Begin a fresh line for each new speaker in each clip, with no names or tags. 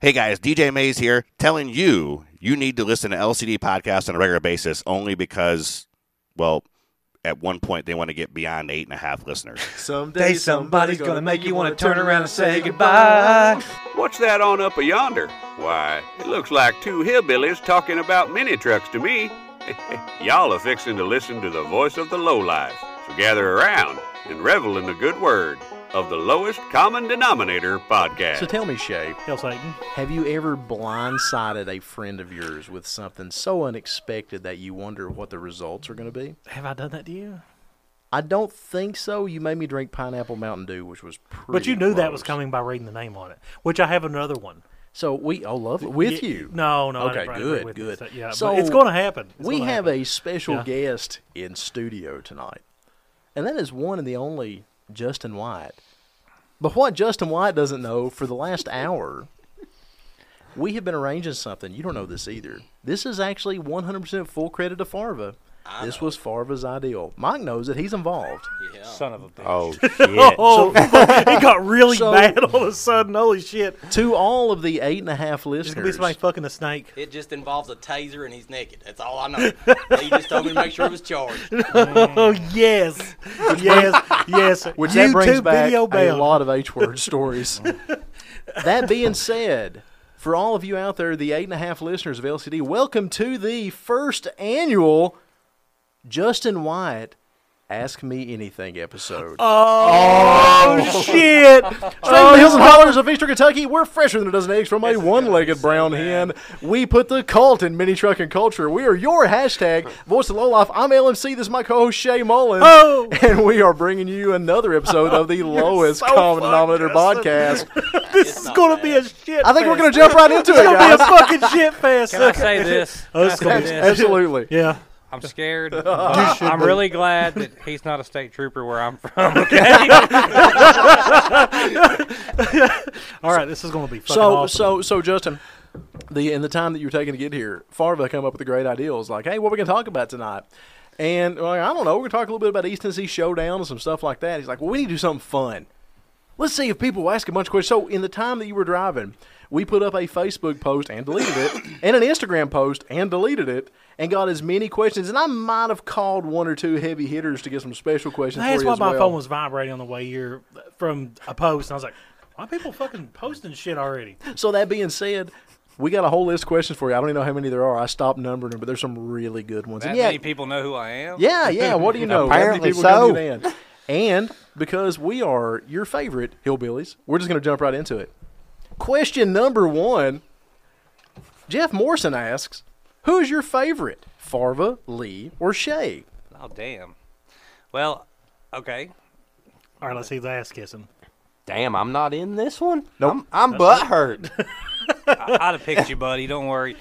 Hey guys, DJ Mays here, telling you you need to listen to LCD podcasts on a regular basis only because, well, at one point they want to get beyond eight and a half listeners.
Day
Someday
somebody's gonna make you wanna turn around and say goodbye.
What's that on up yonder? Why, it looks like two hillbillies talking about mini trucks to me. Y'all are fixing to listen to the voice of the lowlife, so gather around and revel in the good word of the Lowest Common Denominator podcast.
So tell me, Shay,
Hail Satan.
have you ever blindsided a friend of yours with something so unexpected that you wonder what the results are going to be?
Have I done that to you?
I don't think so. You made me drink pineapple Mountain Dew, which was pretty.
But you knew that was
gross.
coming by reading the name on it, which I have another one.
So we, oh, love with
Y-
you.
No, no. I
Okay,
didn't bring it
good,
with me,
good.
so- yeah, but it's going to happen. It's
we
gonna
have
happen.
a special
Yeah.
guest in studio tonight, and that is one and the only Justin White. But what Justin White doesn't know for the last hour, we have been arranging something. You don't know this either. This is actually 100% full credit to Farva. This was Farva's ideal. Mike knows that he's involved.
Son of a bitch.
Oh shit!
Oh, it got really
So-
bad all of a sudden. Holy shit!
To all of the eight and a half
There's gonna be
listeners,
somebody fucking a snake.
It just involves a taser and he's naked. That's all I know. he just told me to make sure it was charged.
Oh yes, yes, yes.
Which that brings
YouTube
back
video
a
bail.
lot of H word stories. that being said, for all of you out there, the eight and a half listeners of LCD, welcome to the first annual Justin Wyatt Ask Me Anything episode.
Oh shit!
From the hills and hollers of Eastern Kentucky, we're fresher than a dozen eggs from a one-legged brown hen. We put the cult in mini trucking culture. We are your hashtag voice of lowlife. I'm LMC. This is my co-host Shay Mullins,
Oh!
and we are bringing you another episode of the lowest common denominator podcast.
This is gonna be a shit.
I think we're gonna
fest.
jump right into it,
It's gonna be a
guys.
fucking shit fest.
Can I
Okay.
say this?
Oh, it's gonna be-
Absolutely.
Yeah.
I'm scared. I'm really glad that he's not a state trooper where I'm from. Okay.
All right, this is gonna be fucking
So
awesome.
so so Justin, the in the time that you were taking to get here, Farva come up with a great idea. It was like, hey, what we gonna talk about tonight? And well, I don't know, we're gonna talk a little bit about East Tennessee Showdown and some stuff like that. He's like, well, we need to do something fun. Let's see if people will ask a bunch of questions. So in the time that you were driving, we put up a Facebook post and deleted it, and an Instagram post and deleted it. And got as many questions, and I might have called one or two heavy hitters to get some special questions.
That's
for you
why
as
my
well.
phone was vibrating on the way here from a post, and I was like, "Why are people fucking posting shit already?"
So that being said, we got a whole list of questions for you. I don't even know how many there are. I stopped numbering them, but there's some really good ones.
That
and yeah,
many people know who I am.
yeah, yeah. What do you know? How many
Apparently
people come
so.
to you then? And because we are your favorite hillbillies, we're just going to jump right into it. Question number one: Jeff Morrison asks, "Who is your favorite, Farva, Lee, or Shay?"
Oh damn. Well, okay.
All right, let's see the ass kissing.
Damn, I'm not in this one.
Nope.
I'm, I'm butt hurt.
I'd have picked you, buddy. Don't worry.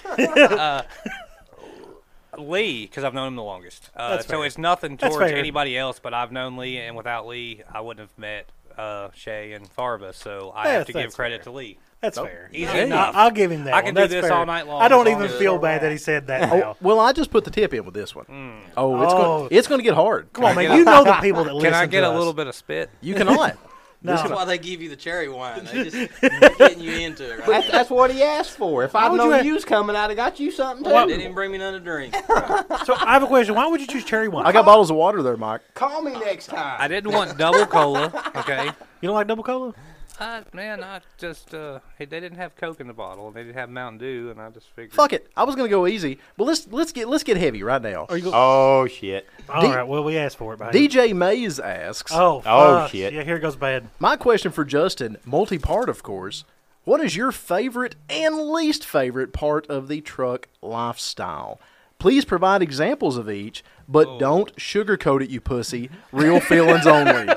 Uh, Lee, because I've known him the longest. Uh,
That's
so
fair.
it's nothing towards
fair.
anybody else, but I've known Lee, and without Lee, I wouldn't have met uh, Shay and Farva. So I have
That's-
to give
that's
credit
fair.
to Lee.
That's fair.
Easy
I-
enough.
I'll give him that.
I
one.
can do
That's
this
fair.
all night long
I don't
as long
even
as
feel
it's
bad
all
that he said that.
Oh,
now.
well, I just put the tip in with this one.
Mm.
Oh, it's
Oh.
going it's going to get hard.
Come on, man. You know the people that listen.
Can I get
to
a
us.
little bit of spit?
You cannot.
That's
No.
why they give you the cherry wine. They just getting you into it. Right
That's,
there.
that's what he asked for. If I'd
would you
known
ha-
you was coming, I'd have got you something too.
They didn't bring me none to drink.
So I have a question. Why would you choose cherry wine?
I got bottles of water there, Mike.
Call me next time.
I didn't want double cola. Okay.
You don't like double cola?
Uh, man, I just uh, they didn't have Coke in the bottle, and they didn't have Mountain Dew, and I just figured.
Fuck it. I was gonna go easy, but let's let's get let's get heavy right now.
Oh shit!
All right. Well, we asked for it, buddy.
DJ Mays asks,
Oh.
Oh,
fuck.
shit.
Yeah. Here goes bad.
my question for Justin, multi-part of course. What is your favorite and least favorite part of the truck lifestyle? Please provide examples of each, but don't sugarcoat it, you pussy. Real feelings only.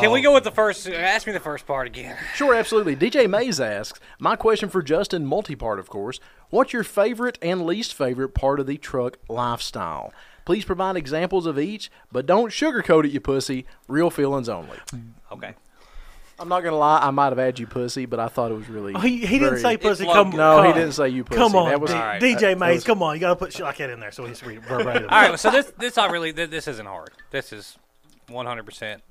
Can we go with the first? Ask me the first part again.
Sure, absolutely. DJ Mays asks, my question for Justin, multi-part of course. What's your favorite and least favorite part of the truck lifestyle? Please provide examples of each, but don't sugarcoat it, you pussy. Real feelings only.
Okay.
I'm not gonna lie, I might have had you pussy, but I thought it was really.
Oh, he, he didn't
very-
say pussy.
flowed.
Come
No, he
come-
didn't say you pussy.
Come on,
That was-
D-
Alright.
DJ
That- that
Mays.
was-
come on, you gotta put shit like that in there so he's read it verbatim.
All right. So this this I really th- this isn't hard. This is 100 percent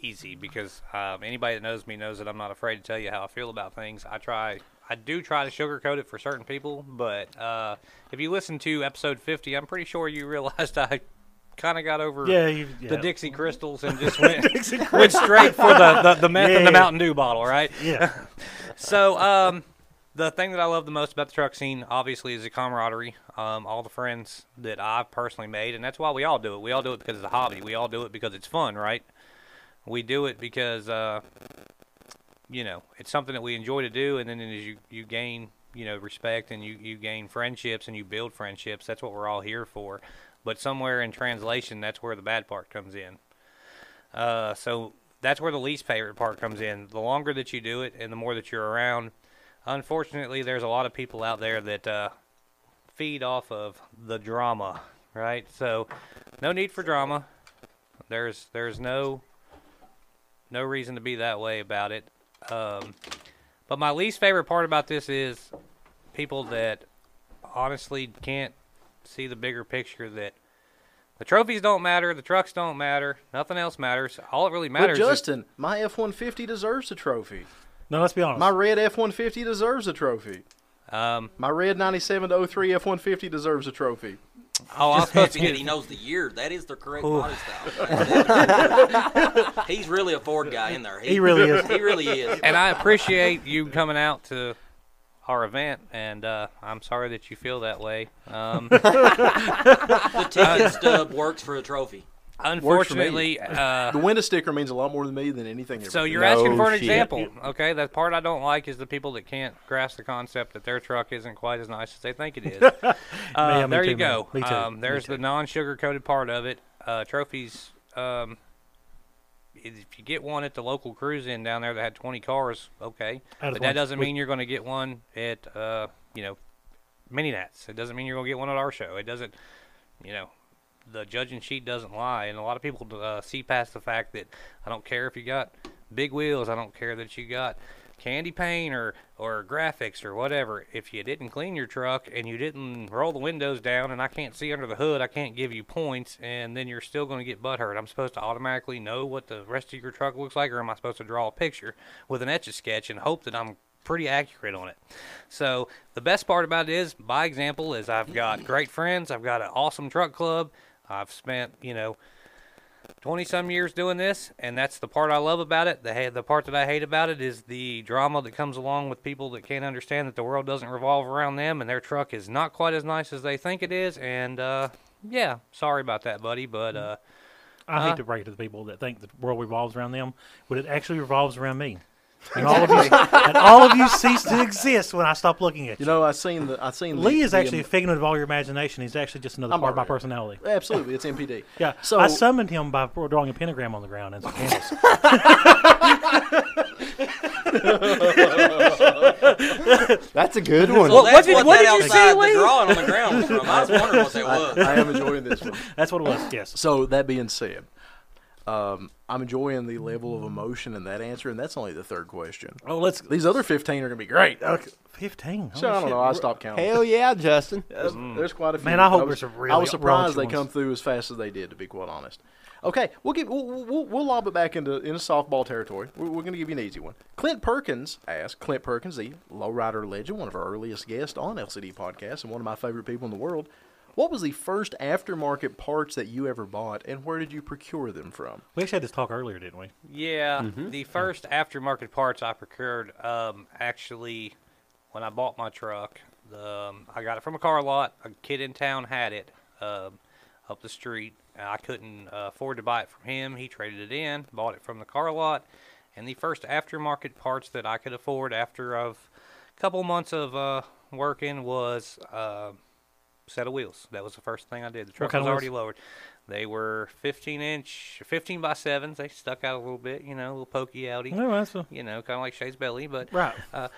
easy because um, anybody that knows me knows that I'm not afraid to tell you how I feel about things. I try, I do try to sugarcoat it for certain people, but uh, if you listen to episode 50, I'm pretty sure you realized I kind of got over
Yeah, you, yeah.
the Dixie crystals and just went, went straight for the, the, the meth and
Yeah.
the Mountain Dew bottle, right?
Yeah,
So, um, the thing that I love the most about the truck scene, obviously, is the camaraderie. Um, all the friends that I've personally made, and that's why we all do it. We all do it because it's a hobby. We all do it because it's fun, right? We do it because, uh, you know, it's something that we enjoy to do, and then as you, you gain, you know, respect and you, you gain friendships and you build friendships, that's what we're all here for. But somewhere in translation, that's where the bad part comes in. Uh, so that's where the least favorite part comes in. The longer that you do it and the more that you're around, unfortunately, there's a lot of people out there that uh, feed off of the drama, right? So no need for drama. There's there's no no reason to be that way about it. Um, but my least favorite part about this is people that honestly can't see the bigger picture that the trophies don't matter, the trucks don't matter, nothing else matters. All it really
But
matters is
Justin, my F one fifty deserves a trophy.
no, let's be honest.
My red F one fifty deserves a trophy.
um,
My red ninety seven to 03 F one fifty deserves a trophy.
oh, I was supposed to
Man,
get
he knows the year. That is the correct body style. He's really a Ford guy in there.
He really is.
He really is.
and I appreciate you coming out to our event, and uh, I'm sorry that you feel that way. Um,
The ticket stub works for a trophy.
unfortunately, uh,
The window sticker means a lot more to me than anything. ever
so
did.
you're asking for an
shit.
example, okay? That part I don't like is the people that can't grasp the concept that their truck isn't quite as nice as they think it is. Uh,
Yeah, me
there
too,
you go.
man. Me too.
Um,
Me
there's the non-sugar coated part of it. Uh, trophies. Um, if you get one at the local cruise in down there that had 20 cars, okay.
Out of
But that
ones
doesn't
with-
mean you're going to get one at, uh, you know, Mini Nats. It doesn't mean you're going to get one at our show. It doesn't, you know, the judging sheet doesn't lie. And a lot of people uh, see past the fact that I don't care if you got big wheels, I don't care that you got candy paint or, or graphics or whatever. If you didn't clean your truck and you didn't roll the windows down and I can't see under the hood, I can't give you points, and then you're still going to get butthurt. I'm supposed to automatically know what the rest of your truck looks like, or am I supposed to draw a picture with an etch a sketch and hope that I'm pretty accurate on it? So the best part about it is, by example, is I've got great friends. I've got an awesome truck club. I've spent, you know, 20 some years doing this, and that's the part I love about it. The, ha- the part that I hate about it is the drama that comes along with people that can't understand that the world doesn't revolve around them and their truck is not quite as nice as they think it is. And uh, yeah, sorry about that, buddy, but uh,
I hate to break it to the people that think the world revolves around them, but it actually revolves around me. And all of you, and all of you cease to exist when I stop looking at you.
You know, I seen the I seen the-
Lee is
the
actually a
am-
figment of all your imagination. He's actually just another
I'm
part of my
alright.
personality.
absolutely it's MPD.
Yeah.
So
I summoned him by drawing a pentagram on the ground and some candles.
That's a good
So
one.
that's
did-
what,
what
that
did you say,
outside
Lee?
the drawing on the ground was from. I was wondering what that was.
I am enjoying this one.
That's what it was. Yes.
So that being said, um, I'm enjoying the level of emotion in that answer, and that's only the third question.
Oh, let's.
These other 15 are gonna be great. Okay.
Fifteen.
So I
Holy
don't
shit.
know. I stopped counting.
Hell yeah, Justin.
There's, there's quite a few.
Man, I hope
was,
there's a really
I was
raunchy
surprised they come
ones.
through as fast as they did, to be quite honest. Okay, we'll get we'll, we'll- we'll, we'll lob it back into into softball territory. We're, we're going to give you an easy one. Clint Perkins asked Clint Perkins, the lowrider legend, one of our earliest guests on LCD podcast, and one of my favorite people in the world. What was the first aftermarket parts that you ever bought, and where did you procure them from?
We actually had this talk earlier, didn't we?
Yeah,
Mm-hmm.
the first aftermarket parts I procured um, actually when I bought my truck. The, um, I got it from a car lot. A kid in town had it um, up the street. and I couldn't uh, afford to buy it from him. He traded it in, bought it from the car lot, and the first aftermarket parts that I could afford after a couple months of uh, working was uh, set of wheels. That was the first thing I did. The truck
kind
was
of wheels?
already lowered. They were 15 inch, 15 by sevens. They stuck out a little bit, you know, a little pokey outy.
No, that's a,
You know, kind of like Shay's belly, but uh,
right.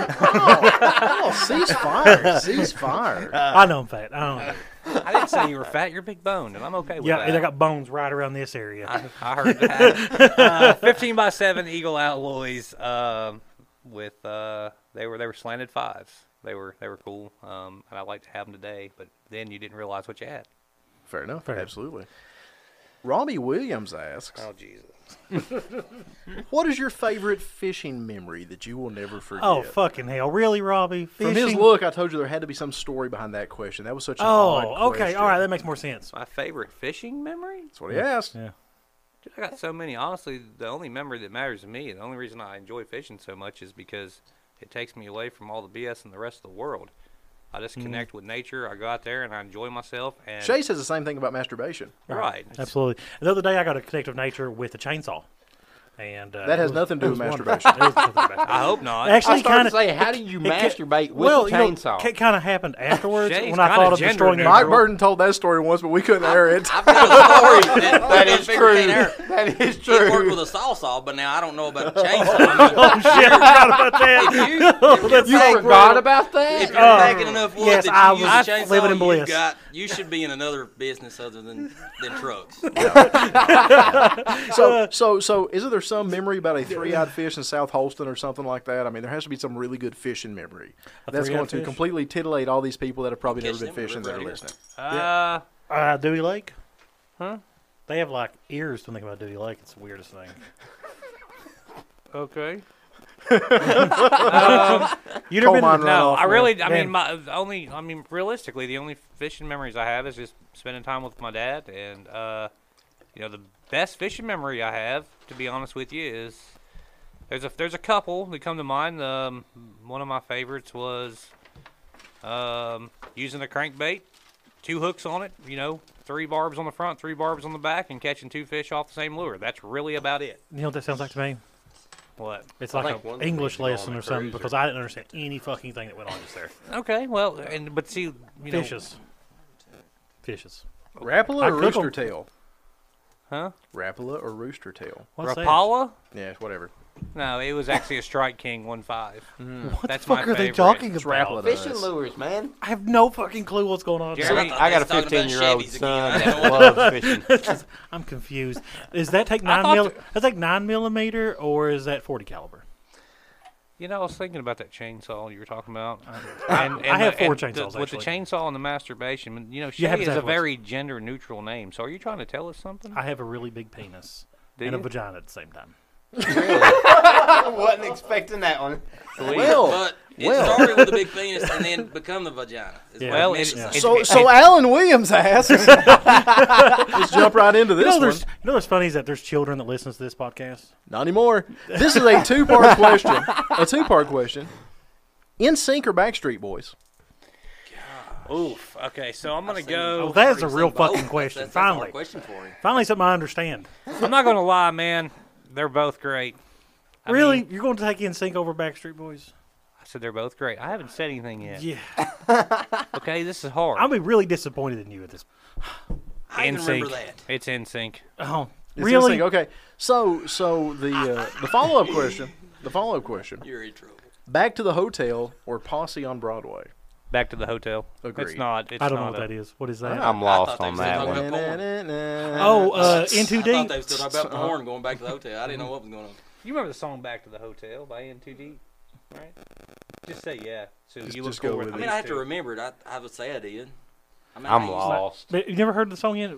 Oh, ceasefire, ceasefire.
I know I'm fat. I
Uh,
don't. Know.
I didn't say you were fat. You're big boned, and I'm okay with
Yeah,
that.
and I got bones right around this area.
I, I heard that. uh, 15 by 7 Eagle Alloys um, with uh, they were they were slanted fives. They were they were cool, um, and I like to have them today. But then you didn't realize what you had.
Fair enough.
Fair enough.
Absolutely. Robbie Williams asks,
Oh Jesus.
"What is your favorite fishing memory that you will never forget?"
Oh fucking hell! Really, Robbie?
From his
Fishing?
look, I told you there had to be some story behind that question. That was such an odd
Oh, okay.
question.
All right, that makes more sense.
My favorite fishing memory?
That's what he asked.
Yeah.
Dude, I got so many. Honestly, the only memory that matters to me, the only reason I enjoy fishing so much is because it takes me away from all the BS in the rest of the world. I just connect with nature. I go out there and I enjoy myself. And
Shay says the same thing about masturbation.
right, It's-
Absolutely. The other day, I got a connect with nature with a chainsaw, and uh,
That has
it was-
nothing to do
it
with
was wonderful.
masturbation.
It was nothing about that.
I hope not.
I
Actually,
started
kind
to
of.
say, how do you masturbate with
well,
a
you know,
chainsaw?
it kind of happened afterwards
Shay's
when I
kinda
thought of
gender
destroying
neutral.
that
Mike
girl.
Burton told that story once, but we couldn't air it.
I've got a story. that,
that
that
is
figure
true.
can't air.
That is
He worked with
true.
a saw saw, but now I don't know about a chainsaw.
Oh shit! I forgot about that.
If you- if you're
You
fake-
forgot about that?
If you're
Oh,
making enough wood
yes,
that you
I
use
was
a chainsaw,
living in
you
bliss.
Got, you should be in another business other than, than trucks.
so, so, so, isn't there some memory about a three-eyed fish in South Holston or something like that? I mean, there has to be some really good fishing memory that's
three-eyed
going to
fish?
completely titillate all these people that have probably
Catch
never been
them in the
fishing that are
river.
listening.
Uh,
Uh, Dewey Lake. Huh? They have like ears when they come out of Dewey Lake. It's the weirdest thing.
okay.
You never
Coal mine
been? to-
run.
No,
off,
I
man.
really. I
Man.
mean, my the only. I mean, realistically, the only fishing memories I have is just spending time with my dad, and uh, you know, the best fishing memory I have, to be honest with you, is there's a there's a couple that come to mind. Um, one of my favorites was um using a crankbait, two hooks on it. You know, three barbs on the front, three barbs on the back, and catching two fish off the same lure. That's really about it.
You know what that sounds like to me?
What?
It's
I
like
think one
an
of the things you
English
call
lesson
them
or
a
something
cruiser.
because I didn't understand any fucking thing that went on just there.
Okay, well, and but see, you know,
Fishes. Fishes.
Rapala
I
or
cook 'em.
rooster tail?
huh?
Rapala or rooster tail?
What's that?
Rapala.
Yeah, whatever.
No, it was actually a Strike King one five.
What
That's
the
my
fuck are they
favorite.
talking
It's
about?
Rapala.
Fishing
does.
lures, man.
I have no fucking clue what's going on.
Jerry-
thought
I
they
got a
was
15
talking about
year old
Chevys
son
again. I
that
don't
loves fishing.
I'm confused. Is that take
I thought
nine mil?
th-
That's like nine millimeter, or is that forty caliber?
You know, I was thinking about that chainsaw you were talking about. And, and
I have
the-
four
and the-
chainsaws,
With the
actually.
chainsaw and the masturbation, you know, Shay
You have
is a
exactly what's-
very gender neutral name. So are you trying to tell us something?
I have a really big penis
Do
and a
you?
vagina at the same time.
I wasn't expecting that one.
But it
Well.
started with a big penis and then become the vagina. Is
Yeah.
what
well,
it
it's,
is.
yeah.
it's-
So,
it's-
so Alan Williams asks. Let's jump right into this
You know,
one.
there's, you know what's funny is that there's children that listens to this podcast.
Not anymore. This is a two-part question. A two-part question. In sync or Backstreet Boys?
oof. Okay, so I'm gonna
Oh,
go.
that is a real
Seen both.
fucking question.
That's, that's a
Finally,
hard question for him.
finally something I understand.
I'm not gonna lie, man. They're both great. I
really,
mean,
you're going to take in sync over Backstreet Boys?
I said they're both great. I haven't said anything yet.
Yeah,
Okay, this is hard.
I'll be really disappointed in you at this.
I even remember
NSYNC.
that.
It's in sync.
Oh,
Is
really?
NSYNC- Okay. So, so the uh, the follow-up question. The follow-up question.
You're in trouble.
Back to the hotel or Posse on Broadway?
Back to the hotel.
Agreed.
It's not. It's
I don't know
not
what
a-
that is. What is that?
I'm
I
lost
thought they
on
was
that
talking
one.
about porn.
oh, uh, in Uh-huh.
I
too
thought
deep.
they was still talking about porn going back to the hotel. I didn't know what was going on.
You remember the song "Back to the Hotel" by N2D, right? Just say yeah. So
Just-
you look
just go
cool
with
I mean,
these
I have to
two.
remember it. I, I would say I did. I mean, I
I'm
used-
lost.
But you never heard the song yet?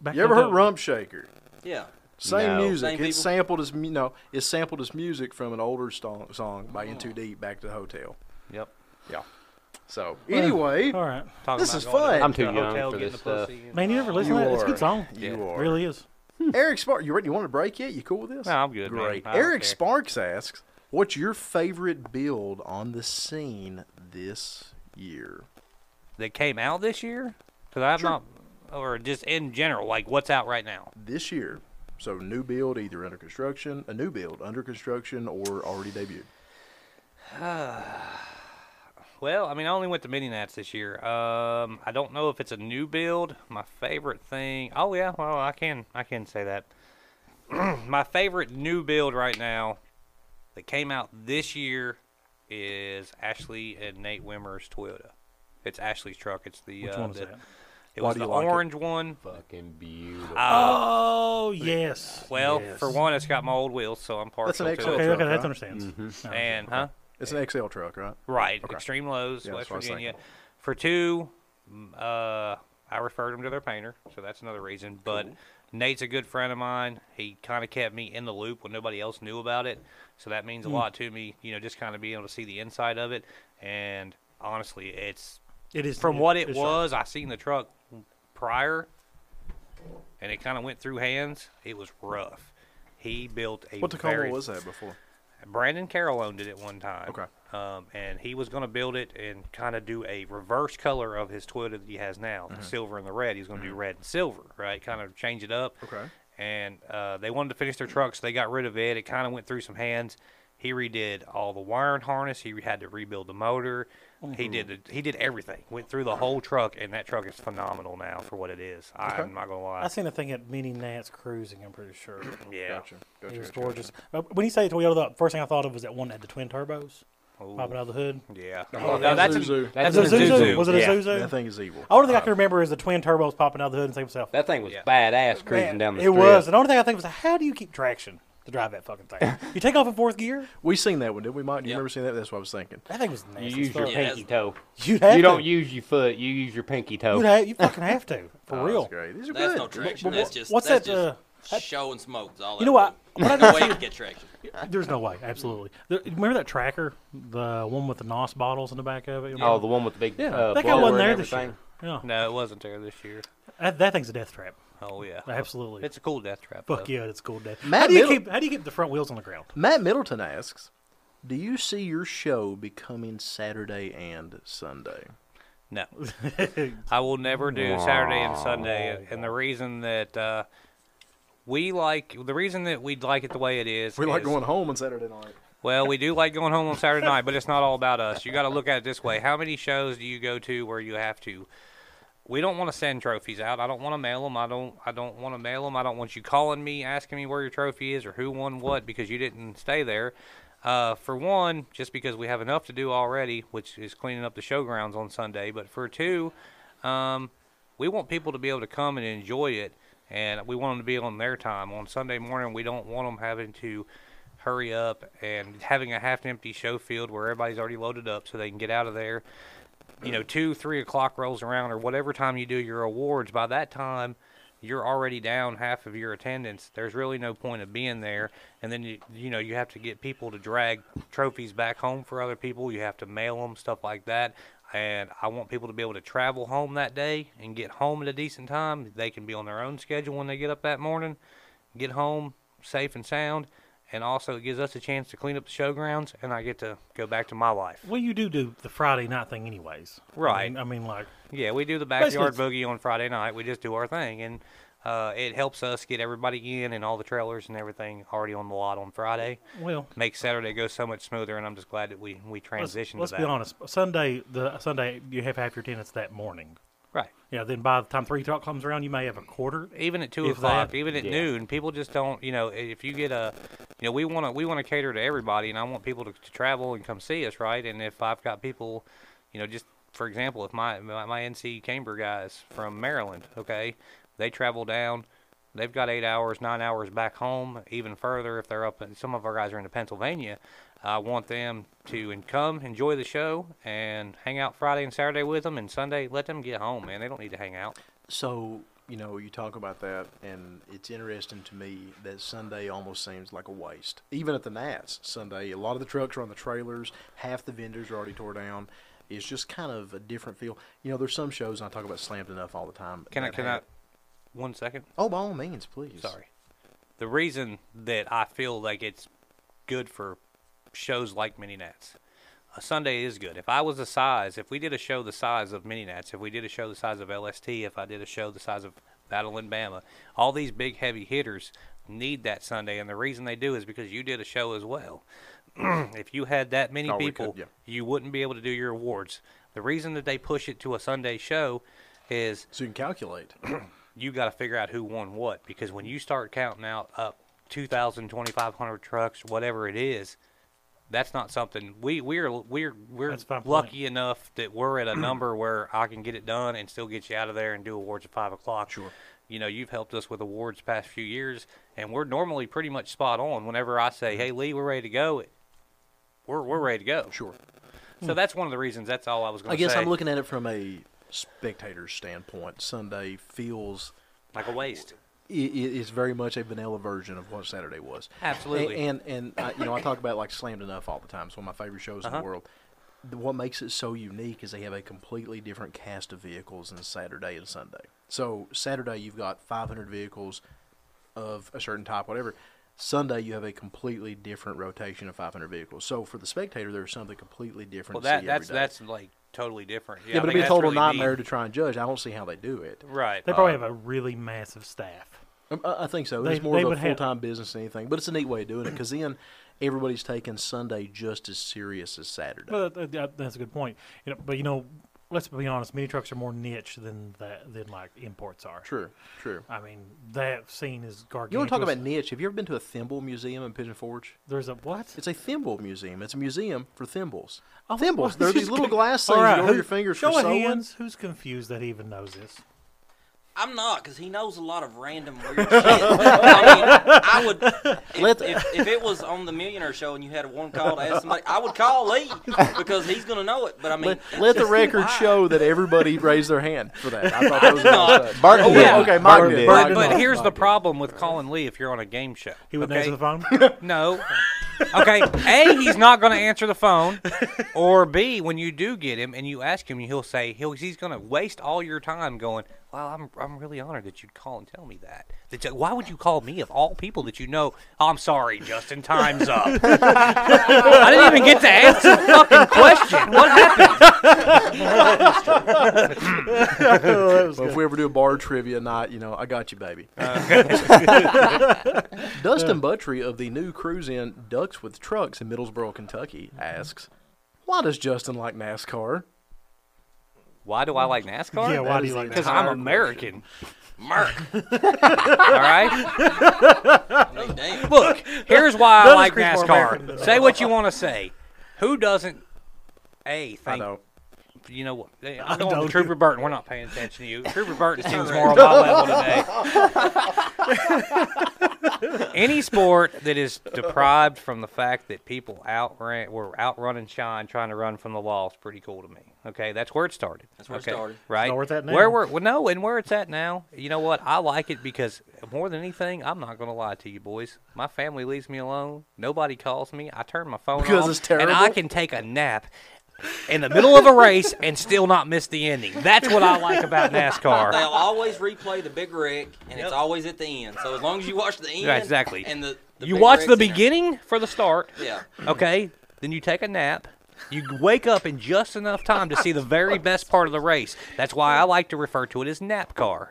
Back
You ever
to-
heard Rump Shaker?
Yeah.
Same
No.
music.
Same
it's
people?
sampled as mu- no. It's sampled as music from an older song, song by N2 Deep. Back to the hotel.
Yep.
Yeah. So anyway,
All right,
Talking
This
about
is
going to
fun.
the
I'm too young
hotel, getting
for
the
this stuff.
pussy and-
man, you never listen
You
to that? It's a
are.
good song.
You
It
are.
really is.
Eric Sparks. You ready? You want a break yet? You cool with this?
No, I'm good. man.
Great.
I don't
Eric
care.
Sparks asks, "What's your favorite build on the scene this year?"
That came out this year because I've not, or just in general, like what's out right now.
This year, so new build either under construction, a new build under construction, or already debuted.
Well, I mean, I only went to mini nats this year. Um, I don't know if it's a new build. My favorite thing. Oh yeah, well, I can I can say that. My favorite new build right now that came out this year is Ashley and Nate Wimmer's Toyota. It's Ashley's truck. It's the
Which
uh,
one is
the-
that?
It
Why
was
do
the
you like it?
orange one.
Fucking beautiful.
Oh yes.
Well,
Yes.
for one, it's got my old wheels, so I'm partial
an
to
XL.
it.
Okay,
truck,
okay,
huh?
that understands. No,
And huh?
It's an XL truck, right?
Right, extreme lows,
Yeah, that's
West
what I was
Virginia.
thinking.
For two, mm, uh, I referred them to their painter, so that's another reason. But Nate's a good friend of mine. He kind of kept me in the loop when nobody else knew about it, so that
Hmm.
means a lot to me. You know, just kind of being able to see the inside of it. And honestly, it's
It is
from what it
it's sharp.
was. I seen the truck prior, and it kind of went through hands. It was rough. He built a
What Tacoma
very
was that before?
Brandon Carolone did it one time.
Okay.
Um, and he was going to build it and kind of do a reverse color of his Twitter that he has now, the silver and the red. He was going to do red and silver, right? Kind of change it up.
Okay.
And uh, they wanted to finish their truck, so they got rid of it. It kind of went through some hands. He redid all the wiring harness. He had to rebuild the motor. He did. it- He did everything. Went through the whole truck, and that truck is phenomenal now for what it is. I'm not gonna lie.
I seen a thing at Mini Nats Cruising. I'm pretty sure.
yeah.
it was gorgeous. Uh, When you say Toyota, the first thing I thought of was that one that had the twin turbos
Ooh,
popping out of the hood.
yeah.
Oh,
no, that's an-
Zuzu.
that's
Was
a
it a Zuzu?
Zuzu.
Was it a
Yeah.
Zuzu?
That thing is evil.
The only thing I can remember is the twin turbos popping out of the hood and saying to myself,
That thing was
Yeah.
badass cruising down the
it
strip.
was. And the only thing I think was, how do you keep traction to drive that fucking thing? you take off in fourth gear?
We seen that one, didn't we, Mike? Do you
Yep.
remember seeing that? That's what I was thinking.
That thing was nasty.
You
as
use your
fuck.
Yeah,
pinky toe.
You'd have
You
to.
don't use your foot. You use your pinky
You'd
toe.
have, you fucking have to. For
Oh,
real.
That's great. These are
That's
good.
no traction. That's just
what's
that's
that,
Just
uh, that-
show and smoke. Is all
You know what? What I
No
did
way
see-
to get traction.
There's no way. Absolutely. There, remember that tracker, the one with the NOS bottles in the back of it.
Oh, the one with the big
Yeah.
uh,
that guy
blower
wasn't
and
there this
everything.
year. Yeah,
No, it wasn't there this year.
that, that thing's a death trap.
Oh yeah.
Absolutely.
It's a cool death trap.
Fuck
though.
yeah, it's cool, Dad.
Matt
how do you
Middle-
keep how do you keep the front wheels on the ground?
Matt Middleton asks, "Do you see your show becoming Saturday and Sunday?"
No, I will never do Saturday and Sunday. uh, And the reason that uh, we like the reason that we like it the way it is,
We like
is-
going home on Saturday night.
Well, we do like going home on Saturday night, but it's not all about us. You got to look at it this way: How many shows do you go to where you have to? We don't want to send trophies out. I don't want to mail them. I don't. I don't want to mail them. I don't want you calling me asking me where your trophy is or who won what because you didn't stay there. Uh, for one, just because we have enough to do already, which is cleaning up the showgrounds on Sunday. But for two, um, we want people to be able to come and enjoy it, and we want them to be on their time. On Sunday morning, we don't want them having to hurry up and having a half empty show field where everybody's already loaded up so they can get out of there. You know, two, three o'clock rolls around, or whatever time you do your awards, by that time, you're already down half of your attendance. There's really no point of being there. And then, you, you know, you have to get people to drag trophies back home for other people. You have to mail them, stuff like that. And I want people to be able to travel home that day and get home at a decent time. They can be on their own schedule when they get up that morning, get home safe and sound. And also, it gives us a chance to clean up the showgrounds, and I get to go back to my life.
Well, you do do the Friday night thing, anyways. I
Right.
mean, I mean, like
Yeah, we do the
Basically,
backyard boogie on Friday night. We just do our thing, and uh, it helps us get everybody in and all the trailers and everything already on the lot on Friday.
well.
Makes Saturday go so much smoother, and I'm just glad that we we
Let's,
transitioned.
let's
to
be
that.
honest. Sunday, the Sunday, you have half your attendance that morning.
Right.
Yeah. Then by the time three o'clock comes around, you may have a quarter.
even at two
If
o'clock,
that.
even at
Yeah.
noon, people just don't. You know, if you get a, you know, we want to we want to cater to everybody, and I want people to, to travel and come see us, right? And if I've got people, you know, just for example, if my my, my NC Camber guys from Maryland, okay, they travel down. They've got eight hours, nine hours back home, even further if they're up. in Some of our guys are into Pennsylvania. I want them to and come enjoy the show and hang out Friday and Saturday with them, and Sunday let them get home, man. They don't need to hang out.
So you know, you talk about that, and it's interesting to me that Sunday almost seems like a waste. Even at the Nats Sunday, a lot of the trucks are on the trailers. Half the vendors are already tore down. It's just kind of a different feel. You know, there's some shows and I talk about slammed enough all the time.
Can I?
that
Can
have-
I? One second.
Oh, by all means, please.
Sorry. The reason that I feel like it's good for shows like Mini Nats, a Sunday is good. If I was the size, if we did a show the size of Mini Nats, if we did a show the size of LST, if I did a show the size of Battle in Bama, all these big heavy hitters need that Sunday, and the reason they do is because you did a show as well. if you had that many
Oh, we could,
people,
yeah.
you wouldn't be able to do your awards. The reason that they push it to a Sunday show is
So you can calculate.
you got to figure out who won what because when you start counting out up 2,000, 2,500 trucks, whatever it is, that's not something we we're we're we're
That's a fine point.
lucky enough that we're at a number where I can get it done and still get you out of there and do awards at five o'clock. Sure. You know, you've helped us with awards past few years, and we're normally pretty much spot on. Whenever I say, "Hey, Lee, we're ready to go," we're we're ready to go.
Mm-hmm. Sure.
So that's one of the reasons. That's all I was going
I
to say.
guess I'm looking at it from a spectator's standpoint. Sunday feels
like a waste.
i- i- is very much a vanilla version of what Saturday was.
Absolutely.
A- And and, I, you know I talk about like Slammed Enough all the time. It's one of my favorite shows in
Uh-huh.
the world. The- What makes it so unique is they have a completely different cast of vehicles than Saturday and Sunday. So Saturday you've got 500 vehicles of a certain type, whatever. Sunday you have a completely different rotation of 500 vehicles. So for the spectator, there's something completely
Well,
different. to see
that
every
that's
day.
that's like totally different.
yeah,
I
but
think
it'd be a
that's
total
really
nightmare
neat.
to try and judge. I don't see how they do it.
Right.
They
Uh,
probably have a really massive staff.
Um, I I think so.
They-
it's more
they
of a
would
full
have-
time business than anything, but it's a neat way of doing it because then everybody's taking Sunday just as serious as Saturday.
Well, that, that, uh, that's a good point. You know, but you know, let's be honest. Mini trucks are more niche than that than like imports are.
true, true.
I mean, that scene is gargantuous.
You want to talk about niche? Have you ever been to a thimble museum in Pigeon Forge?
There's a what?
It's a thimble museum. It's a museum for thimbles.
Oh,
thimbles.
well,
They're these
just
little
con-
glass
All
things
right,
you
who-
hold your fingers
show
for
of
sewing.
hands. Who's confused that even knows this?
I'm not, because he knows a lot of random weird shit. I mean, I would. If,
Let's-
if, if it was on the Millionaire Show and you had one call to ask somebody, I would call Lee because he's gonna know it. But I mean,
Let,
it's
let the
just
record
why?
show that everybody raised their hand for that. I thought that was
did not.
upset.
Barton
Oh,
did.
yeah. Okay, Mike
Barton
did.
did.
Mike
But,
did.
but here's the
Mike did.
problem with calling Lee if you're on a game show.
He wouldn't
okay?
answer the phone.
No. Okay. A, he's not going to answer the phone. Or B, when you do get him and you ask him, he'll say he'll, he's going to waste all your time going. Well, I'm I'm really honored that you'd call and tell me that. That you- why would you call me of all people that you know? Oh, I'm sorry, Justin. Time's up. I didn't even get to answer the fucking question. What happened?
Well, if we ever do a bar trivia night, you know, I got you, baby.
Uh,
Dustin Buttry of the new cruise in Ducks with Trucks in Middlesboro, Kentucky asks, Why does Justin like NASCAR?
Why do I like NASCAR?
yeah, why do you like
Because
that?
I'm American. Merc. All right.
I mean, damn.
Look, here's why I
That
like
is more American
NASCAR.
than-
Say what you want to say. Who doesn't? A
I
think
know.
you know what? I'm going
don't.
with Trooper Burton. We're not paying attention to you. Trooper Burton seems more on my level today. Any sport that is deprived from the fact that people outran were outrunning shine trying to run from the law is pretty cool to me. Okay, that's where it started.
That's where it
okay?
started.
Right?
Know where it's at now.
Where we're well, no, and where it's at now. You know what? I like it because more than anything, I'm not going to lie to you boys. My family leaves me alone. Nobody calls me. I turn my phone
Because
off,
it's
and I
terrible?
can take a nap in the middle of a race and still not miss the ending. That's what I like about
They'll
NASCAR.
always replay the big wreck, and it's always at the end. So as long as you watch the end,
Yeah, exactly.
And the, the
You
big
watch the
wreck's in there.
beginning for the start,
Yeah.
okay? Then you take a nap. You wake up in just enough time to see the very best part of the race. That's why I like to refer to it as NAPCAR.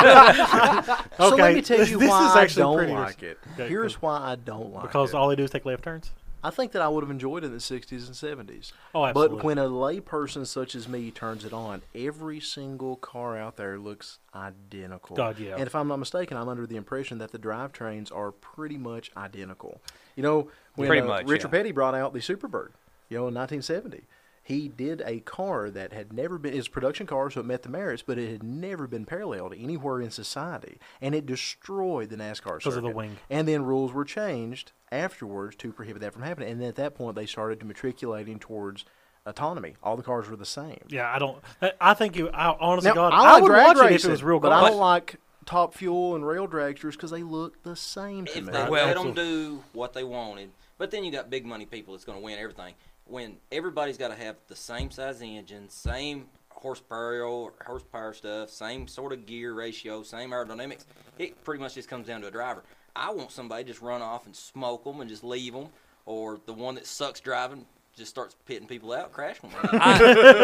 So let
Okay,
me tell you
this
why
is
I
actually
don't
pretty
like it.
Okay,
Here's why I don't like
Because
it.
all they do is take left turns.
I think that I would have enjoyed it in the 60s and 70s.
Oh, absolutely.
But when a layperson such as me turns it on, every single car out there looks identical.
God, yeah.
And if I'm not mistaken, I'm under the impression that the drivetrains are pretty much identical. You know, when
Pretty
uh,
much,
Richard
yeah.
Petty brought out the Superbird, you know, in 1970. He did a car that had never been his production car, so it met the merits, but it had never been paralleled anywhere in society, and it destroyed the NASCAR
Because of the
circuit.
wing.
And then rules were changed afterwards to prohibit that from happening. And at that point, they started to matriculating towards autonomy. All the cars were the same.
Yeah, I don't. that- I think you. I, honestly,
Now,
God,
I, like
would
drag
watch it if
racing,
it was real.
but
golf.
I don't like top fuel and rail dragsters because they look the same to
If
me.
they
Well-
let them do what they wanted, but then you got big money people that's going to win everything. When everybody's got to have the same size engine, same horsepower, horsepower stuff, same sort of gear ratio, same aerodynamics, it pretty much just comes down to a driver. I want somebody to just run off and smoke them and just leave them, or the one that sucks driving just starts pitting people out, crash them.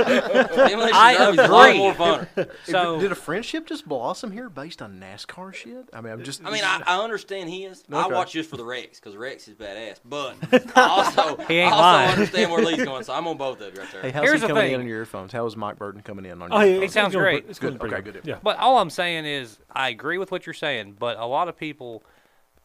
I agree.
More funner.
So
Did a friendship just blossom here based on NASCAR shit? I mean, I'm just.
I mean, I, I understand his. I
Okay.
watch just for the Rex because Rex is badass. But I also,
He ain't
I also
lying.
understand where Lee's going, so I'm on both of you right there.
hey, how's
Here's
he
the
coming
thing.
in on your earphones? How is Mike Burton coming in on your
Oh, yeah,
earphones?
it's
sounds
going
great.
pre- It's going
Good,
pretty
okay, good deal.
Yeah.
But all I'm saying is, I agree with what you're saying, but a lot of people,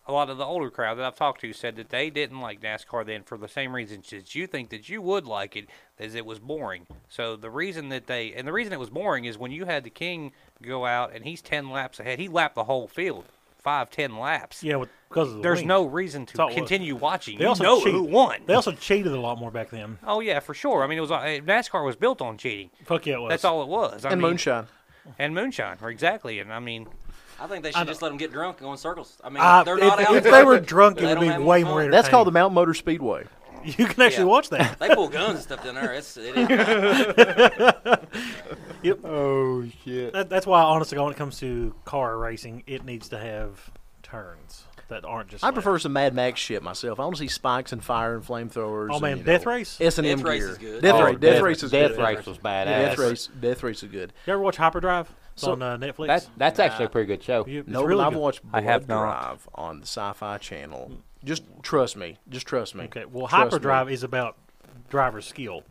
a lot of the older crowd that I've talked to said that they didn't like NASCAR then for the same reasons that you think that you would like it, is it was boring. So the reason that they, and the reason it was boring is when you had the King go out and he's 10 laps ahead, he lapped the whole field, five, 10 laps.
Yeah, with, because of the
There's
wing.
no reason to
That's all it was.
continue watching.
They
you
also
know
cheated.
who won.
They also cheated a lot more back then.
Oh yeah, for sure. I mean, it was uh, NASCAR was built on cheating.
Fuck yeah, it was.
That's all it was. I
And
mean,
moonshine.
and moonshine, or exactly. And I mean,
I think they should just let them get drunk and go in circles. I mean,
Uh,
they're
if-
not
if,
out
they
there,
were drunk,
they
it would
don't
be
have any
way
fun.
more. Entertaining.
That's called the Mount Motor Speedway.
You can
Yeah.
actually watch that.
They pull guns and stuff down there. It's, it is
Oh shit!
that. That's why, honestly, when it comes to car racing, it needs to have turns that aren't just.
I
like-
prefer some Mad Max shit myself. I want to see spikes and fire and flamethrowers.
Oh
and,
man,
you
Death
know,
Race. You
S and M
Death Race
gear.
is good.
Death,
Oh,
Race, Death Race is
Death
good.
Race was badass.
Yeah, Death Race. Death Race is good.
ever watch Hyperdrive? It's
So-
on uh, Netflix.
That's that's actually a pretty good show.
You- it's
No,
really
I've
good.
watched
I
Blood
have not.
Drive on the Sci-Fi Channel. Just trust me. Just trust me.
Okay, well,
Trust me.
Hyperdrive is about driver skill,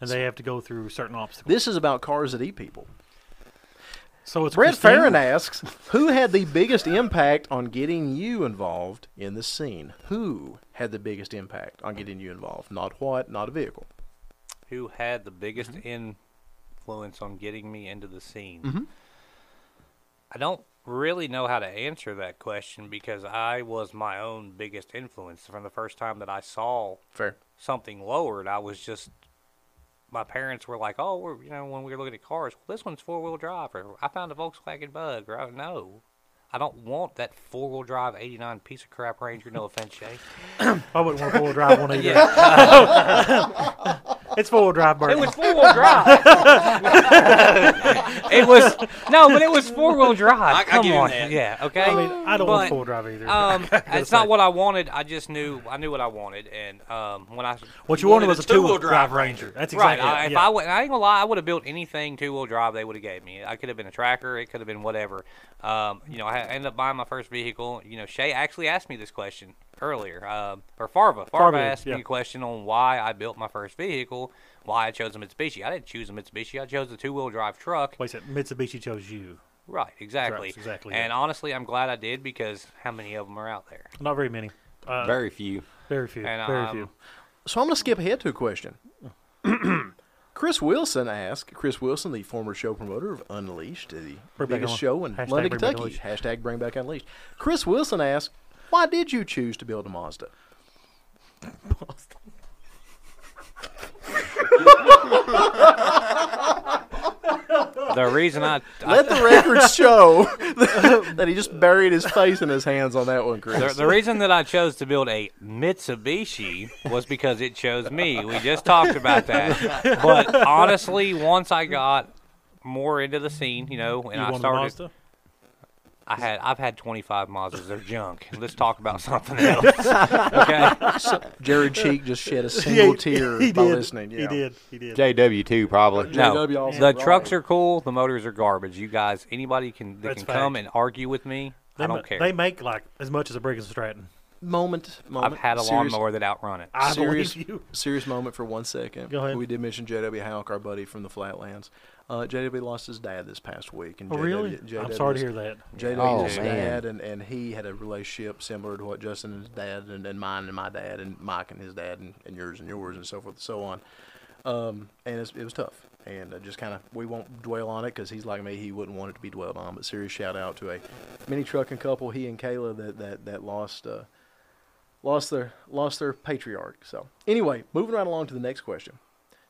and they have to go through certain obstacles.
This is about cars that eat people.
So it's
Brett
Christine-
Farron asks, "Who had the biggest impact on getting you involved in the scene? Who had the biggest impact on getting you involved? Not what, not a vehicle.
Who had the biggest influence on getting me into the scene? I don't really know how to answer that question because I was my own biggest influence from the first time that I saw
Fair.
something lowered. I was just my parents were like, "Oh, we're you know when we were looking at cars, well, this one's four wheel drive, or I found a Volkswagen Bug, or I don't know." I don't want that four wheel drive '89 piece of crap Ranger. No offense, Jay.
I wouldn't want to four wheel drive one either. it's four wheel drive,
It
Bert.
was four wheel drive. it was no, but it was four wheel drive.
I- I
Come
give him
on,
that.
yeah, okay.
I mean, I don't want
But,
four wheel drive either.
Um, it's
say.
not what I wanted. I just knew I knew what I wanted, and um, when I
what you
wanted
wanted was
a
a two wheel
two-wheel drive
drive Ranger. That's
right,
exactly
I,
it.
if
yeah.
I would, I ain't gonna lie, I would have built anything two wheel drive. They would have gave me. I could have been a tracker. It could have been whatever. Um, you know, I ended up buying my first vehicle. You know, Shay actually asked me this question earlier, um, or Farva. Farva,
Farva did,
asked
yeah.
me a question on why I built my first vehicle, why I chose a Mitsubishi. I didn't choose a Mitsubishi. I chose a two wheel drive truck.
Wait a second, Mitsubishi chose you.
Right, exactly.
exactly
And
it.
honestly, I'm glad I did because how many of them are out there?
Not very many. Uh, very,
Very few.
few.
and
very
I'm-
few.
So I'm going to skip ahead to a question. Chris Wilson asked, Chris Wilson, the former show promoter of Unleashed, the
Bring back
biggest
Unleashed.
show in
Hashtag
London,
bring back
Kentucky. Hashtag bring back Unleashed. Chris Wilson asked, why did you choose to build a Mazda?
The reason I, I
Let the records show that he just buried his face in his hands on that one,
the,
Chris.
the reason that I chose to build a Mitsubishi was because it chose me. We just talked about that. But honestly, once I got more into the scene, you know, and
you
I
wanted
started,
Mazda?
I had I've had 25 Mazdas. They're junk. Let's talk about something else. okay.
Jared Cheek just shed a single tear
He
by
did.
listening. Yeah.
He did. He did.
JW two probably.
No,
JW also
the
right.
trucks are cool. The motors are garbage. You guys, anybody can that
That's
can come
fact.
and argue with me.
They
I don't
ma-
care.
They make like as much as a Briggs and Stratton.
Moment, moment.
I've had a
serious,
lawnmower that outrun it.
I
serious,
believe you.
serious moment for one second.
Go ahead.
We did mention JW Houck, our buddy from the Flatlands. Uh, JW lost his dad this past week, and
Oh,
JW,
really?
JW
I'm sorry to hear that.
JW's
Oh, man.
dad and, and he had a relationship similar to what Justin and his dad and, and mine and my dad and Mike and his dad and, and yours and yours and so forth and so on. Um, and it's, it was tough. And uh, just kind of, we won't dwell on it because he's like me. He wouldn't want it to be dwelled on. But serious shout out to a mini trucking couple, he and Kayla, that, that, that lost uh, lost their lost their patriarch. So anyway, moving right along to the next question.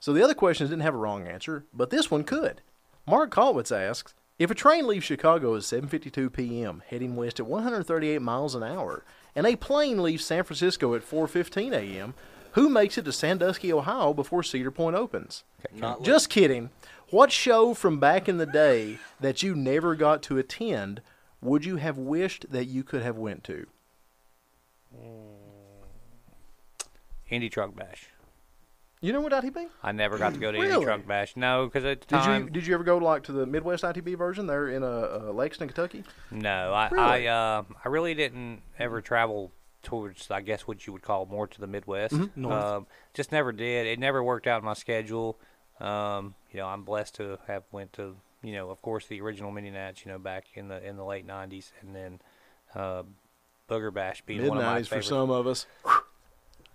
So the other questions didn't have a wrong answer, but this one could. Mark Colwitz asks, if a train leaves Chicago at 7:52 p.m. heading west at 138 miles an hour, and a plane leaves San Francisco at 4:15 a.m., who makes it to Sandusky, Ohio before Cedar Point opens?
not
Just kidding. What show from back in the day that you never got to attend would you have wished that you could have went to?
Indy Truck Bash.
You know what I'd be?
I never got to go to
Really?
Indy Truck Bash. No, because at the
Did
time,
you did you ever go like to the Midwest ITB version there in uh, uh, Lexington, Kentucky?
no, I
Really?
I, uh, I really didn't ever travel towards, I guess, what you would call more to the Midwest.
Mm-hmm.
north.
Um, just never did. It never worked out in my schedule. Um, you know, I'm blessed to have went to, you know, of course, the original mini nats, you know, back in the in the late '90s, and then uh, Booger Bash being
Mid
one of my
nineties for
favorites.
some of us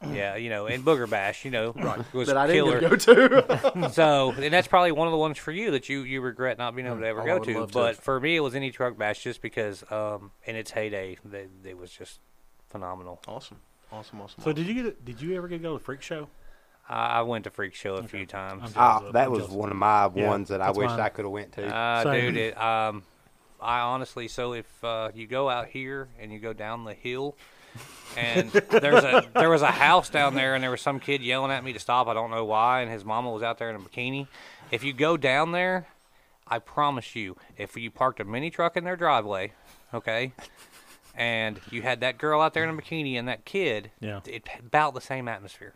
Yeah, you know, and Booger Bash, you know, was
that I didn't
killer.
get to go to.
So, and that's probably one of the ones for you that you, you regret not being able to ever
Oh, I
go
would
to.
love to.
But for me, it was any truck bash just because, um, in its heyday, they, they was just phenomenal.
awesome, awesome, awesome.
So did you get? a- Did you ever get to go to the freak show?
I, I went to Freak Show a few times.
I'm jealous
Ah,
of-
that
I'm
was
jealous.
one of my
Yeah,
ones that I
that's
wish
mine.
I could have went to.
Uh,
Same.
dude, it, um, I honestly, so if uh, you go out here and you go down the hill, and there's a there was a house down there, and there was some kid yelling at me to stop. I don't know why, and his mama was out there in a bikini. If you go down there, I promise you, if you parked a mini truck in their driveway, okay, and you had that girl out there in a bikini and that kid,
Yeah.
it about the same atmosphere.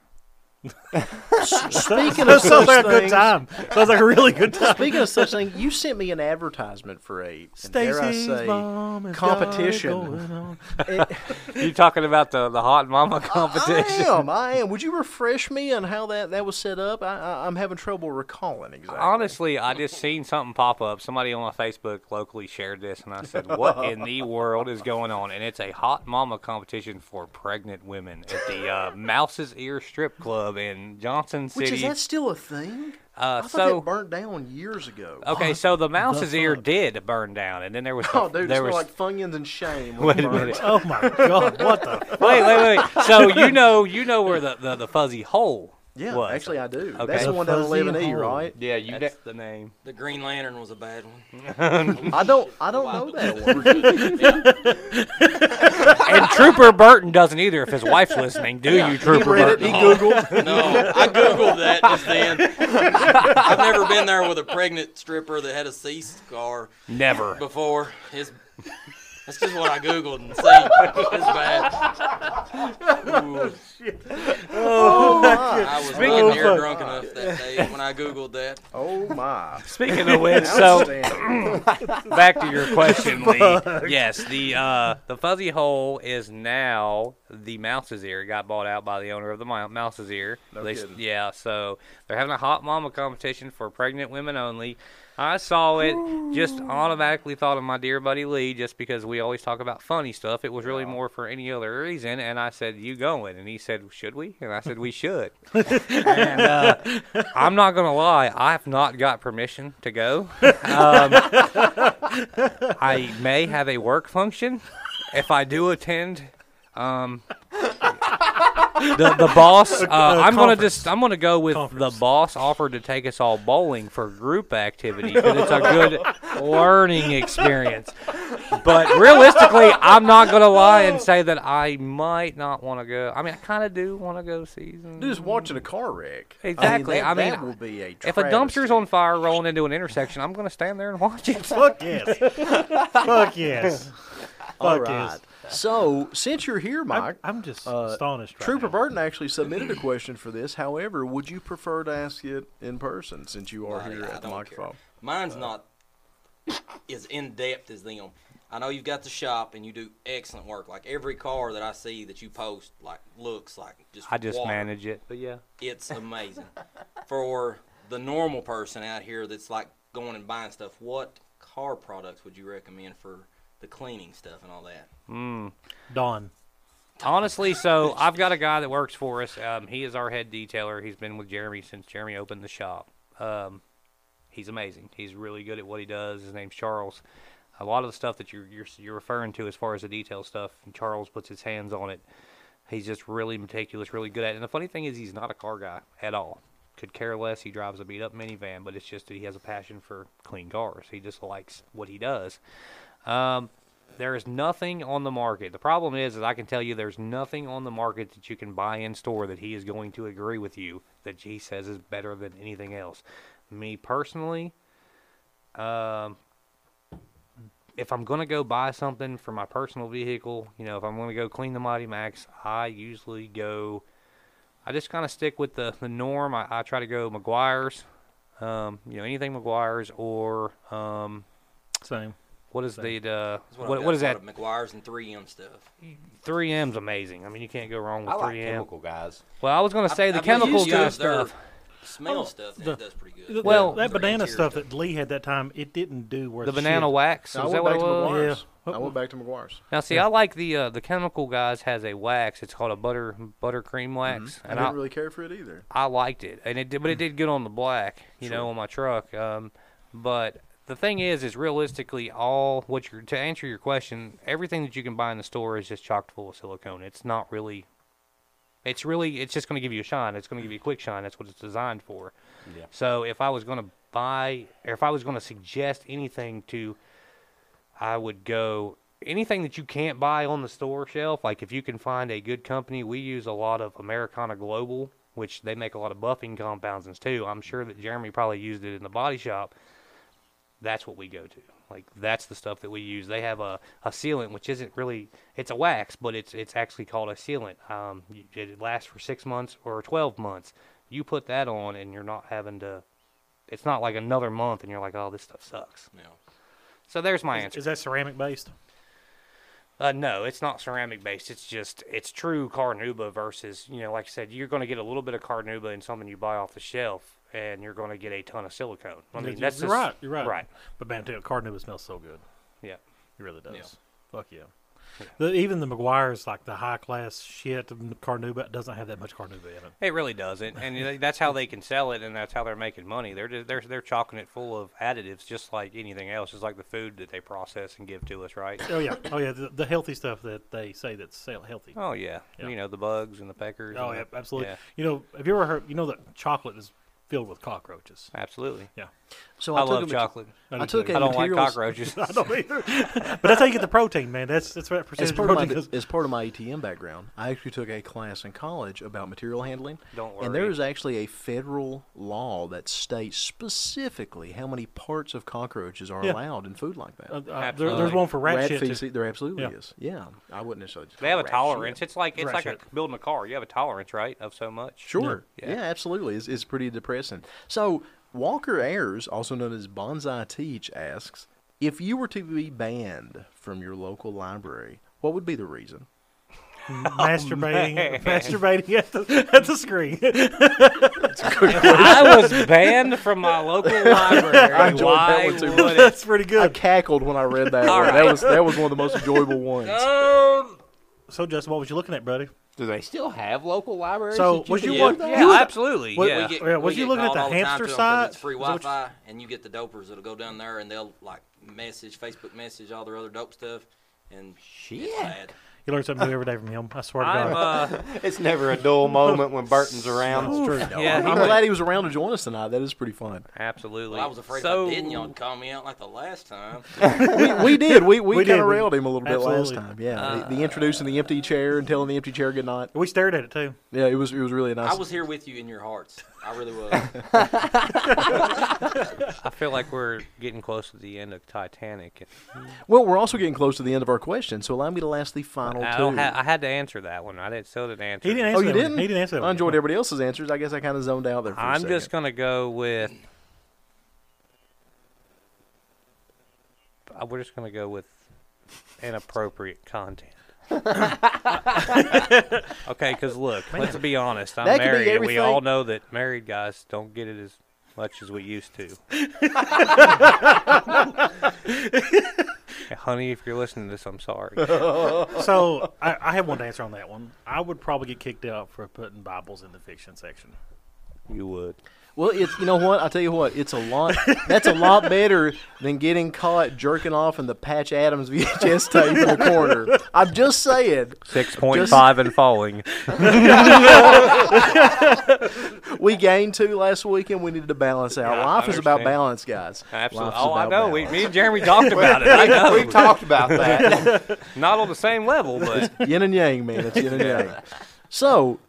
Speaking
That
of
sounds
such
like a good
things-
time. Sounds like a really good time.
Speaking of such things, you sent me an advertisement for a and dare I
Stacey's
say
mom has got it going
competition.
on.
You talking about the the hot mama
I
competition?
am. I am. Would you refresh me on how that, that was set up? I, I I'm having trouble recalling exactly.
Honestly, I just seen something pop up. Somebody on my Facebook locally shared this, and I said, "What in the world is going on?" And it's a hot mama competition for pregnant women at the uh, Mouse's Ear Strip Club in Johnson
Which
City.
is that still a thing? I
uh,
thought
so Oh,
that burnt down years ago.
okay, so the Mouse's Ear did burn down, and then there was the-
Oh, dude,
there
it's
was
was... like Funyuns and Shame.
wait a minute.
Oh my God! What the?
Wait, wait, wait. So you know, you know where the, the, the fuzzy hole
Yeah,
was.
actually, I do.
Okay.
That's
The
the one down
fuzzy
eleven E,
hole.
right?
Yeah, you.
that's the name.
The Green Lantern was a bad one.
I don't. I don't know that one.
And Trooper Burton doesn't either. If his wife's listening, do you, Trooper
Read it. He
Burton?
googled.
No, I googled that just then. I've never been there with a pregnant stripper that had a C scar
Never.
before. It's, that's just what I googled and seen. It's bad. Ooh. Oh, I was
Speaking
Speaking
of-
near drunk enough that day when I googled that.
oh my!
Speaking of which, so
Outstanding.
back to your question, Lee. Yes, the uh, the fuzzy hole is now the Mouse's Ear. It got bought out by the owner of the Mou- Mouse's Ear. No
kidding.
Yeah, so they're having a hot mama competition for pregnant women only. I saw it, just automatically thought of my dear buddy Lee, just because we always talk about funny stuff. It was really more for any other reason, and I said, "You going?" And he said, "Should we?" And I said, "We should." and uh, I'm not gonna lie, I've not got permission to go. Um, I may have a work function if I do attend. Um, the, the boss. Uh, I'm gonna just. I'm gonna go with the boss offered to take us all bowling for group activity because it's a good learning experience. But realistically, I'm not gonna lie and say that I might not want to go. I mean, I kind of do want to go season.
Dude, just watching a car wreck.
Exactly, I
I mean, that,
mean,
that will be a.
if a dumpster's
travesty.
on fire rolling into an intersection, I'm gonna stand there and watch it.
Fuck yes. Fuck yes.
All
Fuck
right.
yes.
So since you're here, Mike,
I'm, I'm just
uh,
astonished. Right
Trooper
now.
Burton actually submitted a question for this. However, would you prefer to ask it in person since you are
Buddy,
here
I
at the
don't
microphone?
care. Mine's not as in depth as them. I know you've got the shop and you do excellent work. Like every car that I see that you post, like looks like just
I just
water.
manage it, but yeah.
It's amazing. For the normal person out here that's like going and buying stuff, what car products would you recommend for the cleaning stuff and all that?
Dawn.
Honestly, so I've got a guy that works for us. Um, he is our head detailer. He's been with Jeremy since Jeremy opened the shop. Um, he's amazing. He's really good at what he does. His name's Charles. A lot of the stuff that you're, you're you're referring to as far as the detail stuff, Charles puts his hands on it. He's just really meticulous, really good at it. And the funny thing is, he's not a car guy at all. Could care less. He drives a beat up minivan, but it's just that he has a passion for clean cars. He just likes what he does. Um, there is nothing on the market. The problem is, is I can tell you, there's nothing on the market that you can buy in store that he is going to agree with you that he says is better than anything else. Me personally, um, if I'm gonna go buy something for my personal vehicle, you know, if I'm gonna go clean the Mighty Max, I usually go. I just kind of stick with the the norm. I, I try to go McGuire's, um, you know, anything McGuire's or um,
Same.
what is the, the
That's I've
what,
got
what is
for
that
the McGuire's and 3M stuff.
3M's amazing. I mean, you can't go wrong with
I like
3M.
chemical guys.
Well, I was gonna say the
I've been
chemical
used to
guy
it. Their
stuff.
Smell
Oh,
stuff and
the-
it does pretty good.
Th-
Well-
that
Their
banana
interior
stuff that Lee had that time, it didn't do worth
The banana
shit.
wax.
I
Is
went
that what
back
it
to
was?
McGuire's.
Oh,
Yeah.
I went back to McGuire's.
Now, see, I like the uh, the chemical guys has a wax. It's called a butter buttercream wax,
I
and
didn't
I,
really care for it either.
I liked it, and it did, but it did good on the black, you know, on my truck. Um, but the thing is, is realistically, all what you're to answer your question, everything that you can buy in the store is just chocked full of silicone. It's not really, it's really, it's just going to give you a shine. It's going to give you a quick shine. That's what it's designed for. Yeah. So if I was going to buy, or if I was going to suggest anything to I would go anything that you can't buy on the store shelf. Like if you can find a good company, we use a lot of Americana Global, which they make a lot of buffing compounds and too. I'm sure that Jeremy probably used it in the body shop. That's what we go to. Like that's the stuff that we use. They have a, a sealant which isn't really it's a wax, but it's it's actually called a sealant. Um, y- it lasts for six months or twelve months. You put that on, and you're not having to. It's not like another month, and you're like, oh, this stuff sucks.
You know.
So there's my answer.
Is that ceramic based?
Uh, no, it's not ceramic based. It's just it's true carnuba versus you know, like I said, you're going to get a little bit of carnuba in something you buy off the shelf, and you're going to get a ton of silicone. I mean,
you're
that's just,
right. You're right.
Right.
But man, dude, Carnova smells so good.
Yeah.
It really does.
Yeah.
Fuck yeah. The, even the McGuire's like the high class shit. Carnuba doesn't have that much Carnuba in it.
It really doesn't, and you know, that's how they can sell it, and that's how they're making money. They're just, they're they're chalking it full of additives, just like anything else, just like the food that they process and give to us, right?
Oh yeah, oh yeah. The, the healthy stuff that they say that's sell- healthy.
Oh yeah,
Yeah.
you know the bugs and the peckers.
Oh
and
yeah,
the-
absolutely.
Yeah,
You know, have you ever heard? You know that chocolate is filled with cockroaches.
absolutely.
Yeah,
I,
So I, took
love
a mate-
chocolate.
do
I took
too.
a
I don't like
materials,
cockroaches.
I don't either. but that's how you get the protein, man. That's that's what
As
percentage
part,
of
of my,
protein is.
as part of my ATM background, I actually took a class in college about material handling.
Don't
And there
worry.
is actually a federal law that states specifically how many parts of cockroaches are
Yeah.
allowed in food like that.
Uh, uh, there,
Absolutely.
there's one for rat, shit. too.
feces, there absolutely
Yeah.
is. Yeah, I wouldn't necessarily. Just
They
call
have a
it rat
tolerance.
shit.
It's like it's like a,
Ratchet.
building a car. You have a tolerance, right, of so much.
Sure.
Yeah.
Yeah, absolutely. It's, it's pretty depressing. So, Walker Ayers, also known as Bonsai Teach, asks If you were to be banned from your local library, what would be the reason?
masturbating,
Oh, man.
masturbating at the at the screen.
I was banned from my local library.
I enjoyed that
Why
one, too.
would it?
that's pretty
I
good.
cackled when I read that one. That was that was one of the most enjoyable ones.
Oh.
So, Justin, what was you looking at, buddy?
Do they still have local libraries?
So,
that
was
can
you
do
want-
that?
Yeah,
You would-
absolutely.
What-
yeah.
We get,
Oh, Yeah, was
we
you
get
looking at
called
the
all time
hamster
to 'em 'cause
site?
It's free
Is that what you-
Wi-Fi, and you get the dopers that'll go down there, and they'll like message, Facebook message, all their other dope stuff, and it's bad.
You learn something new every day from him. I swear to
I'm,
God.
uh,
It's never a dull moment when Burton's around.
It's true.
yeah,
I'm glad he was around to join us tonight. That is pretty fun.
absolutely.
Well, I was afraid
so,
if I didn't, y'all would call me out like the last time.
We, we did. We we,
We did.
kind of railed him a little bit last
Absolutely.
time. Yeah,
Uh,
the, the introducing the empty chair and telling the empty chair goodnight.
We stared at it too.
Yeah, it was it was really nice.
I was here with you in your hearts. I really was.
I feel like we're getting close to the end of Titanic.
well, we're also getting close to the end of our question, so allow me to ask the final
I,
two.
don't ha- I had to answer that one. I did, still didn't answer.
He didn't
Oh,
answer.
you
that one.
didn't?
He didn't answer that.
I
one.
enjoyed everybody else's answers. I guess I kind of zoned out there for a
I'm
second.
just gonna go with. Uh, We're just gonna go with inappropriate content. okay, because look, let's be honest. I'm
That could be
married, and we all
everything.
know that married guys don't get it as much as we used to. Honey, if you're listening to this, I'm sorry.
So I, I have one to answer on that one. I would probably get kicked out for putting Bibles in the fiction section.
You would.
Well, it's you know what I tell you what it's a lot. That's a lot better than getting caught jerking off in the Patch Adams VHS tape in the corner. I'm just saying.
Six point five and falling.
We gained two last week, and we needed to balance out.
Yeah, I
Life is about
understand.
balance, guys.
Absolutely.
Life is
Oh, I
about
know. We,
balance.
me and Jeremy talked about it. I know.
We've talked about that.
Not on the same level, but
yin and yang, man. It's yin and yang. So,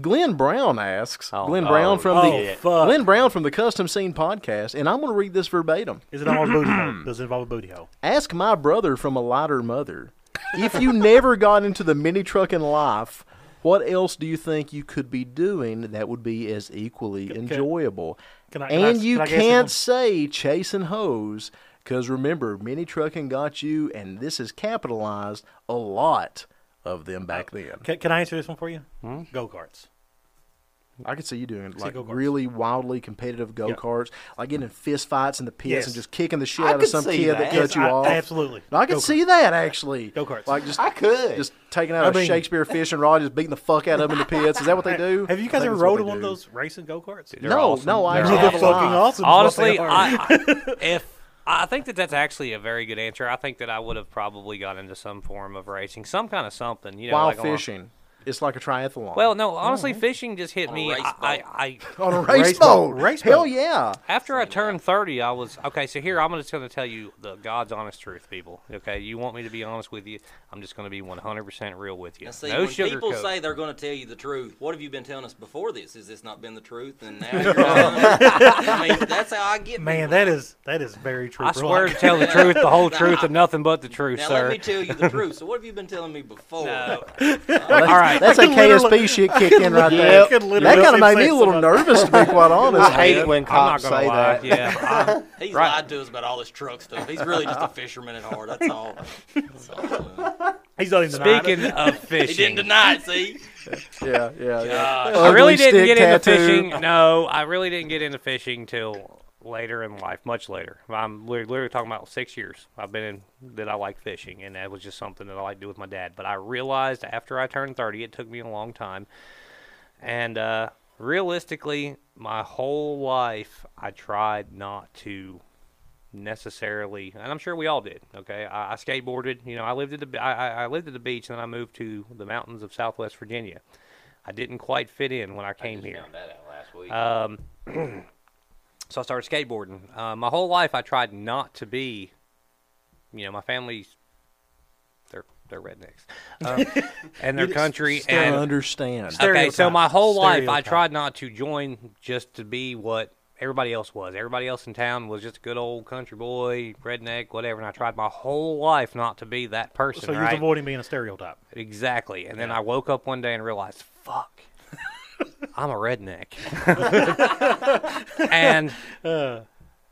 Glenn Brown asks.
Oh,
Glenn
no.
Brown from
Oh,
the
fuck.
Glenn Brown from the Custom Scene podcast, and I'm going to read this verbatim.
Is it all a booty hole? Does it involve a booty hole?
Ask my brother from a lighter mother. If you never got into the mini trucking life, what else do you think you could be doing that would be as equally enjoyable?
can I- can I-
and you
can I guess
can
it?
not say chasing hoes, because remember, mini trucking got you, and this has capitalized a lot of them back then.
Can, can I answer this one for you?
Hmm?
Go karts.
I could see you doing like
go-karts.
really wildly competitive go karts, like getting in fist fights in the pits
Yes.
and just kicking the shit
I
out of
could
some
see
kid
that.
that cut you off.
Absolutely.
I could see that actually.
Go-karts.
Like just
I could.
just taking out
I
a
mean-
Shakespeare fishing rod, just beating the fuck out of them in the pits. Is that what they do?
Have you
I
guys
think
ever
that's what
rode
they
in one of
do.
those racing go karts?
No, no, I
They're
have
fucking awesome. is what
honestly,
they are.
I, I- if I think that that's actually a very good answer, I think that I would have probably got into some form of racing, some kind of something. You know,
While
like on a-
fishing. It's like a triathlon.
Well, no, honestly, fishing just hit
On a
me.
race Oh,
I, I, I
on a race, boat. Race Hell yeah.
After I turned 30, I was okay. So here I'm just going to tell you the God's honest truth, people. Okay, you want me to be honest with you? I'm just going to be 100% real with you.
Now, see,
no
when
sugar
people
coat.
say they're going to tell you the truth, what have you been telling us before this? Has this not been the truth? And now you're on it? I mean, that's how I get.
Man,
people.
that is that is very true.
I
bro.
swear to
Like,
tell the truth, the whole truth, and nothing but the truth,
Now
sir.
let me tell you the truth. So what have you been telling me before?
No.
All
right.
That's a KSP shit kick in right there.
I could literally
That kind of
see
made me
saying
a little
something.
nervous, to be quite
I
honest.
hate it when
I'm not
cops
gonna
say
lie.
that.
Yeah, I'm-
He's
Right.
lied to us about all this truck stuff. He's really just a fisherman at heart. That's all. That's all.
He's not even denying
speaking of
He didn't
fishing,
deny it. See,
Yeah, yeah, yeah.
uh,
I
Ugly
really didn't
stick
get
tattoo.
into fishing. No, I really didn't get into fishing till later in life, much later. I'm we're literally talking about six years. I've been in that I like fishing, and that was just something that I like to do with my dad. But I realized after I turned thirty, it took me a long time, and uh, realistically, my whole life I tried not to necessarily, and I'm sure we all did. Okay, I, I skateboarded. You know, I lived at the I, I- I lived at the beach, and then I moved to the mountains of Southwest Virginia. I didn't quite fit in when I came here.
that out last week.
Um, so I started skateboarding. Uh, my whole life, I tried not to be. You know, my family's they're they're rednecks, um, and their country
I
and
understand.
Okay, so
Stereotype.
my whole life I
Stereotype.
tried not to join just to be what everybody else was. Everybody else in town was just a good old country boy, redneck, whatever, and I tried my whole life not to be that person.
So you was
right?
avoiding being a stereotype.
Exactly. And then I woke up one day and realized, fuck, I'm a redneck. and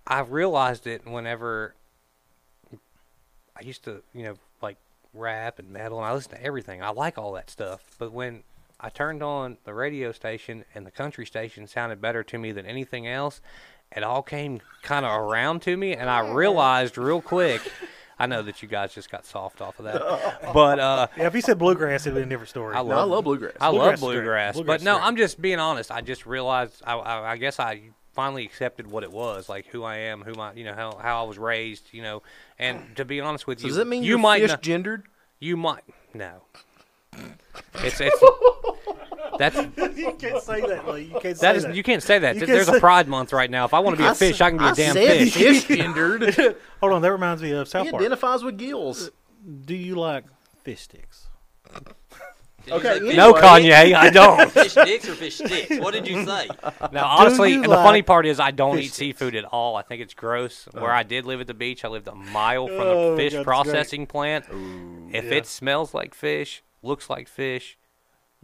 I realized it whenever I used to, you know, like rap and metal, and I listened to everything. I like all that stuff. But when I turned on the radio station and the country station sounded better to me than anything else, it all came kind of around to me, and I realized real quick. I know that you guys just got soft off of that, but uh,
Yeah, if he said bluegrass, it'd be a different story.
I
No, I love bluegrass.
I
Bluegrass
love
is great.
bluegrass,
Bluegrass
but
is
no,
great.
I'm just being honest. I just realized. I, I, I guess I finally accepted what it was, like who I am, who my, you know, how how I was raised, you know. And to be honest with you,
Does that mean
you
you
might
fish
not-
gendered?
you might no. It's it's that's
you can't say that. Lee. You can't say
that is you can't say that.
You can't
There's
say-
a Pride Month right now. If I want to be a fish, I can be a damn
said
fish.
fish gendered. he
Hold on, that reminds me of South Park.
identifies with gills.
Do you like fish sticks?
Did you
okay,
say
anyway.
fish-
No, Kanye, I don't.
Fish dicks or fish sticks? What did you say?
Now, honestly,
you
and the funny
like
part is I don't
fish
eat seafood at all. I think it's gross. Where I did live at the beach, I lived a mile from
Oh,
the fish
that's great.
processing plant. if it smells like fish, looks like fish,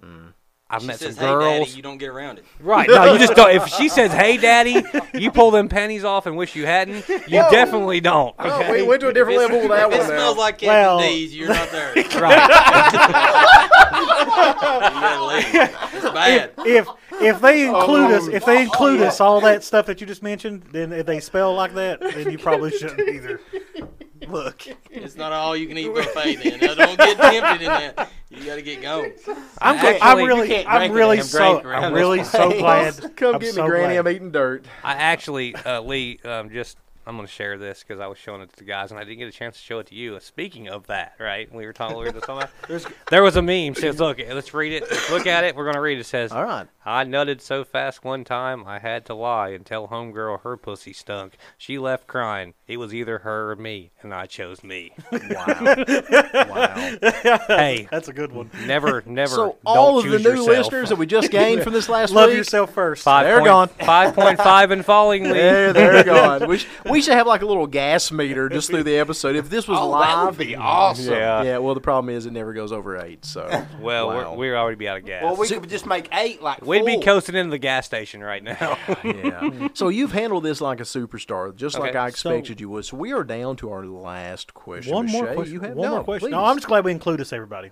Mm.
I've
She
met
says,
some
"Hey,
girls.
daddy, you don't get around it."
Right? No, you just don't. If she says, "Hey, daddy," you pull them panties off and wish you hadn't. You definitely don't.
Oh, we went to a different level with that
If it
one. now.
smells like Captain
Well-
D's, you're not there. You
Right.
gotta leave. It's bad.
If if they include us, if they include us, all that stuff that you just mentioned, then if they spell like that, then you probably shouldn't either. Look,
It's not all you can eat buffet. Then now, don't get tempted in that. You gotta get going.
I'm,
I'm,
actually,
really, I'm really so, I'm really so glad.
Come
I'm
get
so
me, Granny.
glad.
I'm eating dirt.
I actually, uh, Lee, um, just I'm going to share this because I was showing it to the guys and I didn't get a chance to show it to you. Speaking of that, right? We were talking we were just talking about. There was a meme. Says, "Look, let's read it. Let's look at it. We're going to read it." It Says,
All right.
"I nutted so fast one time I had to lie and tell homegirl her pussy stunk. She left crying. It was either her or me, and I chose me."
Wow. wow.
hey,
That's a good one.
never, never.
So
don't
all of the
choose
new
yourself.
listeners that we just gained from this last
Love
week,
yourself first.
Five
they're
point-
gone.
5.5 and falling, Lee.
There, they're gone. We, sh- we should have like a little gas meter just through the episode. If this was
Oh,
live, Oh,
That would be awesome.
Yeah.
yeah. Well, the problem is it never goes over eight. So
Well,
Wow.
we're, we're already be out of gas.
Well, we could just make eight like
We'd be
four.
coasting into the gas station right now.
yeah. So you've handled this like a superstar, just like
Okay,
I expected you would. So we are down to our last question.
One more
Shay,
question.
You have
one more
no,
question.
please.
No, I'm just glad we include us, everybody.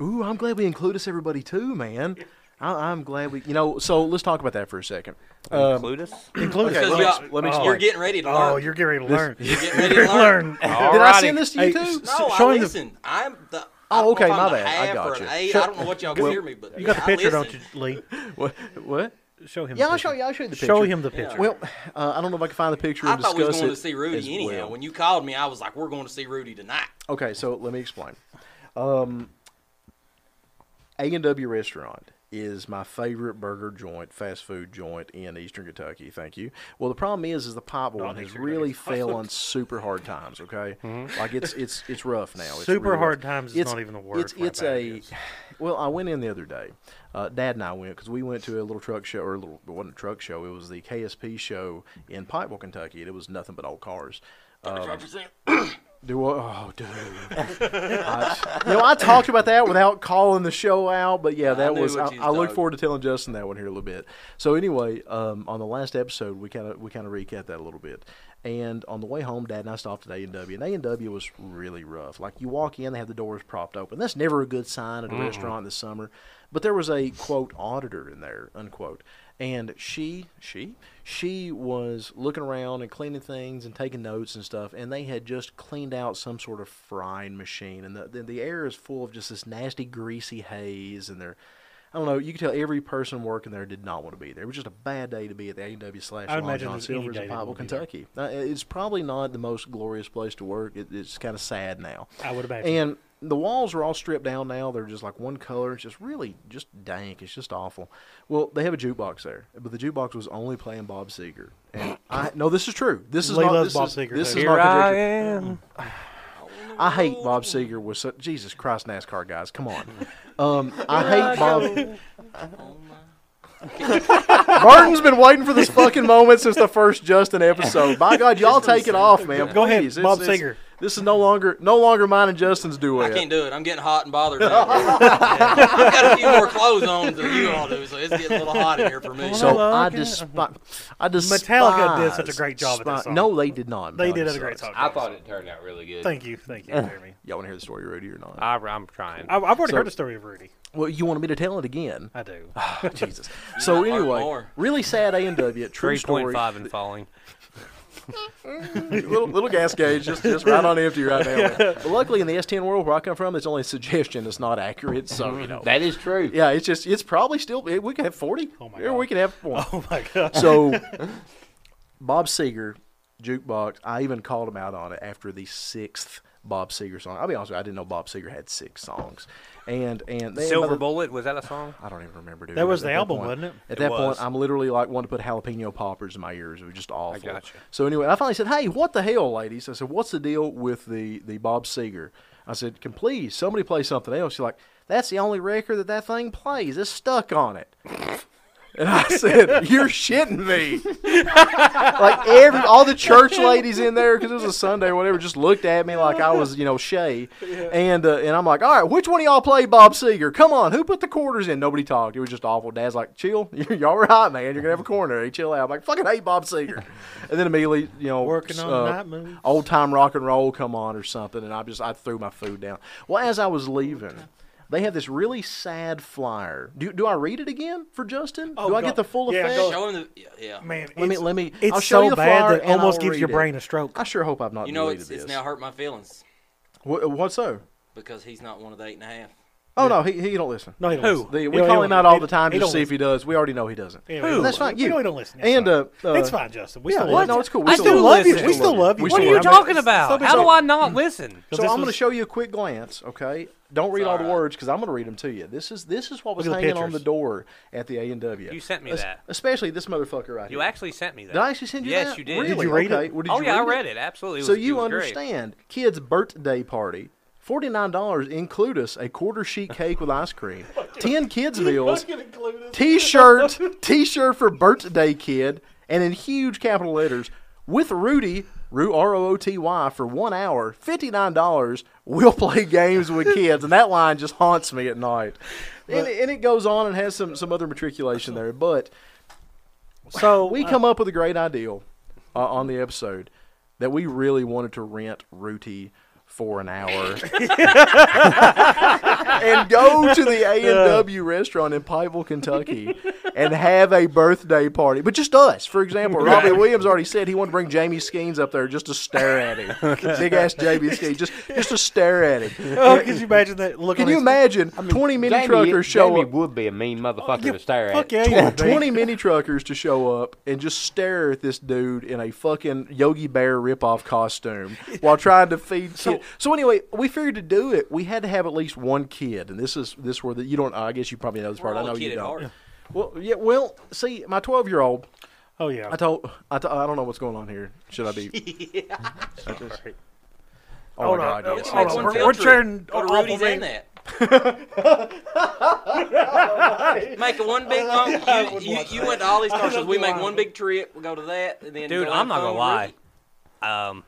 Ooh, I'm glad we include us everybody too, man. I, I'm glad we, you know. So let's talk about that for a second. Um,
Include us?
Include us.
Because
let me
y'all-
ex- let me
You're
explain.
getting ready to learn.
Oh, you're getting ready to learn.
You're getting ready to learn.
did I send this to you
Hey,
too?
s-
No,
Show
I
him the-
listen. I'm the.
Oh,
I don't know
okay,
if I'm
my
the
bad. I
half or
got
an
you.
eight.
Sure.
I don't know what y'all can hear me, but
You got the
I
picture, don't
listen.
you, Lee?
what? what?
Show him.
Yeah,
the
I'll show
picture.
you. I'll show you the picture.
Show him the picture.
Well, uh, I don't know if I can find the picture.
I
and
thought we was
discuss
going to
it
see Rudy
as
anyhow.
well.
When you called me, I was like, "We're going to see Rudy tonight."
Okay, so let me explain. Um, A and W Restaurant is my favorite burger joint, fast food joint in Eastern Kentucky. Thank you. Well, the problem is, is the pot one has really fell on super hard times. Okay, like it's it's it's rough now. It's
Mm-hmm. Super
really
hard
rough.
times is not even the word
It's
for how
it's
bad it
a
is.
well, I went in the other day. Uh, Dad and I went because we went to a little truck show, or a little, it wasn't a truck show. It was the KSP show in Pikeville, Kentucky, and it was nothing but old cars. Oh. Um, do what? Oh, dude. I, you know, I talked about that without calling the show out, but yeah, that
knew
was.
what
I,
you
I look
dug.
forward to telling Justin that one here in a little bit. So anyway, um, on the last episode, we kind of we kind of recap that a little bit. And on the way home, Dad and I stopped at A and W, and A and W was really rough. Like you walk in, they have the doors propped open. That's never a good sign at a restaurant this summer. But there was a quote auditor in there, unquote, and she she she was looking around and cleaning things and taking notes and stuff and they had just cleaned out some sort of frying machine and the, the, the air is full of just this nasty greasy haze and they're I don't know. You could tell every person working there did not want to be there. It was just a bad day to be at the A&W slash
I would
Long
imagine
John
there's any
Silver's
day
in
they
Bible,
won't be there.
Kentucky. Uh, it's probably not the most glorious place to work. It, it's kind of sad now.
I would imagine.
And the walls are all stripped down now. They're just like one color. It's just really just dank. It's just awful. Well, they have a jukebox there, but the jukebox was only playing Bob Seger. And I no, this is true. This is
Lee
not
loves
this
Bob
is,
Seger,
This
though.
is
Here
not
I
conjecture.
am.
I hate Bob Seger with such Jesus Christ NASCAR guys. Come on. Um, I hate Bob. Barton's been waiting for this fucking moment since the first Justin episode. By God, y'all take it off, man.
Go ahead,
Please. It's-
Bob
it's-
Seger.
This is no longer no longer mine and Justin's
I
duet.
can't do it. I'm getting hot and bothered. down here. Yeah. I've got a few more clothes on than you all do, so it's getting a little hot in here for me.
So
Hello,
I
can I-
despise. I despise.
Metallica did such a great job at that
despise-
song.
No, they did not.
They
Metallica
did have a great
sucks.
song.
I thought it turned out really good.
Thank you, thank you, Jeremy.
Y'all want to hear the story, Rudy, or not?
I, I'm trying.
I, I've already
So-
heard the story of Rudy.
well, you wanted me to tell it again.
I do.
Jesus. So
might learn
anyway,
more.
really sad A and W. True
Three point
story.
five and falling.
little, little gas gauge just, just right on empty right now. But luckily, in the S10 world where I come from, it's only a suggestion. It's not accurate. So, you know.
That is true.
Yeah, it's just, it's probably still, it, we could have 40.
Oh, my
Or
God.
we could have one.
Oh my god.
So, Bob Seger, jukebox. I even called him out on it after the sixth Bob Seger song. I'll be honest, with you, I didn't know Bob Seger had six songs, and and they,
Silver Bullet was that a song?
I don't even remember. Dude,
That was
At
the album,
point-
wasn't it?
At
It
that
was.
point, I'm literally like wanting to put jalapeno poppers in my ears. It was just awful.
gotcha.
So anyway, I finally said, "Hey, what the hell, ladies?" I said, "What's the deal with the the Bob Seger?" I said, "Can please somebody play something else?" She's like, "That's the only record that that thing plays. It's stuck on it." And I said, "You're shitting me!" like every all the church ladies in there because it was a Sunday, or whatever, just looked at me like I was, you know, Shay. And uh, and I'm like, "All right, which one of y'all played Bob Seger? Come on, who put the quarters in?" Nobody talked. It was just awful. Dad's like, "Chill, y'all right, man. You're gonna have a corner. Hey, chill out." I'm like, "Fucking hate Bob Seger." And then immediately, you know,
Working on
uh,
night moves.
old time rock and roll come on or something, and I just I threw my food down. Well, as I was leaving, they have this really sad flyer. Do, do I read it again for Justin?
Oh,
do I
God.
get the full
Yeah,
effect?
go-
Show him the yeah. yeah.
Man,
Let me
it's-
let me.
It's
I'll show
so
you the
bad
flyer
that it
and I'll
almost gives your
read it.
brain a stroke.
I sure hope I've not.
You know,
deleted
it's, it's
this.
now hurt my feelings
What, what so?
because he's not one of the eight and a half.
Oh no, he, he don't listen.
No, he don't listen.
The,
He
we
don't-
call
he
him
don't-
out all
he-
the time
he
to
don't
see if he does. We already know he doesn't.
Yeah,
Well,
we
That's
don't-
fine.
we
You
don't- we don't listen. It's
And
fine.
uh, uh,
it's fine, Justin. We
yeah,
still
what?
love
No,
you.
it's cool. We
I
still
still
love
love
you.
you. We still love you.
We
What are
What are
still
you
you
love
talking?
talking about?
somebody-
How do I not listen?
So
this
I'm going to
was-
show you a quick glance, okay? Don't read all the words because I'm going to read them to you. This is this is what was
at the
hanging on the
pictures.
door at the A and W.
You sent me that.
especially this motherfucker right
You
here.
actually sent me that.
Did I actually send you
yes,
that?
you did.
Really?
Did you read
okay.
it?
Well, did
oh
you read
yeah, I read it. Absolutely. It
so
was- it
you
was great.
understand, kids' birthday party. Forty-nine dollars include us a quarter sheet cake with ice cream, ten kids meals, t-shirt, t-shirt for birthday kid, and in huge capital letters with Rudy, Ru R O O T Y for one hour, fifty-nine dollars. We'll play games with kids, and that line just haunts me at night. and, and it goes on and has some some other matriculation there, but
So
we come up with a great ideal uh, on the episode that we really wanted to rent Ruti for an hour and go to the A&W restaurant in Pikeville, Kentucky and have a birthday party. But just us, for example. Robbie Williams already said he wanted to bring Jamie Skeens up there just to stare at him. Big ass Jamie Skeens, just, just to stare at him.
Oh, could you imagine that? Look,
Can
on
you
his-
imagine 20 mini
Jamie,
truckers show
Jamie
up?
would be a mean motherfucker to stare
Fuck
at.
yeah, you would be.
20 mini truckers to show up and just stare at this dude in a fucking Yogi Bear ripoff costume while trying to feed. Kid. So anyway, we figured to do it, we had to have at least one kid, and this is this where the, you don't. I guess you probably know this
We're
part. I
all
know
a kid
you
at
don't.
heart.
Well, yeah. Well, see, my twelve-year-old.
Oh yeah.
I told. I, t- I don't know what's going on here. Should I be?
Right.
Oh,
Hold
my
on.
God,
Hold
yes.
on.
Makes one
We're,
field
we're
trip.
sharing
Go to
awful
Rudy's and
things.
that. make it one big long. You, you, you went to all these concerts. We make one big trip. We go to that, and then
Dude,
go
I'm not
have fun
gonna lie.
with
Um,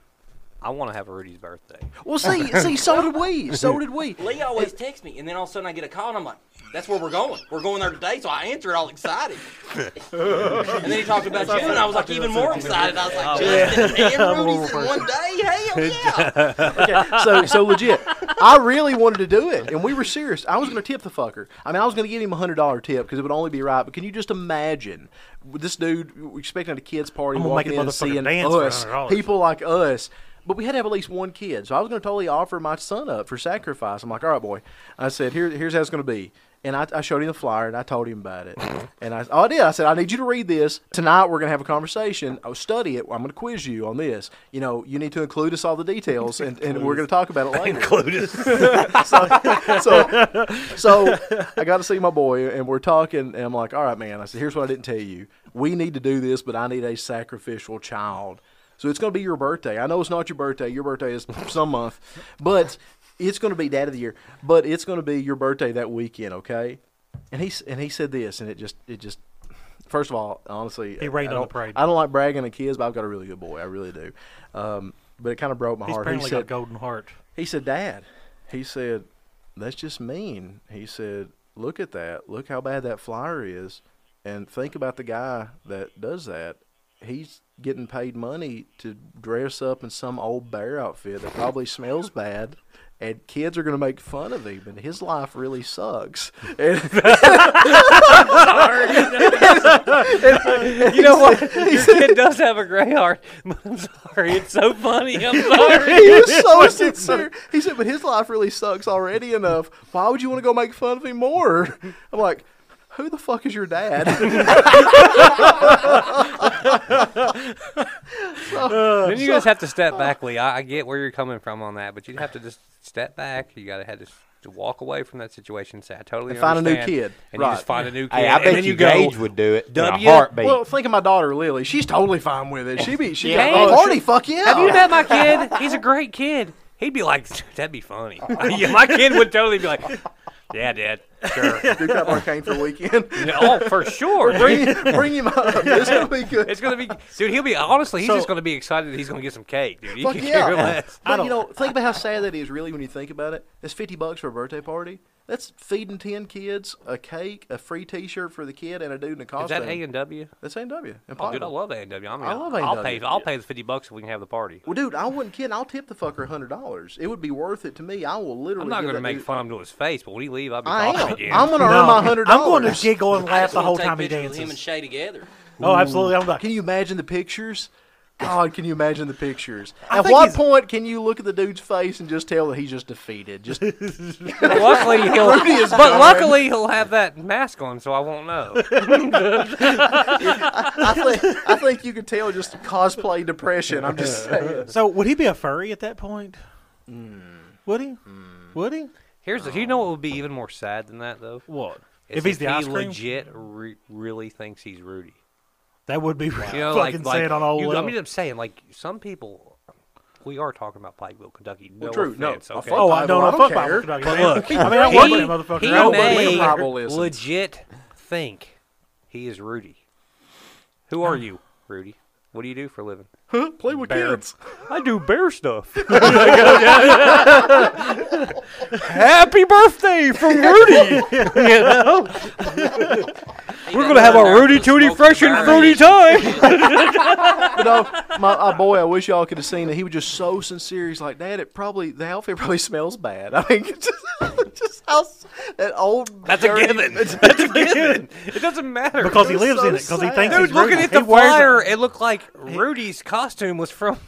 I want to have a Rudy's birthday.
Well, see, see, so did we. So did we.
Rudy. Lee always texts me, and then all of a sudden I get a call, and I'm like, "That's where we're going. We're going there today." So I answer it all excited. and then he talked about you, and I was like even more excited. I was like,
Oh.
"Justin and Rudy's in one day? Hell yeah!"
so so legit. I really wanted to do it, and we were serious. I was going to tip the fucker. I mean, I was going to give him a hundred dollar tip because it would only be right. But can you just imagine this dude expecting at a kids party,
I'm gonna
walking
make a
in and
motherfucker
seeing
dance for
us,
$100.
people like us. But we had to have at least one kid, so I was going to totally offer my son up for sacrifice. I'm like, all right, boy. I said, Here, here's how it's going to be. And I, I showed him the flyer and I told him about it. And I, oh, I did. I said, I need you to read this. Tonight we're going to have a conversation. I'll study it. I'm going to quiz you on this. You know, you need to include us all the details and, and we're going to talk about it later so, so I got to see my boy, and we're talking, and I'm like, "All right, man." I said, "Here's what I didn't tell you. We need to do this, but I need a sacrificial child. So it's going to be your birthday. I know it's not your birthday. Your birthday is some month, but it's going to be Dad of the Year. But it's going to be your birthday that weekend, okay?" And he s- and he said this, and it just it just. First of all, honestly,
He
I
rained on the
don't-
parade.
I don't like bragging on kids, but I've got a really good boy. I really do. Um, but it kind of broke my
He's
heart. He
apparently got
said-
golden heart.
he said, Dad, he said, that's just mean. He said, look at that. Look how bad that flyer is. And think about the guy that does that. He's getting paid money to dress up in some old bear outfit that probably smells bad. And kids are going to make fun of him, and his life really sucks. And,
You know what? Your kid does have a gray heart, but I'm sorry, it's so funny. I'm sorry.
he was so sincere. He said, "But his life really sucks already enough. Why would you want to go make fun of him more?" I'm like, "Who the fuck is your dad?"
Then you just have to step back, Lee. I, I get where you're coming from on that, but you'd have to just step back. You gotta have to, s- to walk away from that situation. Say, I totally
And find a new
understand,"
kid.
and
Right.
you just find a new kid.
Hey, I
and
bet
then
you,
you go,
Gage would do it
W-
in a heartbeat.
well, think of my daughter Lily. She's totally fine with it. She be "Oh, she
Yeah.
got party. Fuck yeah.
Have you met my kid? He's a great kid. He'd be like, that'd be funny. yeah, my kid would totally be like, yeah, Dad, sure.
Dude, got cocaine for the weekend.
oh, for sure. dude.
bring, bring him up. This will be good.
It's gonna be, dude. He'll be honestly. He's
So-
just gonna be excited that he's gonna get some cake, dude. He
Fuck
can
yeah.
care less.
But you know, think about how sad that is. Really, when you think about it, that's fifty bucks for a birthday party. That's feeding ten kids, a cake, a free T-shirt for the kid, and a dude in a costume.
Is that A and W?
That's A and W.
Oh, dude, I love A and W. I mean,
I love
I'll
A&W.
pay. I'll pay the fifty bucks if we can have the party.
Well, dude, I wasn't kidding. I'll tip the fucker hundred dollars. It would be worth it to me. I will literally.
I'm not
give
gonna
that
make
dude-
fun of him to his face, but when he leave, I'll be
I am.
talking again.
I'm gonna earn my hundred
I'm
dollars.
going to giggle and
I
laugh
just
the
wanna
whole
take
time he
pictures with Him and
dances.
Shay together.
Oh, absolutely. I'm like,
Can you imagine the pictures? God, can you imagine the pictures?
I
At
think
what
he's-
point can you look at the dude's face and just tell that he's just defeated? Just
But luckily, he'll.
Rudy is
but
gone.
luckily, he'll have that mask on, so I won't know.
I think I think you could tell just cosplay depression. I'm just saying.
so would he be a furry at that point?
Hmm.
Would he? Would he?
Here's the, you know what would be even more sad than that though.
What?
Is
if he's the
he
ice cream,
legit re- really thinks he's Rudy.
that would be
You know,
fucking
like, like
sad on all
you, I
levels.
mean, I'm saying like some people. We are talking about Pikeville, Kentucky. No
true, no.
offense,
I
okay?
fuck
Oh, I
Bible,
don't
I
know.
don't
Fuck
care.
Bible, Kentucky, man.
look,
I mean, I
he,
work with him, motherfucker.
he
I don't
may-
believe
may
him.
Bible listens.
legit think he is Rudy. Who are you, Rudy? What do you do for a living?
Play with kids.
I do bear stuff. Happy birthday from Rudy! you know,
We're
gonna have a Rudy Tooty Fresh and Fruity time.
But no, my, my boy, I wish y'all could have seen it. He was just so sincere. He's like, Dad, it probably the outfit probably smells bad. I mean, it's just, just how s- that old.
That's a
dirty-
given. That's a given. It doesn't matter
because he
It's
lives
so
in it. Because he
sad.
thinks
Dude,
he's
looking
Rudy.
at the
He wears a-
flyer, it looked like Rudy's costume was from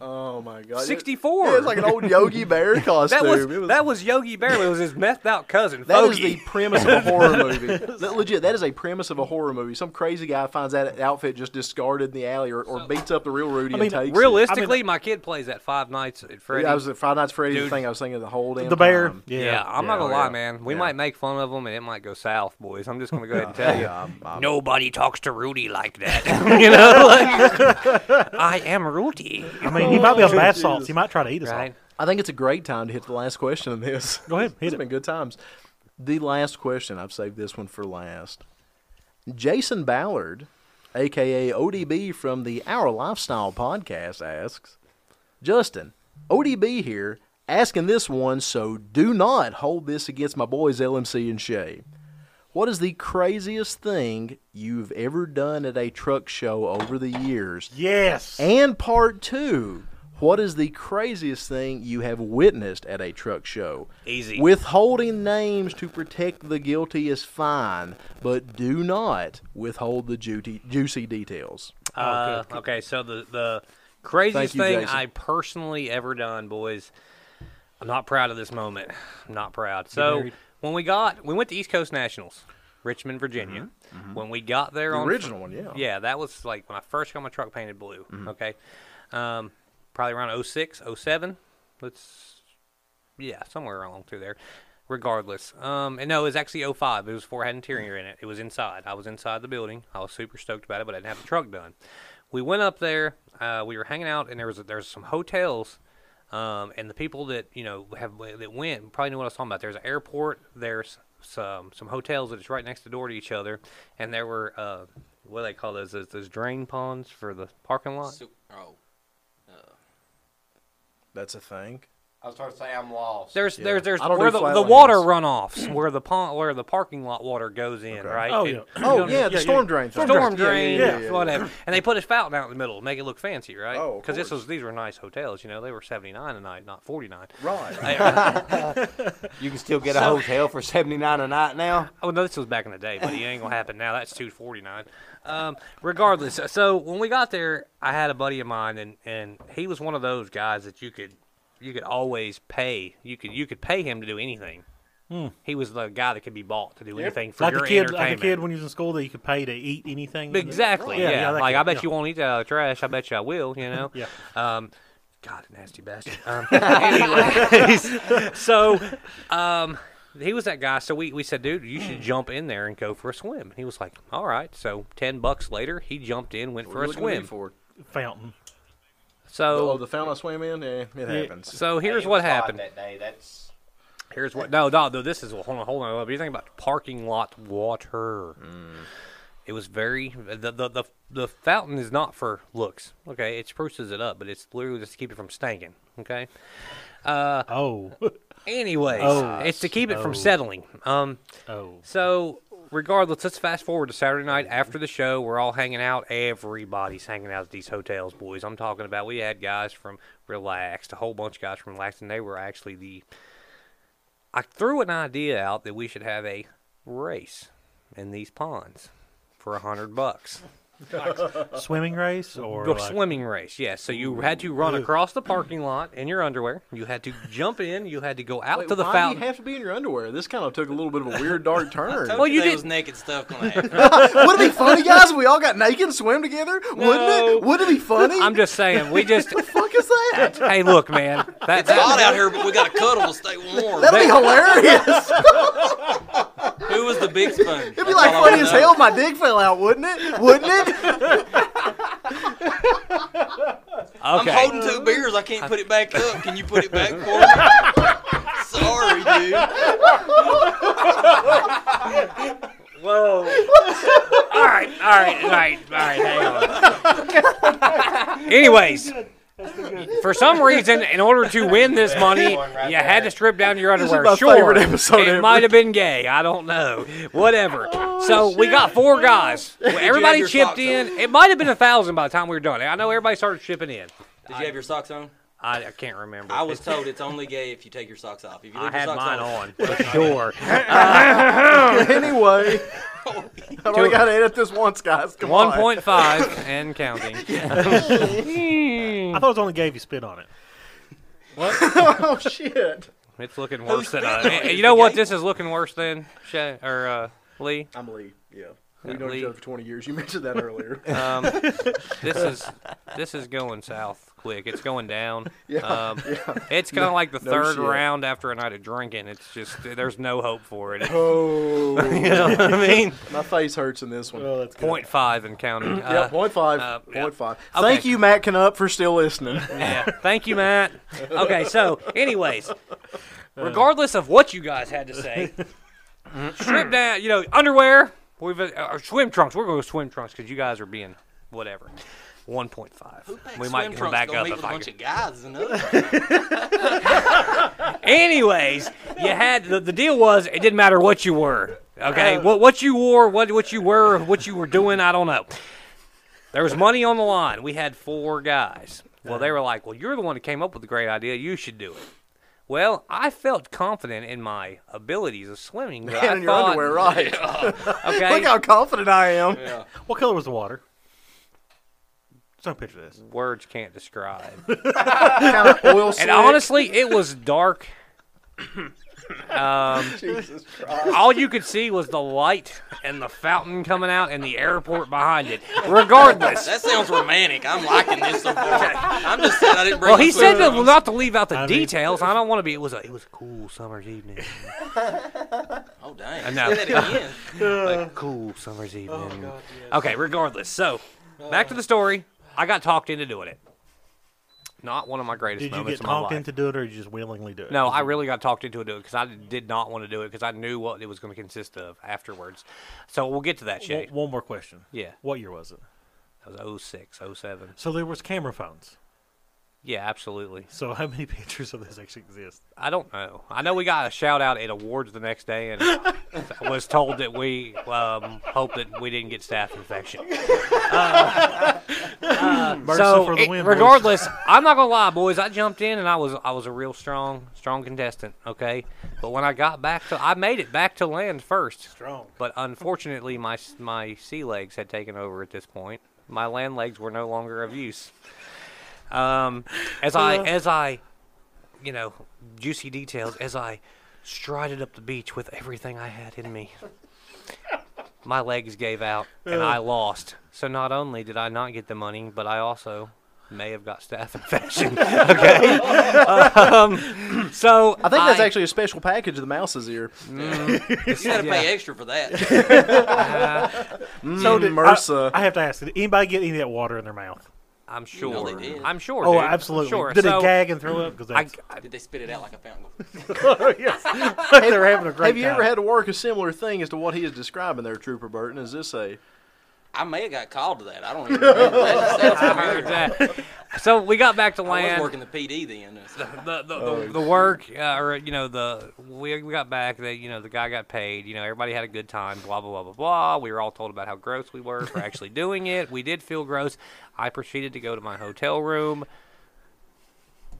Oh my god.
'64.
Yeah, it's like an old Yogi Bear costume.
that was,
It was-
that was Yogi Bear. It was his methed out cousin.
That is
Foggy.
the premise of a horror movie. That- legit, that is a premise of a horror movie. Some crazy guy finds that outfit just discarded in the alley or, or beats up the real Rudy
mean,
and takes
Realistically, my kid plays that Five Nights at
it.
Freddy's.
Yeah, I was at Five Nights Freddy's
Dude.
thing. I was thinking the whole damn
The bear.
time.
Yeah.
Yeah, I'm not gonna
yeah,
lie,
yeah.
man. We
Yeah.
might make fun of them, and it might go south, boys. I'm just gonna go ahead and tell you. Nobody talks to Rudy like that. you know, like, I am Rudy,
I mean, he might be on bath salts. He might try to eat us. all.
right?
I think it's a great time to hit the last question of this.
Go ahead, hit
it's
it.
been good times. The last question. I've saved this one for last. Jason Ballard, aka ODB from the Our Lifestyle podcast, asks Justin, ODB here, asking this one, so do not hold this against my boys LMC and Shay. What is the craziest thing you've ever done at a truck show over the years?
Yes.
And part two, what is the craziest thing you have witnessed at a truck show?
Easy.
Withholding names to protect the guilty is fine, but do not withhold the juicy, juicy details.
Uh, okay, so the the craziest
you,
thing
Jason.
I personally ever done, boys. I'm not proud of this moment. I'm not proud. So
married.
when we got, we went to East Coast Nationals, Richmond, Virginia. When we got there
Mm-hmm, The
on
original one, yeah. Mm-hmm.
yeah, that was like when I first got my truck painted blue. Okay. Um, probably around 06, 07. Let's, yeah, somewhere along through there. Regardless. Um, and no, it was actually 05. It was four had interior in it. It was inside. I was inside the building. I was super stoked about it, but I didn't have the truck done. We went up there. Uh, we were hanging out, and there was there was some hotels. Um, and the people that you know have that went probably know what I was talking about. There's an airport. There's some some hotels that is right next to door to each other, and there were uh, what do they call those? those? Those drain ponds for the parking lot.
So, oh,
That's a thing.
I was trying to say I'm lost.
There's
Yeah.
there's there's
I don't
where
do
the, the
flatlands.
water runoffs, where the pond, where the parking lot water goes in, right?
Oh
And-
yeah.
Oh, yeah, the storm drain thing.
storm
Yeah, yeah,
drain,
yeah, yeah, yeah.
whatever. And they put a fountain out in the middle, to make it look fancy, right?
Oh, of
because this
course.
was these were nice hotels. You know, they were seventy nine a night, not forty nine.
Right.
I,
You can still get a hotel for seventy nine a night now.
oh no, this was back in the day, but it ain't gonna happen now. That's two forty nine. Um, regardless, so when we got there, I had a buddy of mine, and and he was one of those guys that you could you could always pay. You could you could pay him to do anything. He was the guy that could be bought to do anything
Hmm.
for
Like
your
a kid, like a
entertainment.
kid when he was in school that you could pay to eat anything.
Exactly.
Yeah,
Yeah.
yeah, that
like
could-
I bet
yeah.
you won't eat that out of trash. I bet you I will. You know.
Yeah.
Um, God, nasty bastard. Um, anyways, so, um, he was that guy. So we, we said, dude, you should jump in there and go for a swim. He was like, all right. So ten bucks later, he jumped in, went for a swim.
For?
Fountain.
So
Oh, the fountain I swam in? Yeah, it happens.
so here's what happened.
that day. That's
Here's what. No, no, no. This is hold on, hold on. What are you thinking about parking lot water?
Mm.
It was very the, the the the fountain is not for looks. Okay, it spruces it up, but it's literally just to keep it from stinking. Okay.
Oh.
Anyways,
Oh.
it's to keep it
Oh.
from settling. Um.
Oh.
So regardless, let's fast forward to Saturday night after the show. We're all hanging out. Everybody's hanging out at these hotels, boys. I'm talking about. We had guys from Relaxed, a whole bunch of guys from Relaxed, and they were actually the. I threw an idea out that we should have a race in these ponds for a hundred bucks.
Swimming race or
Go
like-
swimming race, yes. So you had to run across the parking lot in your underwear. You had to jump in. You had to go out
Wait,
to the
why
fountain.
do you have to be in your underwear? This kind of took a little bit of a weird, dark turn.
told
Well, you
you, there
did-
was naked stuff going to happen.
Wouldn't it be funny, guys, if we all got naked and swam together? Wouldn't
No.
it? Wouldn't it be funny?
I'm just saying, we just.
fuck is that?
hey, look, man. That,
It's hot
that,
out here, but we got to cuddle to stay warm.
That'd be hilarious.
Who was the big spoon?
It'd be like funny as hell if my dick fell out, wouldn't it? Wouldn't it?
I'm
okay.
holding two beers. I can't put it back up. Can you put it back for me? Sorry, dude.
Whoa. all right, all right, all right, all right. Hang on. Anyways, for some reason, in order to win this money, you had to strip down to your
is
underwear.
my
sure,
favorite episode
it
ever.
might have been gay. I don't know. Whatever.
Oh,
so we got four guys. Everybody
your
chipped
socks
in. It might have been a thousand by the time we were done. I know everybody started chipping in.
Did you have your socks on?
I, I can't remember.
I was
It's-
told it's only gay if you take your socks off. If you
I
leave your
had
socks
mine
on,
on for sure.
anyway, I've only got to edit this once, guys. Come
One
on.
point five and counting.
I thought it was only gave you spit on it.
Oh shit!
It's looking worse than
been
I.
on
You know what?
it?
This is looking worse than Shay or uh, Lee.
I'm Lee. Yeah, we've
Yeah,
known
Lee.
each other for 20 years. You mentioned that earlier.
Um, this is this is going south quick. It's going down. Um, It's kind of like the
no
third
shit.
round after a night of drinking. It's just there's no hope for it. It's
oh,
you know what I mean?
my face hurts in this one.
that's
Point five and counting.
yeah,
Uh,
point five.
uh, yeah.
point five.
Okay.
Thank you, Matt Canup, for still listening.
Yeah. Thank you, Matt. Okay, so anyways, regardless of what you guys had to say, strip down, you know, underwear, we've uh, or swim trunks. We're going to go swim trunks because you guys are being whatever. 1.5. We might come back up if
a
I
bunch
can.
of guys. And other-
Anyways, you had the, the deal was it didn't matter what you were. Okay,
Oh.
what what you wore, what what you were, what you were doing, I don't know. There was money on the line. We had four guys. Well, they were like, "Well, you're the one who came up with the great idea. You should do it." Well, I felt confident in my abilities of swimming. but I
and in your
thought-
underwear, right?
Okay,
Look how confident I am.
What color was the water? There's no picture of this.
words can't describe.
Kinda oil
And
slick.
honestly, it was dark. Um,
Jesus Christ.
All you could see was the light and the fountain coming out and the airport behind it. Regardless,
that sounds romantic. I'm liking this so far. I'm just sad I didn't bring.
Well,
my
he said
sweater
that,
on.
well, not to leave out the
I mean-
details. I don't want to be. It was a it was a cool summer's evening.
Oh dang!
know.
Say that again.
a cool
Oh,
summer's evening. Okay, regardless. So, back to the story. I got talked into doing it. Not one of my greatest
Did you
moments
get
in my life.
talked into do it, or you just willingly do it?
no, I really got talked into it because I did not want to do it because I knew what it was going to consist of afterwards. So we'll get to that
One,
shit.
one more question.
Yeah.
What year was it?
That was 06, 07.
So there was camera phones.
Yeah, absolutely.
So how many pictures of this actually exist?
I don't know. I know we got a shout out at awards the next day, and I was told that we um, hope that we didn't get staph infection.
Mercy
so
for the
it-
win, boys.
regardless, I'm not gonna lie, boys. I jumped in and I was I was a real strong strong contestant. Okay, but when I got back to I made it back to land first.
Strong.
But unfortunately, my s- my sea legs had taken over at this point. My land legs were no longer of use. Um, as I as I, you know, juicy details as I strided up the beach with everything I had in me. My legs gave out and I lost. So not only did I not get the money, but I also may have got staph infection. okay. um, so
I think that's actually a special package of the mouse's ear.
You gotta pay extra for that.
uh,
So did MRSA.
I have to ask, did anybody get any of that water in their mouth?
I'm
You know
sure.
they did.
I'm sure.
Oh,
dude. I'm
absolutely.
Sure.
Did
so
it gag and throw up? Because
I,
that's Oh,
I-
Did they spit it out like a fountain?
they were having a great
have you
time.
ever had to work a similar thing as to what he is describing there, Trooper Burton? Is this a
I may have got called to that. I don't even remember. That just sounds
I
familiar.
heard that. So we got back to
I was
land.
working the PD then. so-
the the, the, the work uh, or you know the we, we got back that you know the guy got paid you know everybody had a good time blah blah blah blah blah we were all told about how gross we were for actually doing it we did feel gross i proceeded to go to my hotel room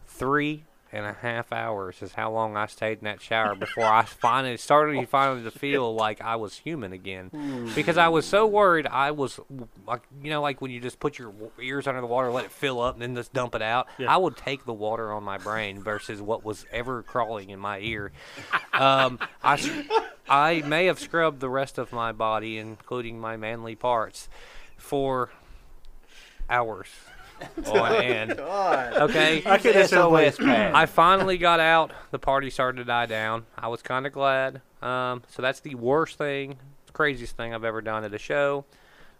three and a half hours is how long i stayed in that shower before i finally started finally to feel like i was human again because i was so worried i was like you know like when you just put your w- ears under the water let it fill up and then just dump it out
Yeah.
i would take the water on my brain versus what was ever crawling in my ear um, I, s- I may have scrubbed the rest of my body, including my manly parts, for hours on end. Okay.
I can't necessarily.
I finally got out. The party started to die down. I was kind of glad. Um, so that's the worst thing, craziest thing I've ever done at a show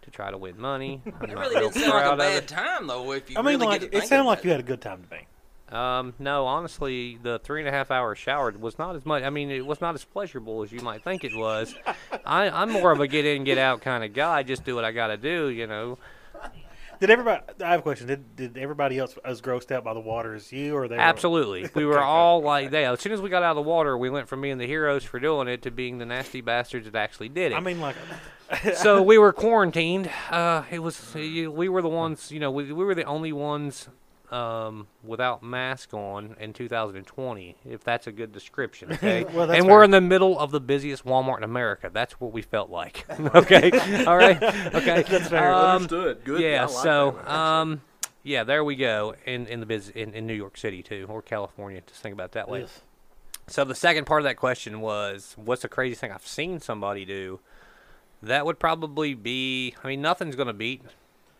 to try to win money. I'm
It
not
really
real
didn't sound like a
proud of
bad
it.
time though. If you
I mean,
really
like
get to
it
think
sounded
about
like you had a good time to me.
Um, no, honestly, the three and a half hour shower was not as much. I mean, it was not as pleasurable as you might think it was. I, I'm more of a get in, get out kind of guy. Just do what I got to do, you know.
Did everybody? I have a question. Did, did everybody else as grossed out by the water as you, or they? were-
Absolutely. We were all like that. As soon as we got out of the water, we went from being the heroes for doing it to being the nasty bastards that actually did it.
I mean, like
so we were quarantined. Uh, it was you- we were the ones, you know, we, we were the only ones um, without mask on in 2020, if that's a good description. Okay.
Well, that's
and we're
fair.
in the middle of the busiest Walmart in America. That's what we felt like. okay. All right. Okay.
That's fair.
Um,
Understood. Good.
yeah.
I like
so,
that.
um, yeah, there we go. In in the biz in, in New York City too, or California. Just think about it that way. So the second part of that question was, what's the craziest thing I've seen somebody do? That would probably be. I mean, nothing's gonna beat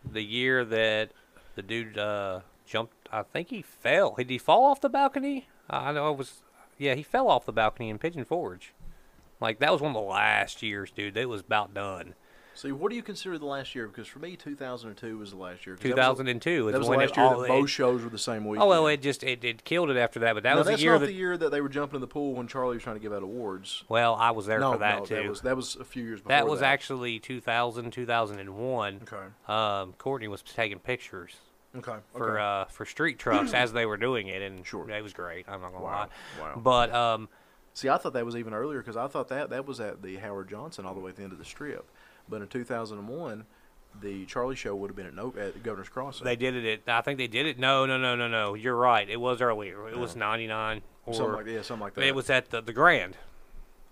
the year that the dude uh, jumped. I think he fell. Did he fall off the balcony? I know it was. Yeah, he fell off the balcony in Pigeon Forge. Like that was one of the last years, dude. That was about done.
See, what do you consider the last year? Because for me, 2002 was the last year. 'cause that was-
2002 is
That was the
when
last
it
year
all,
that
it-
both shows were the same week.
Oh well, it just it, it killed it after that. But that was the
that's
year
not
that
the year that they were jumping in the pool when Charlie was trying to give out awards.
well, I was there
no,
for that
no,
too.
that was that was a few years before.
That was actually 2000, 2001.
okay.
Um, Courtney was taking pictures
Okay.
for
okay.
uh, for street trucks as they were doing it, and
Sure.
it was great. I'm not gonna
wow.
lie.
Wow.
But um,
See, I thought that was even earlier because I thought that that was at the Howard Johnson all the way at the end of the strip. But in 2001, the Charlie show would have been at, no, at Governor's Crossing.
they did it. At, I think they did it. No, no, no, no, no. You're right. It was earlier. It was 99 or
something like yeah, something like that.
it was at the the Grand.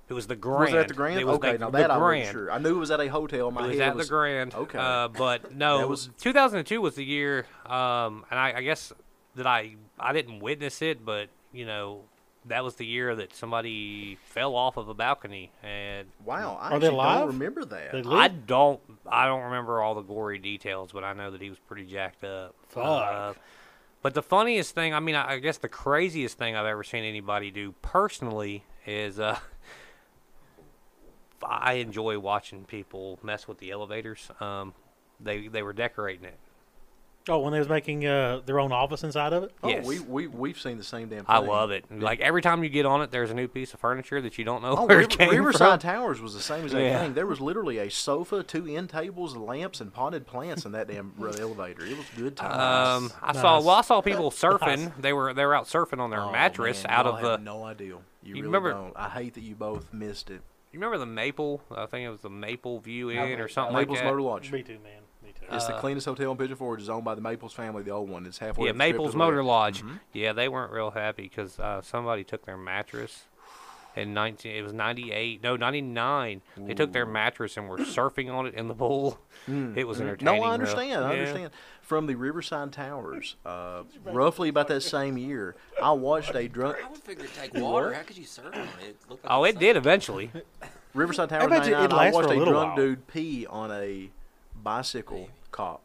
It was the Grand.
Was it at the Grand?
It was
okay,
the,
now
the
that I
Grand.
wasn't sure. I knew it was at a hotel. My
It was
head
at
was
the Grand.
Okay.
Uh, but no,
That was-
2002 was the year, um, and I, I guess that I I didn't witness it, but you know that was the year that somebody fell off of a balcony, and
Wow, I
Are
actually
they live?
don't remember that.
They
I
live?
don't I don't remember all the gory details, but I know that he was pretty jacked up.
Fuck.
Uh, but the funniest thing, I mean, I, I guess the craziest thing I've ever seen anybody do personally is uh, I enjoy watching people mess with the elevators. Um, they they were decorating it.
Oh, when they was making uh, their own office inside of it.
oh,
yes.
we we we've seen the same damn. Thing.
I love it. Like every time you get on it, there's a new piece of furniture that you don't know
Oh,
where
River,
it came
Riverside Towers was the same exact
Yeah.
thing. There was literally a sofa, two end tables, lamps, and potted plants in that damn r- elevator. It was good
from.
times.
Um, I saw.
Nice.
Well, I saw people surfing. They were they were out surfing on their
Oh,
mattress
man,
out
y'all
of
have
the
no idea. You, really
remember-
don't. I hate that you both missed it.
You remember the Maple? I think it was the Maple View Inn
Maple-
or something
Maples
like that. Uh,
Motor Lodge.
Me too, man. Me too.
It's the cleanest hotel in Pigeon Forge. It's owned by the Maples family, the old one. It's halfway.
yeah,
up the strip
Maple's
is Mm-hmm. where
Motor
it-
Lodge. Yeah, they weren't real happy because uh, somebody took their mattress in nineteen. It was ninety eight. No, ninety nine. They took their mattress and were surfing on it in the pool. It was entertaining.
Mm. No, I
bro.
understand. I
Yeah.
understand. From the Riverside Towers, uh, roughly about that same year, I watched a drunk
I would figure it'd take water. How could you serve on it? looked like
Oh,
a
it did eventually.
Riverside Towers.
bet you
99,
it'd
I
last for
watched
a
a
little
drunk
while.
dude pee on a bicycle cop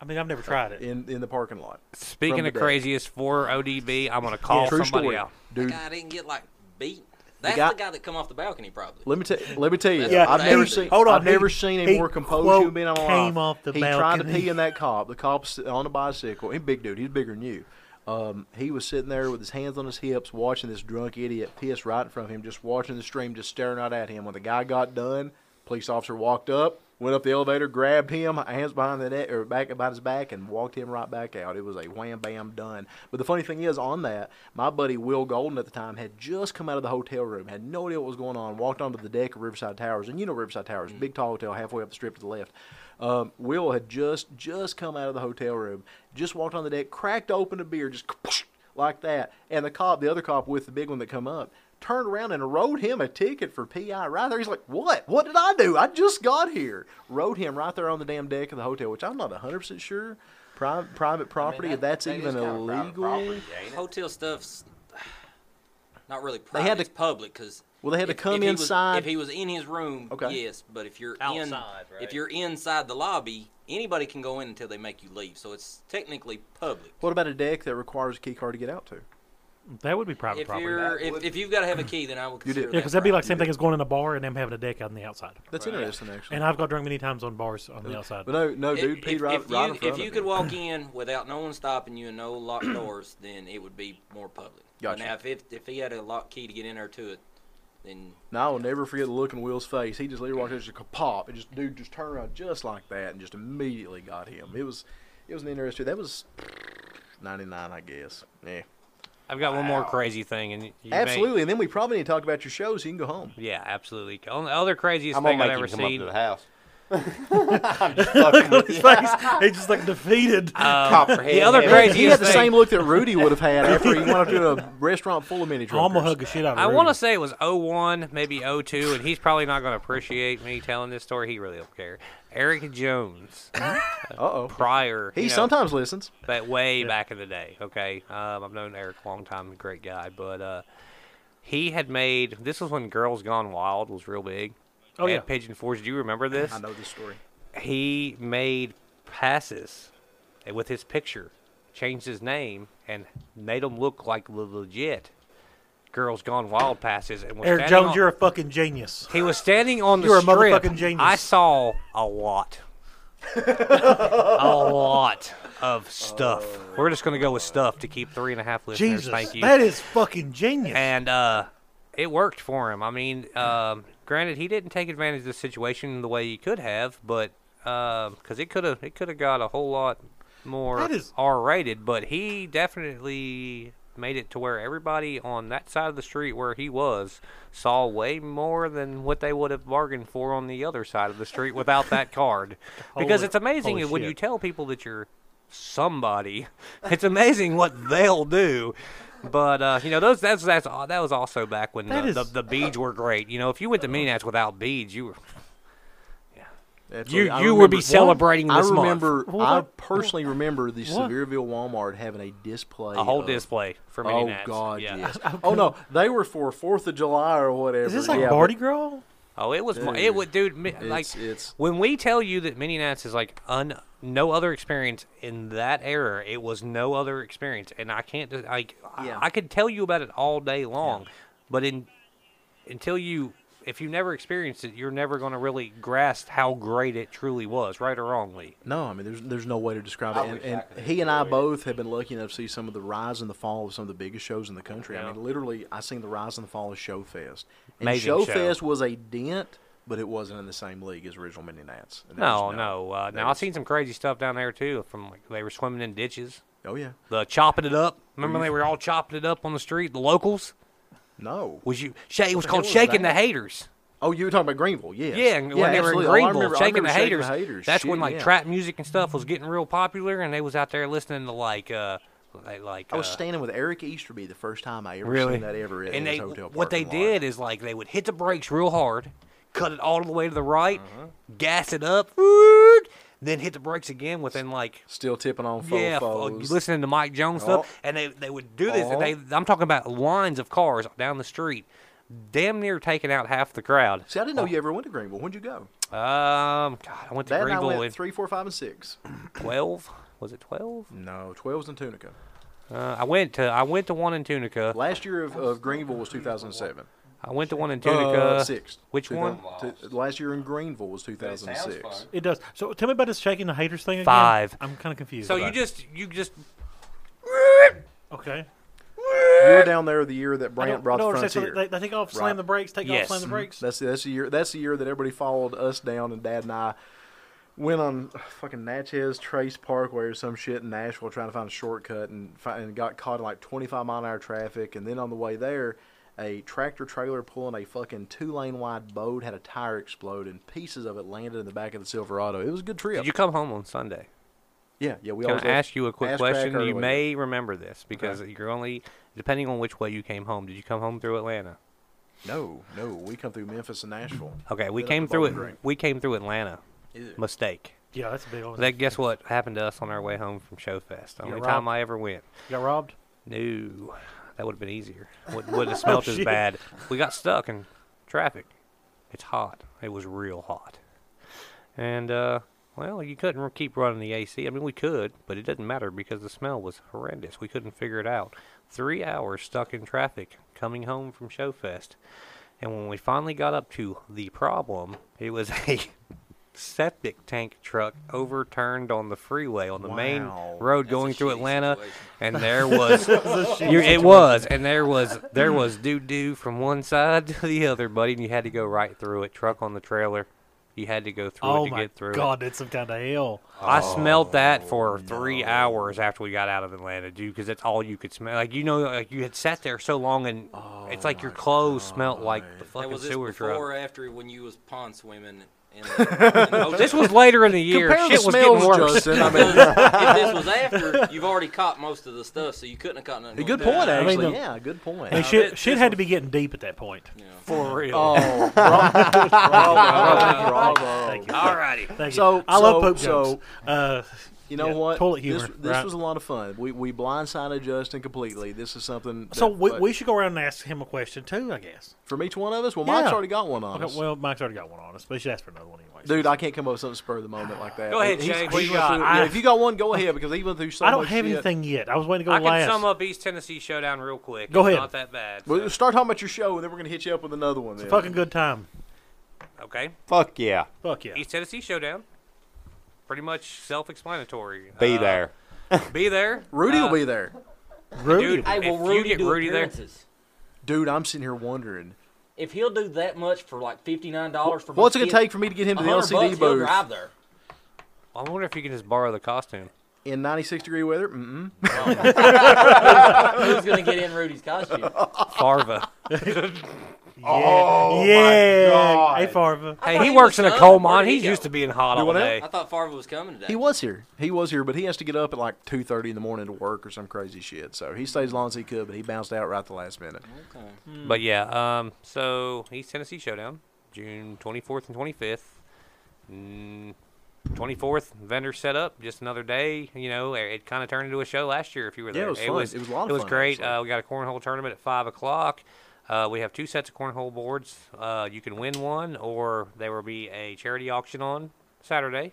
I mean, I've never tried it.
in in the parking lot.
Speaking
the
of
deck.
craziest for ODB, I'm gonna call
True
somebody
story,
out.
That
dude.
guy didn't get like beat. That's the
guy-
guy, that come off the balcony probably.
Let me tell let me tell you.
Yeah,
I've never
he-
seen.
hold on,
I've never
he-
seen a
he
more composed
quote
human being in my life.
came off the
he tried to
balcony.
pee in that cop. The cop's on a bicycle. He's a big dude. He's bigger than you. Um, he was sitting there with his hands on his hips, watching this drunk idiot piss right in front of him, just watching the stream, just staring out at him. When the guy got done, police officer walked up, went up the elevator, grabbed him, hands behind the neck or back behind his back, and walked him right back out. It was a wham bam done. But the funny thing is, on that, my buddy Will Golden at the time had just come out of the hotel room, had no idea what was going on, walked onto the deck of Riverside Towers, and you know Riverside Towers,
Mm-hmm.
big tall hotel, halfway up the strip to the left. Um, Will had just just come out of the hotel room, just walked on the deck, cracked open a beer, just like that, and the cop, the other cop with the big one that come up, turned around and wrote him a ticket for PI right there. He's like, "What? What did I do? I just got here." Wrote him right there on the damn deck of the hotel, which I'm not 100 percent sure. Private, private property, if
that-
that's
that is
even
kinda private
illegal.
Hotel stuff's not really
had
private.
to-
it's public because.
Well, they had to come
he
inside-
Was, if he was in his room,
Okay.
yes. But if you're in,
Outside, right?
if you're inside the lobby, anybody can go in until they make you leave. So it's technically public.
What about a deck that requires a key card to get out to?
That would be private
If
property. Yeah,
you're, if, if you've got to have a key, then I would
You
consider
did.
that
because that'd be like
private.
same thing as going in a bar and them having a deck out on the outside.
That's interesting, actually.
And I've got drunk many times on bars on the outside.
but no, no, dude, Pete, right,
if
right
you,
in front
if
of
you
me.
could walk in without no one stopping you and no locked doors, then it would be more public. But
Gotcha.
Now, if, it, if he had a locked key to get in there to it, then
Now I will never forget the look in Will's face. He just literally walked in, just a pop, and just dude just turned around just like that, and just immediately got him. It was, it was an interesting. That was ninety nine, I guess. Yeah,
I've got one more crazy thing, and you may-
absolutely. And then we probably need to talk about your shows. So you can go home.
yeah, absolutely. On the other craziest
I'm
thing
gonna
I've
make
ever
him come up to
seen.
the house.
His face, he's just like defeated.
Copperhead.
um, the other
head.
craziest
He had the
thing-
same look that Rudy would have had after he went up to a restaurant full of mini
I'm gonna
truckers.
hug the shit out of
I
Rudy.
want to say it was 01, maybe 02, and he's probably not going to appreciate me telling this story. He really don't care. Eric Jones,
Uh oh.
prior,
He
you know,
sometimes listens.
but way back in the day. Okay, um, I've known Eric a long time, great guy, but uh, he had made this was when Girls Gone Wild was real big.
Oh,
at
yeah.
Pigeon Forge. Do you remember this?
know this story.
He made passes with his picture, changed his name, and made them look like the legit. Girls Gone Wild passes. And was
Eric
standing
Jones,
on-
you're a fucking genius.
he was standing on the
You're a
strip.
motherfucking genius.
I saw a lot. a lot of stuff. We're just gonna go with stuff to keep three and a half listeners.
Jesus,
Thank you.
that is fucking genius.
and uh, it worked for him. I mean, um, granted, he didn't take advantage of the situation the way he could have, but because it could have, it could have got a whole lot more
That is-
R-rated. But he definitely made it to where everybody on that side of the street where he was saw way more than what they would have bargained for on the other side of the street without that card. because
Holy-
it's amazing
holy
when you
shit.
tell people that you're somebody. It's amazing what they'll do. But uh, you know, those that's that's uh, that was also back when the,
That
the,
is-
the beads were great. You know, if you went to mini nats without beads, you were
That's
You-
what I
you would be
remember-
celebrating this
I
month.
remember.
What?
I personally remember the
What?
Sevierville Walmart having a display.
a whole
of-
display for mini
Oh
nats.
God,
yeah.
yes. oh no, they were for Fourth of July or whatever.
is this like
yeah,
Mardi Gras?
Oh, it was mo-
Dude,
it would dude mi-
but
like
It's, it's
when we tell you that mini nats is like un no other experience in that era, it was no other experience, and I can't just like I-
Yeah.
I, could tell you about it all day long, but in until you if you never experienced it, you're never going to really grasp how great it truly was, right or wrongly.
No, I mean, there's there's no way to describe
I
it.
wish
And,
I
and
could
he and I
enjoy it.
both have been lucky enough to see some of the rise and the fall of some of the biggest shows in the country. I
Yeah.
mean, literally, I seen the rise and the fall of Showfest. And
Amazing show.
Showfest was a dent, but it wasn't in the same league as original Mini Nats. And there
No,
was
no. Uh,
there
now I've
was-
seen some crazy stuff down there too. From like they were swimming in ditches,
Oh yeah,
the chopping it up. Remember
Mm-hmm.
when they were all chopping it up on the street. The locals
no.
was you. Shay it was
the
called
hell was
shaking the
that?
haters.
Oh, you were talking about Greenville, yes.
Yeah, and when they were in
absolutely. Oh, I
Greenville,
remember- I
shaking, the
remember
haters, That's
Shit,
when like
yeah.
trap music and stuff was getting real popular, and they was out there listening to like uh like like.
I was
uh,
standing with Eric Easterby the first time I ever
Really?
seen that ever in
and
his
they
hotel
what they
parking lot.
did is like they would hit the brakes real hard, cut it all the way to the right,
Mm-hmm.
gas it up, whoot, then hit the brakes again within like
Still tipping on fofos.
yeah, f- uh, listening to Mike Jones
Oh.
stuff, and they they would do this,
Oh.
and they I'm talking about lines of cars down the street, damn near taking out half the crowd.
See, I didn't know you ever went to Greenville. When'd you go?
Um, God, I went to
That and I
Greenville in
went three, four, five, and six.
twelve. Was it twelve?
No, 12s in Tunica.
Uh, I went to I went to one in Tunica.
Last year of, of Greenville was 2007.
I went to one in Tunica.
Uh, six.
Which
Two thou-
one?
two- last year in Greenville was 2006.
It does. So tell me about this shaking the haters thing again.
Five.
I'm kind of confused.
So you
about
just you just
it. okay?
You were down there the year that
I
Brant
don't-
brought the
no, I'm saying, so
frontier.
they, they take off, slam
Right.
the brakes, take
Yes.
off, slam the brakes.
that's that's the year. That's the year that everybody followed us down, and Dad and I went on fucking Natchez Trace Parkway or some shit in Nashville trying to find a shortcut, and fi- and got caught in like 25 mile an hour traffic. And then on the way there, a tractor trailer pulling a fucking two lane wide boat had a tire explode, and pieces of it landed in the back of the Silverado. It was a good trip.
Did you come home on Sunday?
yeah, yeah. We
Can
always
I ask you a quick
ass crack
question?
early.
You may remember this because you're only depending on which way you came home. Did you come home through Atlanta?
No, no. We come through Memphis and Nashville.
Okay, we
Then up
came
to
through it.
Bowling Green.
We came through Atlanta. Mistake.
Yeah, that's a big. Old,
That guess what happened to us on our way home from Showfest? Only
robbed.
time I ever went.
got robbed.
No, that would have been easier. Wouldn't would have
Oh,
smelt as
shit.
bad. We got stuck in traffic. It's hot. It was real hot. And uh, well, you couldn't r- keep running the AC. I mean, we could, but it doesn't matter because the smell was horrendous. We couldn't figure it out. Three hours stuck in traffic coming home from Showfest, and when we finally got up to the problem, it was a septic tank truck overturned on the freeway on the main
Wow.
road
That's a
going through
shitty
Atlanta,
situation.
and there was you, it was, and there was there was doo doo from one side to the other, buddy, and you had to go right through it. Truck on the trailer, you had to go through
Oh
it to
my
get through
god, that's some kind of hell.
it. I
Oh,
smelled that for three hours after we got out of Atlanta, dude, because that's all you could smell. Like you know, like you had sat there so long, and
Oh
it's like your clothes smelled like the
Now,
fucking
was this
sewer
before
truck.
or after when you was pond swimming In the, in the
Oh, this was later in the year.
Compare
Shit
the
was getting
smells,
worse.
Justin. I mean,
if this was after, you've already caught most of the stuff, so you couldn't have caught nothing.
a good
more than
point,
that.
mean,
actually.
the-
yeah, good point.
I mean,
thi-
shit, shit
this
had to be getting deep at that point.
For real.
Oh, bravo, bravo, bravo.
Thank you.
Alrighty.
Thank you.
So-
I
so-
love pope jokes. Uh,
You know
Yeah,
what?
toilet
This-
humor,
This,
right.
was a lot of fun. We we blindsided Justin completely. This is something.
so
that-
we,
but
we should go around and ask him a question too, I guess.
from each one of us. Well,
Yeah.
Mike's already got one on us.
Okay, well, Mike's already got one on us, but we should ask for another one anyway.
Dude, I can't come up with something spur of the moment like that.
Go ahead,
He's-
Jay.
he's
What you
went
got?
through-
I-
yeah, if you got one, go ahead because he went through so
I don't
much
have
shit.
anything yet. I was waiting to go
I
last.
can sum up East Tennessee Showdown real quick.
Go
It's
ahead.
Not that bad.
Well,
so-
start talking about your show, and then we're gonna hit you up with another one. Then.
Fucking good time.
okay.
Fuck yeah.
Fuck yeah.
East Tennessee Showdown. Pretty much self-explanatory.
Be
Uh,
there.
Be there.
Rudy
Uh,
will be there,
Rudy.
Dude,
Hey, will
if you
Rudy
get
do
Rudy there,
appearances?
dude. I'm sitting here wondering
If he'll do that much for like fifty nine dollars for
what's it
both
gonna take for me to get him to the
100
LCD
bucks, he'll
booth
drive there.
I wonder if you can just borrow the costume.
in 96 degree weather. Mm-mm.
Who's gonna get in Rudy's costume?
Farva.
Oh yeah. Hey Farva.
hey,
thought
he
he
works
was
in a
done.
coal
Where
mine.
did he
He's used
go?
to being hot all
what now?
day.
I thought Farva was coming today.
He was here. He was here, but he has to get up at like 2:30 in the morning to work or some crazy shit. So he stayed as long as he could, but he bounced out right at the last minute. Mm.
But yeah, um, so East Tennessee Showdown, June 24th and 25th. Mm, 24th, vendor set up, just another day. You know, it, it kind of turned into a show last year if you were
Yeah, it
there.
was fun. It was a lot of
It was
fun,
great.
actually.
Uh, we got a cornhole tournament at 5 o'clock. Uh, we have two sets of cornhole boards. Uh, you can win one, or there will be a charity auction on Saturday.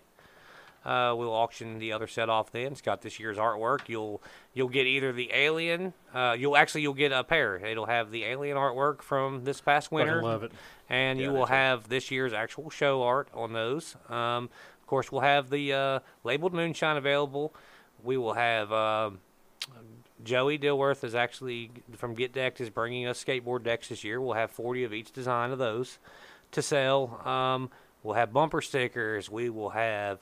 Uh, we'll auction the other set off then. It's got this year's artwork. You'll you'll get either the alien. Uh, you'll actually you'll get a pair. It'll have the alien artwork from this past winter.
love it.
And you will have this year's actual show art on those. Um, of course, we'll have the uh, labeled moonshine available. We will have um, Joey Dilworth is actually from Get Decked is bringing us skateboard decks this year. We'll have 40 of each design of those to sell. Um, we'll have bumper stickers. We will have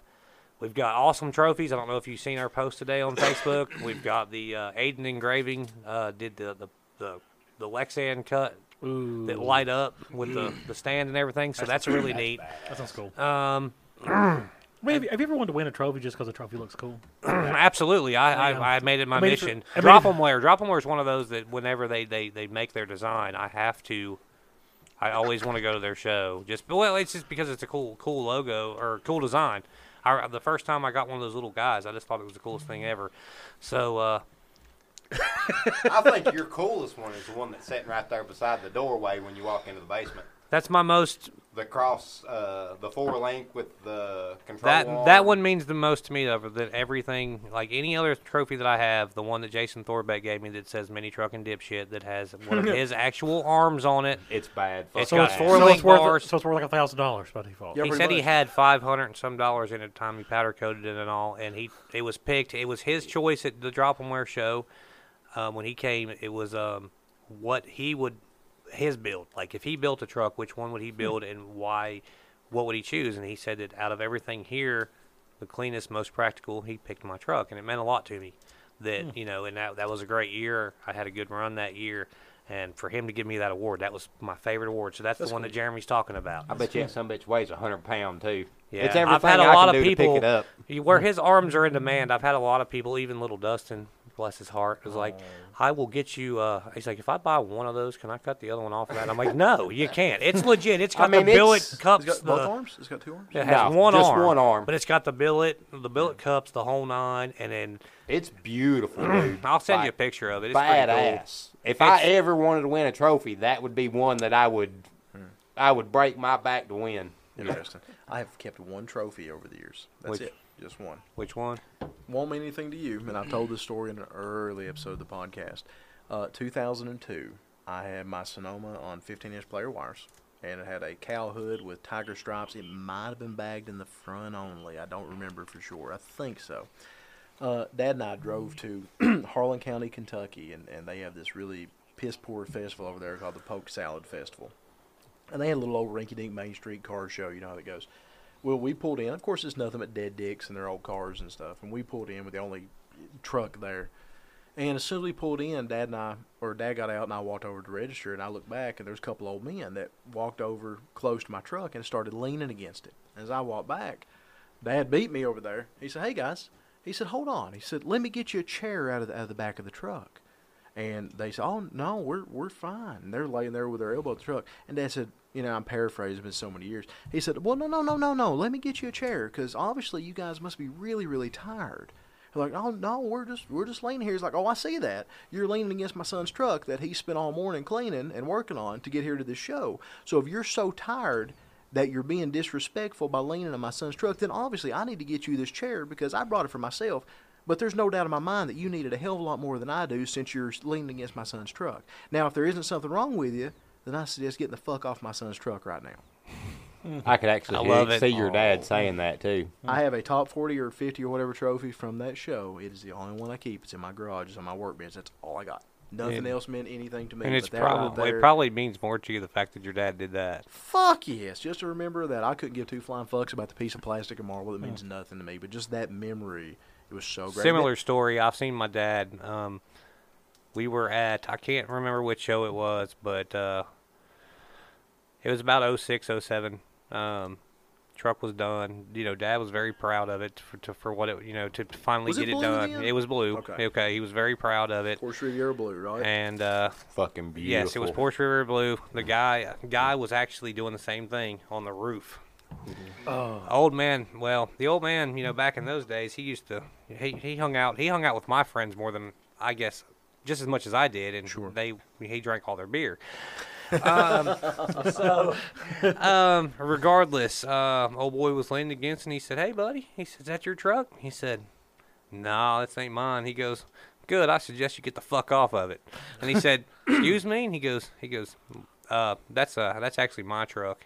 we've got awesome trophies. I don't know if you've seen our post today on Facebook. we've got the uh, Aiden engraving uh, did the the the, the Lexan cut that light up with the, the stand and everything. So that's, really neat.
That sounds cool.
Um,
I mean, have, you, have you ever wanted to win a trophy just because the trophy looks cool?
Absolutely, I, I, I made it my
I mean, for-
mission.
I mean,
Dropemware, Dropemware is one of those that whenever they, they, they make their design, I have to. I always want to go to their show. Just well, it's just because it's a cool cool logo or cool design. I, the first time I got one of those little guys, I just thought it was the coolest thing ever. So uh,
I think your coolest one is the one that's sitting right there beside the doorway when you walk into the basement.
that's my most
The cross, uh, the four link with the control.
that
arm.
that one means the most to me other than everything like any other trophy that I have. The one that Jason Thorbeck gave me that says "Mini Truck and Dipshit" that has one of his actual arms on it.
It's bad.
It's
Fuck
got
that.
four-
so it's
link
worth
bars.
so it's worth like a thousand dollars by default.
Yeah.
he
pretty
said he
much.
had 500 and some dollars in it time he powder coated it and all and he it was picked it was his choice at the drop and wear show um, when he came it was um, what he would his build like if he built a truck which one would he build and why what would he choose and he said that out of everything here the cleanest most practical he picked my truck and it meant a lot to me that you know and that, that was a great year i had a good run that year and for him to give me that award that was my favorite award so that's, the one that jeremy's talking about
I bet you that some bitch weighs a hundred pound too.
yeah,
It's everything
I've had a
I can
lot
do
of people
to pick it up.
y- where his arms are in demand. I've had a lot of people, even little Dustin, bless his heart, was like, "I will get you." Uh, he's like, "If I buy one of those, can I cut the other one off of that?" And I'm like, "No, you can't. It's legit. It's got
mean,
the
it's-
billet cups,
He's got
the,
both arms. He's got two arms.
It has
No,
one
just
arm,
one arm.
but it's got the billet, the billet cups, the whole nine, and then
It's beautiful, dude.
I'll send you a
Like,
picture of it. It's pretty cool.
Badass. If I ever wanted to win a trophy, that would be one that I would,
Hmm.
I would break my back to win.
Interesting. I have kept one trophy over the years. That's
Which-
it. Just one.
Which one?
Won't mean anything to you, and I've told this story in an early episode of the podcast. Uh, 2002, I had my Sonoma on 15-inch player wires, and it had a cow hood with tiger stripes. It might have been bagged in the front only. I don't remember for sure. I think so. Uh, Dad and I drove to Harlan County, Kentucky, and, and they have this really piss poor festival over there called the Poke Salad Festival. And they had a little old rinky dink Main Street car show. You know how that goes. Well, we pulled in. Of course, it's nothing but dead dicks and their old cars and stuff. And we pulled in with the only truck there. And as soon as we pulled in, Dad and I, or Dad got out and I walked over to register. And I looked back and there's a couple old men that walked over close to my truck and started leaning against it. As I walked back, Dad beat me over there. He said, "Hey guys," he said, "Hold on." He said, "Let me get you a chair out of the, out of the back of the truck." And they said, "Oh no, we're we're fine." And they're laying there with their elbow to the truck. And Dad said, "You know, I'm paraphrasing. It's been so many years." He said, "Well, no, no, no, no, no. Let me get you a chair because obviously you guys must be really, really tired." They're like, "Oh no, we're just we're just leaning here." He's like, "Oh, I see that. You're leaning against my son's truck that he spent all morning cleaning and working on to get here to this show. So if you're so tired." That you're being disrespectful by leaning on my son's truck, then obviously I need to get you this chair because I brought it for myself. But there's no doubt in my mind that you needed a hell of a lot more than I do since you're leaning against my son's truck. Now, if there isn't something wrong with you, then I suggest getting the fuck off my son's truck right now.
I could actually
I
hear-
love it.
see your dad saying that too.
I have a top 40 or 50 or whatever trophy from that show. It is the only one I keep. It's in my garage. It's on my workbench. That's all I got. Nothing
And-
else meant anything to me.
And
but
it's
that right
probably
there-
probably means more to you the fact that your dad did that.
Fuck yes. Just to remember that I couldn't give two flying fucks about the piece of plastic and marble. It means nothing to me. But just that memory, it was so Oh, great.
Hmm. Similar story. I've seen my dad. Um, we were at I can't remember which show it was, but uh, it was about 06, 07. Um, truck was done. You know, Dad was very proud of it for, to, for what it you know to, to finally
Was it
get it
blue
done.
then?
It was blue.
Okay.
Okay. he was very proud of it.
Porsche Riviera Blue, right?
And uh,
Fucking beautiful.
yes, it was Porsche River Blue. The guy guy was actually doing the same thing on the roof.
Oh,
Old man, well, the old man, you know, back in those days, he used to he, he hung out he hung out with my friends more than I guess just as much as I did, and
Sure.
they he drank all their beer. um, so, um, regardless, uh, old boy was leaning against, and he said, "Hey, buddy," he said, "Is that your truck?" He said, "Nah, this ain't mine." He goes, "Good, I suggest you get the fuck off of it." And he said, "Excuse me," and he goes, he goes, uh, "That's uh, that's actually my truck."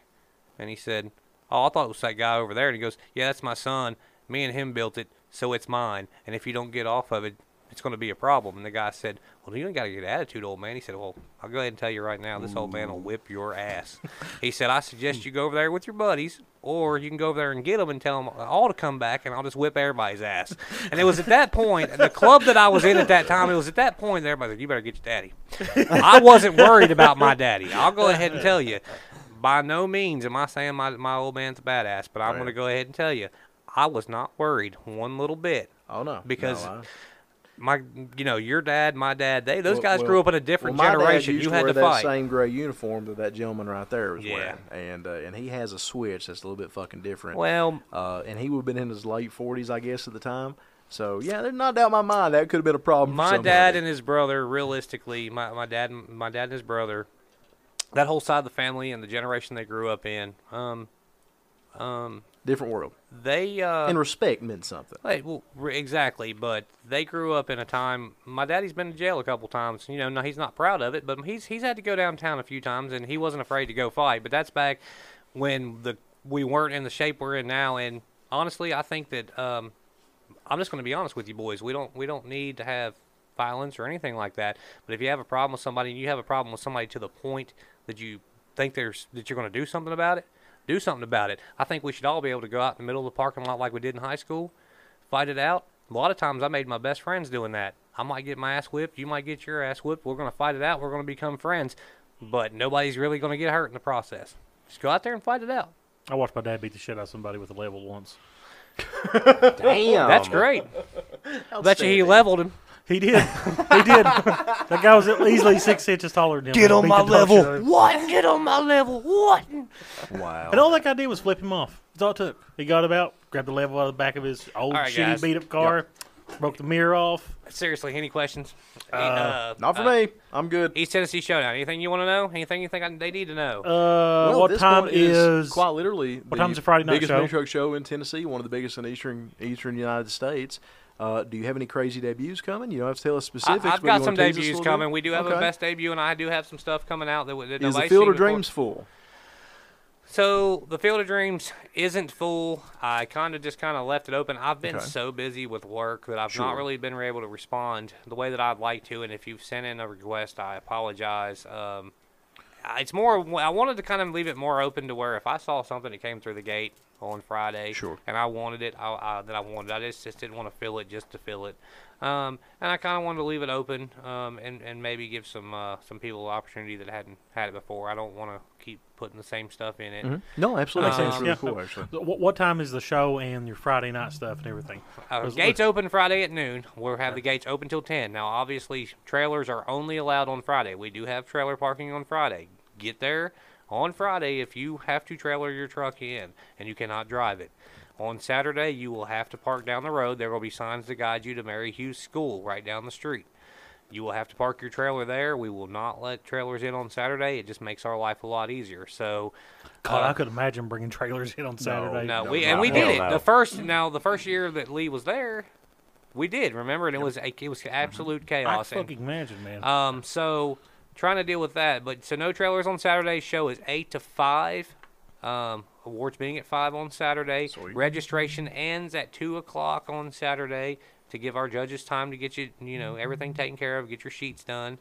And he said, Oh, I thought it was that guy over there. And he goes, Yeah, that's my son. Me and him built it, so it's mine. And if you don't get off of it, it's going to be a problem. And the guy said, Well, you ain't got to get an attitude, old man. He said, Well, I'll go ahead and tell you right now, this old man will whip your ass. he said, I suggest you go over there with your buddies, or you can go over there and get them and tell them all to come back, and I'll just whip everybody's ass. And it was at that point, the club that I was in at that time, it was at that point that everybody said, You better get your daddy. I wasn't worried about my daddy. I'll go ahead and tell you. By no means am I saying my, my old man's a badass, but I'm going to go ahead and tell you, I was not worried one little bit.
Oh, no.
Because
No, I-
My, you know, your dad, my dad, they those
Well-
guys grew
well-
up in a different
well, my dad
generation.
used
you
to
had
wear
to
that
fight.
same gray uniform that that gentleman right there was
Yeah.
wearing, and uh, and he has a switch that's a little bit fucking different.
Well,
uh, and he would have been in his late forties, I guess, at the time. So yeah, there's no doubt in my mind that could have been a problem. for
my
somebody.
dad and his brother, realistically, my, my dad, and- my dad and his brother, that whole side of the family and the generation they grew up in, um, um,
different world
they uh,
and respect meant something.
Hey, well, re- exactly. But they grew up in a time. My daddy's been in jail a couple times. You know, no, he's not proud of it, but he's he's had to go downtown a few times, and he wasn't afraid to go fight. But that's back when the we weren't in the shape we're in now. And honestly, I think that um, I'm just going to be honest with you, boys. We don't we don't need to have violence or anything like that. But if you have a problem with somebody, and you have a problem with somebody to the point that you think there's that you're going to do something about it, do something about it. I think we should all be able to go out in the middle of the parking lot like we did in high school, fight it out. A lot of times, I made my best friends doing that. I might get my ass whipped. You might get your ass whipped. We're going to fight it out. We're going to become friends. But nobody's really going to get hurt in the process. Just go out there and fight it out.
I watched my dad beat the shit out of somebody with a level once.
Damn.
That's great. I bet you he leveled him.
He did. He did. that guy was at easily six inches taller than him. Get on my level.
What? Get on my level. What?
Wow.
And all that guy did was flip him off. That's all it took. He got him out, grabbed the level out of the back of his old
All right,
shitty
guys.
beat up car, broke the mirror off.
Seriously, any questions? Uh,
Not for
uh,
me. I'm good.
East Tennessee Showdown. Anything you want to know? Anything you think I, they need to know?
Uh,
Well,
what
this
time
one
is?
quite literally what
time's the Friday night
biggest
show?
mini truck show in Tennessee, one of the biggest in eastern eastern United States. Uh, do you have any crazy debuts coming? You don't have to tell us
I,
specifics.
I've
but you
got
wanna
some
tease us a
debuts
little bit?
coming. We do have a
Okay.
best debut, and I do have some stuff coming out that, w- that
Is the
nobody's
Field
seen
of
before.
Dreams full?
So the Field of Dreams isn't full. I kind of just kind of left it open. I've been
Okay.
so busy with work that I've not
Sure.
really been able to respond the way that I'd like to. And if you've sent in a request, I apologize. Um, I- it's more. I wanted to kind of leave it more open to where if I saw something that came through the gate on Friday,
Sure.
and I wanted it, I, I, that I wanted. I just, just didn't want to fill it just to fill it. Um, and I kind of wanted to leave it open um, and, and maybe give some uh, some people opportunity that hadn't had it before. I don't want to keep putting the same stuff in it.
No, absolutely.
That
Sounds
makes sense.
really
Yeah.
cool, actually.
So What, what time is the show and your Friday night stuff and everything?
Uh,
Let's-
gates open Friday at noon. We'll have the gates open till 10. Now, obviously, trailers are only allowed on Friday. We do have trailer parking on Friday. Get there on Friday if you have to trailer your truck in and you cannot drive it. On Saturday, you will have to park down the road. There will be signs to guide you to Mary Hughes School right down the street. You will have to park your trailer there. We will not let trailers in on Saturday. It just makes our life a lot easier. So,
God, I could imagine bringing trailers in on Saturday.
no, we and
not
we did
hell
it.
no.
The first now, the first year that Lee was there, we did remember, and it was a- it was absolute
I can
chaos. and,
fucking imagine, man.
um, so trying to deal with that, but so no trailers on Saturday. Show is eight to five. Um, awards being at five on Saturday. Registration ends at two o'clock on Saturday to give our judges time to get you you know everything taken care of, get your sheets done.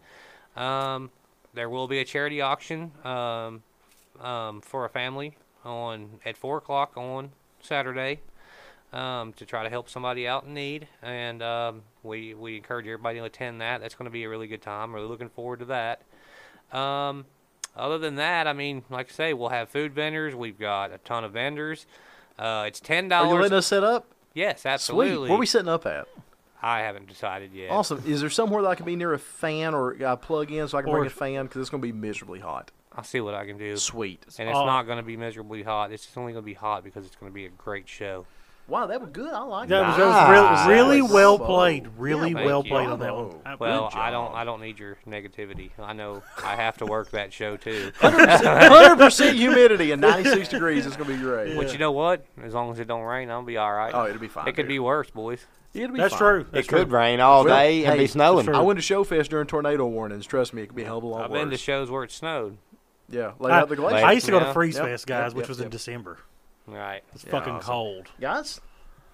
Um, there will be a charity auction um, um, for a family on at four o'clock on Saturday um, to try to help somebody out in need, and um, we we encourage everybody to attend that. That's going to be a really good time. Really looking forward to that. Um, other than that, I mean, like I say, we'll have food vendors. We've got a ton of vendors. Uh, it's ten
Are you letting
dollars.
us set up?
Yes,
Sweet.
absolutely.
Where are we setting up at?
I haven't decided yet.
Awesome. Is there somewhere that I can be near a fan or I plug in so I can
Or-
bring a fan because it's going to be miserably hot?
I'll see what I can do.
Sweet.
And it's
Oh.
not going to be miserably hot. It's just only going to be hot because it's going to be a great show.
Wow, that was good. I like
that
that.
was, that was really, really
Nice.
well
Bravo.
played. Really
thank
well
you.
played on that
Bravo.
one. I-
Well,
Good
I don't.
job.
I don't need your negativity. I know I have to work that show too.
Hundred percent humidity and ninety six degrees is going to be great.
But you know what? As long as it don't rain, I'll be all right.
Oh, it'll be fine,
It could
dude.
be worse, boys.
It'll be
that's
fine.
true.
It
That's
could
true.
rain all
Well,
day and
hey,
be snowing.
sure.
I went to Showfest during tornado warnings. Trust me, it could be a hell of a lot
I've
worse.
been to shows where it snowed.
yeah, lay
I,
out the glacier.
I used to go to
Yeah.
Freeze
Yep,
Fest, guys,
yep,
which
yep,
was in
yep.
December.
Right.
It's fucking cold.
Guys,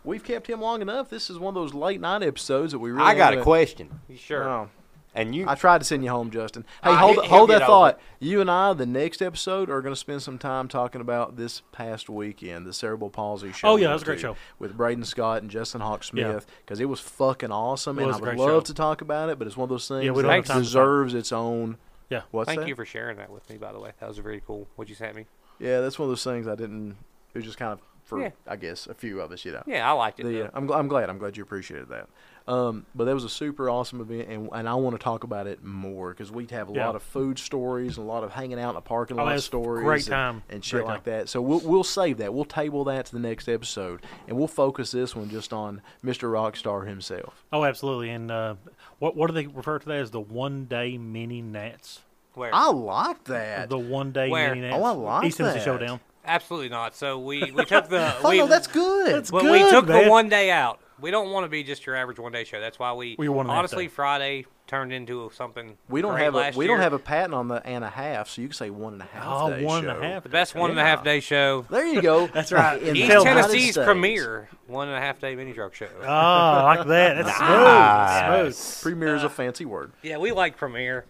we've kept him long enough. This is one of those late night episodes that we really.
I got
ain't
a
gonna-
question,
You sure?
Oh,
and you
I tried to send you home, Justin. Hey,
Ah,
hold
he- he'll
hold that
get over
thought. You and I, the next episode, are going to spend some time talking about this past weekend, the cerebral palsy show.
Oh,
we
yeah,
went
that was a great
to
show.
with Braden Scott and Justin Hawk
Yeah.
Smith because it was fucking awesome,
It
and
was
I
a
would
great
love
show.
to talk about it, but it's one of those things
Yeah, we don't
that
have time to talk.
deserves its own.
Yeah.
what's
Thank
that?
you for sharing that with me, by the way. That was very cool. What you sent me.
Yeah, that's one of those things I didn't. It was just kind of for,
Yeah.
I guess, a few of us, you know.
Yeah, I liked it.
The, uh,
though.
I'm, gl- I'm glad. I'm glad you appreciated that. Um, but that was a super awesome event, and, and I want to talk about it more because we have a
Yeah.
lot of food stories and a lot of hanging out in the parking
Oh,
lot
it was a
stories.
great
and-
time.
And, shit
Great
like that. So we'll, we'll save that. We'll table that to the next episode, and we'll focus this one just on Mr. Rockstar himself.
Oh, absolutely. And uh, what what do they refer to that as the one day mini nats?
Where?
I like that.
The one day
Where?
mini nats.
Oh, I like
East Tennessee
that.
Showdown.
Absolutely not. So we we took the.
Oh,
we,
no, that's good.
That's
But
good,
we took
man.
the one day out. We don't want to be just your average one day show. That's why we.
We wanted that
honestly
day.
Friday turned into something.
we don't
great
have a
last
we don't
year.
have a patent on the and a half, so you can say one and a half.
Oh,
day
one and a
show.
half.
The best one and a
Yeah.
half day show.
There you go.
That's right.
In the
East
Tell-
United
Tennessee's
States.
premier one and a half day mini truck show.
Oh, I like that. That's smooth. Smooth.
Premier is a fancy word.
Yeah, we like Premiere.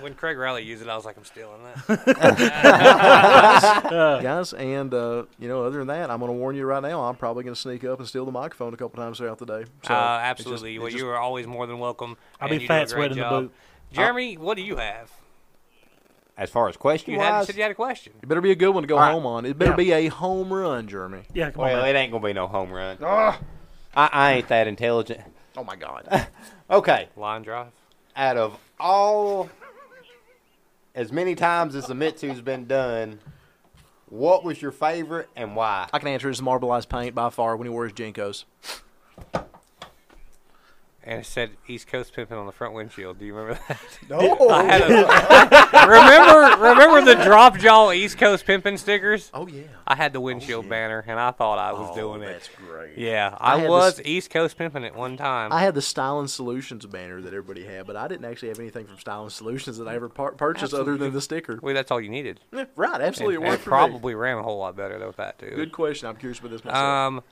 when Craig Riley used it, I was like, I'm stealing that.
guys. And uh, you know, other than that, I'm going to warn you right now. I'm probably going to sneak up and steal the microphone a couple times throughout the day. So it's just-
uh, absolutely.
it's
well,
just-
you are always more than welcome.
I'll
and
be
you do a
fat
great
sweating the
job. Uh,
boot.
Jeremy, what do you have?
as far as question
You had
wise,
said you had a question.
it better be a good one to go
All right.
home on. It better be a home run, Jeremy.
Yeah, come on.
well,
man.
it ain't gonna be no home run. I, I ain't that intelligent.
Oh my God!
Okay,
Line drive.
out of all as many times as the Mitsu's been done, what was your favorite and why?
I can answer his marbleized paint by far when he wears jinkos.
And it said East Coast pimping on the front windshield. Do you remember that?
No.
I had a- remember, remember the drop jaw East Coast pimping stickers?
Oh yeah.
I had the windshield banner, and I thought I was doing it.
That's great.
Yeah,
I
Oh, I,
had
was
this-
East Coast pimping at one time.
I had the Style and Solutions banner that everybody had, but I didn't actually have anything from Style and Solutions that I ever par- purchased other than the sticker.
Well, that's all you needed.
Yeah, right, absolutely,
And-
it
and
worked
it
for me.
probably ran a whole lot better though with that too.
Good question. I'm curious about this myself.
Um,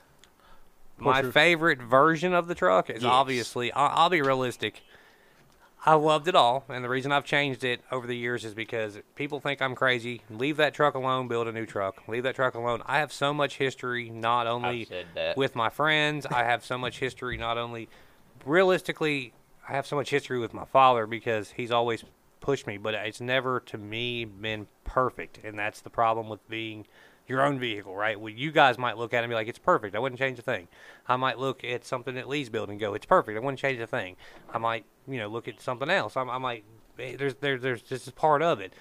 my favorite version of the truck is obviously. I'll, I'll be realistic. I loved it all, and the reason I've changed it over the years is because people think I'm crazy. Leave that truck alone. Build a new truck. Leave that truck alone. I have so much history, not only
said that.
with my friends. I have so much history, not only realistically. I have so much history with my father because he's always pushed me, but it's never to me been perfect, and that's the problem with being your own vehicle, right? Well, you guys might look at it and be like, "It's perfect. I wouldn't change a thing." I might look at something that Lee's building and go, "It's perfect. I wouldn't change a thing." I might, you know, look at something else. I, I might. eh, There's there's there's this is part of it.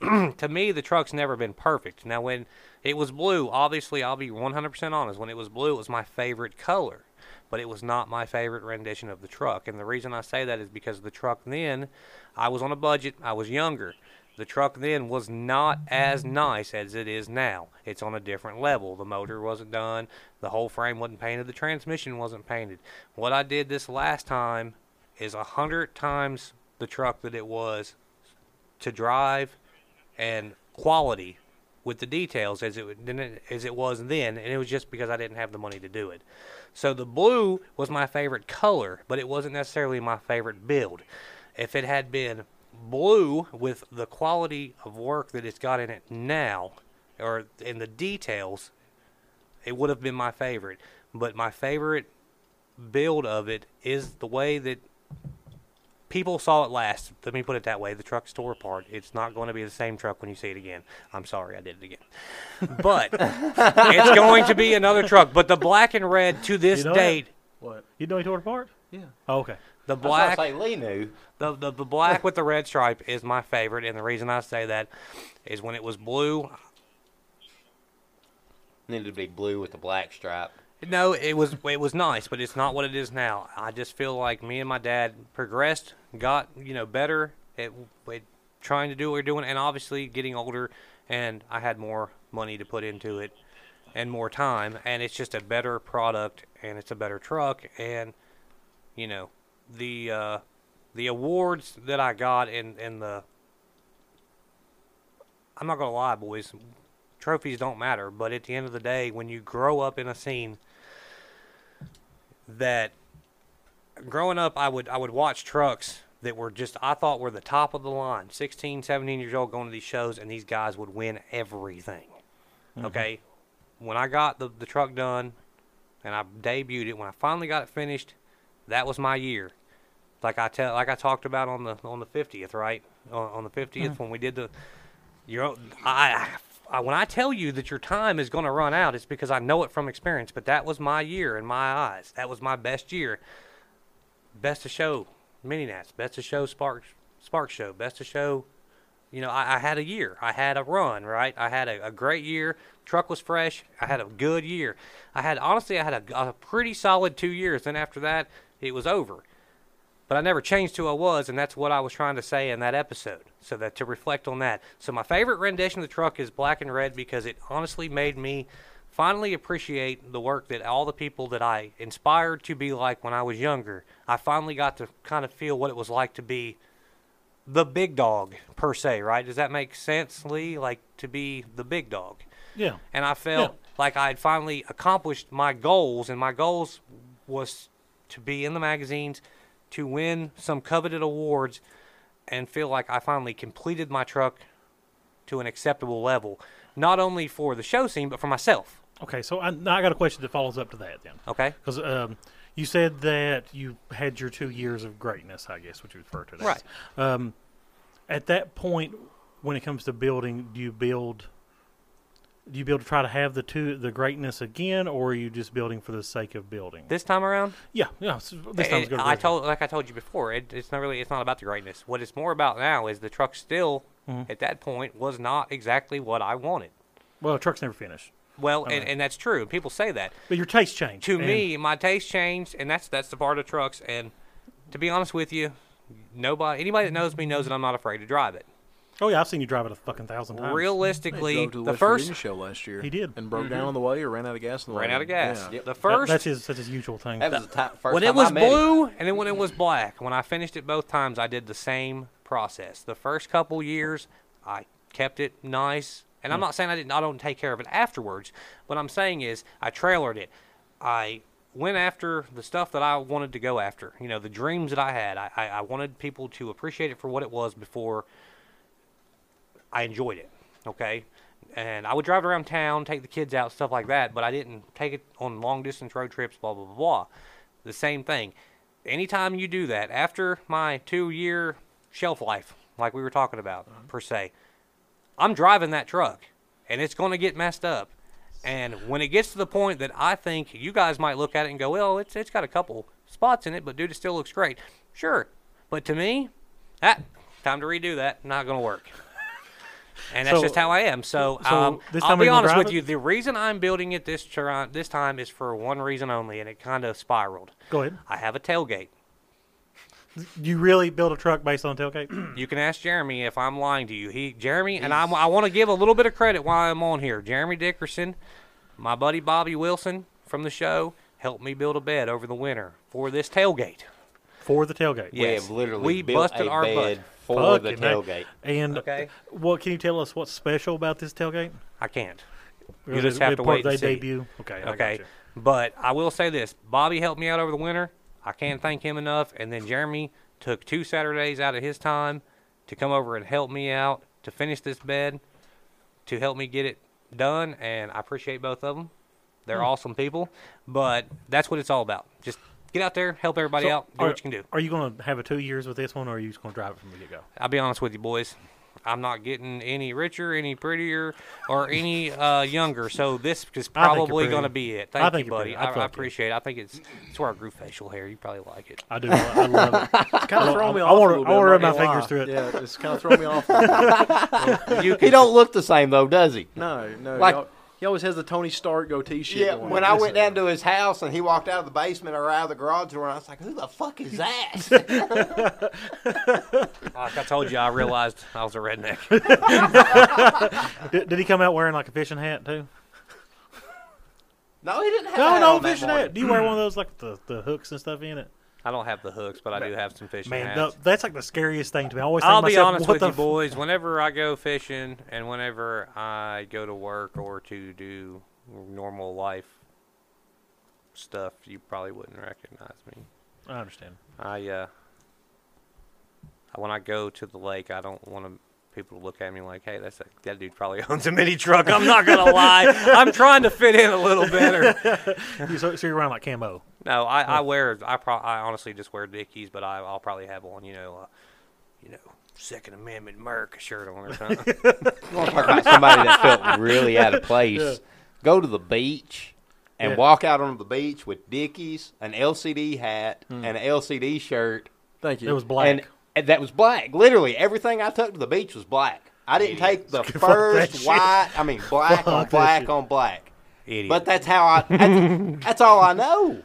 to me, the truck's never been perfect. Now, when it was blue, obviously, I'll be 100% honest. When it was blue, it was my favorite color, but it was not my favorite rendition of the truck. And the reason I say that is because the truck then, I was on a budget, I was younger. The truck then was not as nice as it is now. It's on a different level. The motor wasn't done, the whole frame wasn't painted, the transmission wasn't painted. What I did this last time is a hundred times the truck that it was to drive and quality with the details as it would- than it- as it was then, and it was just because I didn't have the money to do it. So the blue was my favorite color, but it wasn't necessarily my favorite build. If it had been blue with the quality of work that it's got in it now, or in the details, it would have been my favorite. But my favorite build of it is the way that people saw it last. Let me put it that way. The truck store part. It's not going to be the same truck when you see it again. I'm sorry, I did it again. But it's going to be another truck. But the black and red to this
You know
date,
What?
You know he tore it apart?
Yeah.
Oh, okay.
the
I was
black,
gonna say Lee knew.
the, the the black with the red stripe is my favorite. And the reason I say that is when it was blue.
Needed to be blue with the black stripe.
No, it was it was nice, but it's not what it is now. I just feel like me and my dad progressed, got you know better at, at trying to do what we're doing, and obviously getting older, and I had more money to put into it, and more time, and it's just a better product, and it's a better truck, and you know the uh, the awards that I got and and the I'm not gonna lie, boys, trophies don't matter, but at the end of the day, when you grow up in a scene that growing up I would I would watch trucks that were just I thought were the top of the line, 16, 17 years old going to these shows and these guys would win everything. Okay? When I got the, the truck done and I debuted it, when I finally got it finished, that was my year. Like I tell like I talked about on the on the 50th, right? On, on the 50th when we did the your own, I, I when I tell you that your time is going to run out, it's because I know it from experience. But that was my year in my eyes. That was my best year. Best of show, mini nats. Best of show, spark spark show. Best of show. You know, I, I had a year. I had a run. Right. I had a, a great year. Truck was fresh. I had a good year. I had honestly, I had a, a pretty solid two years. Then after that, it was over but I never changed who I was, and that's what I was trying to say in that episode. So that to reflect on that. So my favorite rendition of the truck is black and red because it honestly made me finally appreciate the work that all the people that I inspired to be like when I was younger. I finally got to kind of feel what it was like to be the big dog per se, right? Does that make sense, Lee? Like to be the big dog
Yeah.
and I felt like I had finally accomplished my goals, and my goals was to be in the magazines, to win some coveted awards, and feel like I finally completed my truck to an acceptable level, not only for the show scene but for myself.
Okay, so I, now I got a question that follows up to that then.
Okay.
Because um, you said that you had your two years of greatness, I guess, what you refer to that.
Right.
Um, at that point, when it comes to building, do you build? Do you build to try to have the two the greatness again, or are you just building for the sake of building?
This time around,
yeah, yeah. s- This
it-
sounds good.
Eh, I told, like I told you before, it, it's not really, it's not about the greatness. What it's more about now is the truck still,
Mm-hmm.
at that point, was not exactly what I wanted.
Well, the truck's never finished,
Well, and, and that's true. People say that.
but your taste changed.
to
and-
me, my taste changed, and that's that's the part of trucks. And to be honest with you, nobody, anybody that knows me knows that I'm not afraid to drive it.
Oh yeah, I've seen you drive it a fucking thousand times.
Realistically,
Drove to
the
the, West
first
Virginia show last year.
He did.
and broke down on the way, or ran out of gas. On the
ran
way.
out of gas.
Yeah.
The
That-
first
that's his that's his usual thing.
That was the top, first
when
time
it was
I met him.
blue and then when it was black when i finished it both times i did the same process the first couple years i kept it nice and
Hmm.
i'm not saying i didn't i don't take care of it afterwards what i'm saying is i trailered it i went after the stuff that i wanted to go after you know the dreams that i had i, I, I wanted people to appreciate it for what it was before I enjoyed it. Okay. And I would drive around town, take the kids out, stuff like that, but I didn't take it on long distance road trips, blah, blah, blah, blah. The same thing. Anytime you do that, after my two year shelf life, like we were talking about, per se, I'm driving that truck, and it's going to get messed up. And when it gets to the point that I think you guys might look at it and go, "Well, it's it's got a couple spots in it, but dude, it still looks great." Sure, but to me, that time to redo that. Not going to work. And that's
So-
just how I am. So,
so
um,
this
I'll
time
be
you're gonna
honest
drive
with
it?
you. The reason I'm building it this try- this time is for one reason only, and it kind of spiraled.
Go ahead.
I have a tailgate.
You really build a truck based on tailgate?
You can ask Jeremy if I'm lying to you. He, Jeremy, and I'm, I want to give a little bit of credit while I'm on here. Jeremy Dickerson, my buddy Bobby Wilson from the show, helped me build a bed over the winter for this tailgate.
for the tailgate.
We
Yes,
have literally
we
built
busted
a
our butt.
bed for the
Fucking heck.
tailgate.
And
Okay.
well, can you tell us what's special about this tailgate?
I can't.
Or
You
is
just
it
have to
before
wait
They
and see.
debut. Okay. I
Okay.
gotcha.
But I will say this Bobby helped me out over the winter. I can't thank him enough. And then Jeremy took two Saturdays out of his time to come over and help me out to finish this bed, to help me get it done. And I appreciate both of them.
Hmm.
They're awesome people. But that's what it's all about. Just get out there, help everybody
So
out, do
are,
what you can do.
Are you going to have a two years with this one, or are you just going to drive it from the get go?
I'll be honest with you, boys. I'm not getting any richer, any prettier, or any uh, younger. So this is
I think you're
probably
pretty.
going to be it.
I
Thank
think
you,
you're
buddy.
pretty. I
I,
fuck
I,
you.
appreciate. it. I think it's it's where I grew facial hair. You probably like it.
I do. I love it.
Kind of
I-
throwing me
I
off. a
wanna-
little
I
bit,
wanna
I'm
rub
not
my
gonna
fingers
lie.
through it.
Yeah, it's kind of throwing me off. a little.
You
He
can-
don't look the same though, does he?
no, no.
Like-
y'all- he always has the Tony Stark goatee shit.
Yeah,
going
when
on.
I went down to his house and he walked out of the basement or out of the garage door, I was like, "Who the fuck is that?"
like I told you, I realized I was a redneck.
Did, did he come out wearing like a fishing hat too?
no, he didn't have.
No,
that
no
on that
fishing
morning.
hat. Do you wear one of those like with the, the hooks and stuff in it?
I don't have the hooks, but I do have some fishing
Man,
hats.
tha- that's like the scariest thing to me. I always think
I'll
myself,
be honest
what
with
the
you,
f-
boys. Whenever I go fishing and whenever I go to work or to do normal life stuff, you probably wouldn't recognize me.
I understand.
I uh, when I go to the lake, I don't want to, people to look at me like, "Hey, that's a, that dude probably owns a mini truck." I'm not gonna lie, I'm trying to fit in a little better.
You- so, so you're wearing like camo.
No, I, I wear, I pro- I honestly just wear Dickies, but I, I'll probably have on, you know, uh, you know, Second Amendment Merc shirt on or something.
You want to talk about somebody that felt really out of place? Go to the beach and
Yeah.
walk out on the beach with Dickies, an LCD hat, and an LCD shirt,
Thank you.
It was black.
And, and that was black. Literally, everything I took to the beach was black. I didn't take the
Fuck that
first
shit.
white. I mean, black
Fuck
on
that
black
shit.
on black.
Idiot.
But that's how I. That's, that's all I know.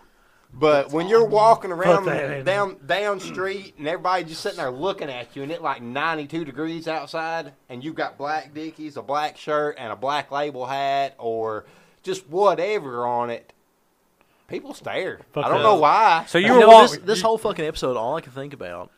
But when you're walking around
that in.
down down street and everybody just sitting there looking at you and it like 92 degrees outside and you've got black dickies, a black shirt, and a black label hat or just whatever on it, people stare.
Fuck
I don't
that.
know why.
so you
You
were
know,
walking.
this, this whole fucking episode, all I can think about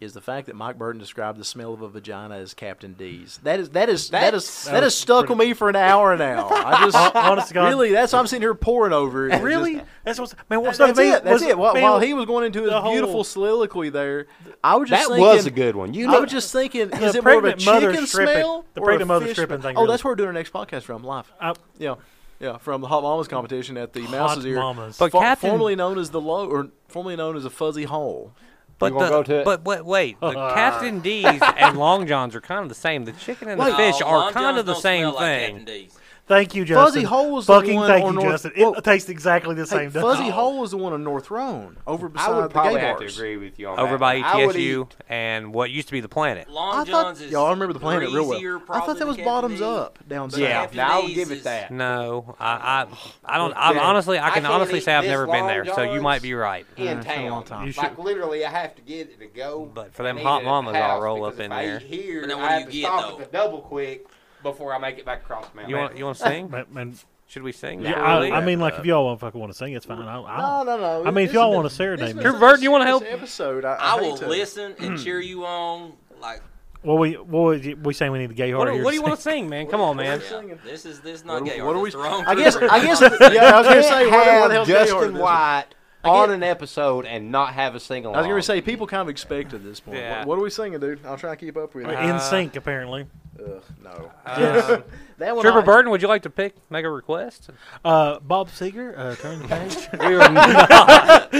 is the fact that Mike Burton described the smell of a vagina as Captain D's. That is that is that is that has stuck with me for an hour now. I just
honest to God.
really that's what I'm sitting here pouring over. it. It's
really?
just-
that's what's man. What's
that's
that mean?
it. That's
Was-
it. While,
man,
while he was going into his
the whole-
beautiful soliloquy there, I was
That
just thinking,
was a good one. You
I
know,
was just thinking,
The
is it more of a
pregnant mother
chicken
stripping-
smell?
the
or a
pregnant mother
fish
stripping
smell?
thing
Oh,
really-
that's where we're doing our next podcast from live.
I-
Yeah, yeah, from the Hot Mamas competition at the
Hot
Mouse's Ear,
Mamas.
But
fo-
Captain-
formerly known as the low or formerly known as a fuzzy hole.
but
You gonna
the-
go to it?
but wait, wait, the Captain D's and Long Johns are kind of the same. The chicken and the
No,
fish are
Oh, Long
kind
Johns
of the
don't
same
smell like
thing.
Captain D's.
thank you, Justin.
Fuzzy Hole was the
fucking
one
thank
on
you,
North-
Justin.
Whoa.
It tastes exactly the
Hey,
same. doesn't
Fuzzy
it?
Hole was the one on North Roan over beside
I would
the gay
probably have to
bars.
agree with you on
over
that
by E
one. I e- would
ETSU
eat-
and what used to be the planet.
I
Long
thought,
John's is.
y'all remember the planet real
greasier
well. I
probably
thought that
than
was
Captain
bottoms
D's.
up.
up down south.
Yeah,
Captain
now I'll
D's
give it
is-
that.
No, I, I, I don't. I,
Dude,
honestly, I
I
can
can't
honestly
eat
say I've
this
never been
Long
there, so you
John's.
might be right.
in
been a long
town.
time.
You
Like
should-
literally, I have to get it to go.
But for them
and eat
hot
it at the
mamas, I'll
house
roll up
because
in
if I
there.
eat here,
But then
I
what do
have
you
to
get,
stop at
though?
the double quick before I make it back across the mountain.
You want you want to sing?
Man, man,
Should we sing?
yeah,
Now, really?
I, I mean, like if y'all want fucking want to sing, it's fine. I, I,
no, no.
I mean, if
It's
y'all
been-
want to
it's
serenade me,
been
Vert,
this-
you wanna help?
this Episode, I,
I
hate
will
to-
listen and cheer you on. Like,
well, we well, we saying we need the gay
what,
heart.
do-
here
what do you
sing.
want to sing, man? Come on, man.
yeah, this is this is not
What do-
gay.
what
art.
do we-
It's the wrong
I guess.
group.
I guess. Yeah, I was gonna
Can't
say what, what the
have
hell's gay heart
Justin
is.
White on
get-
an episode and not have a single.
I was gonna say people kind of expect at this point.
Yeah.
What, what are we singing, dude? I'll try to keep up with it.
In sync, apparently.
Ugh, no.
Um,
That one.
Trooper
I-
Burton, would you like to pick, make a request?
Uh, Bob Seger, uh, turn the page.
We were not-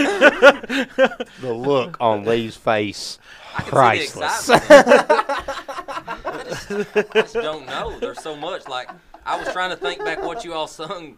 the look on Lee's face,
I can see the
priceless.
excitement. I just, I just don't know. There's so much. Like I was trying to think back what you all sung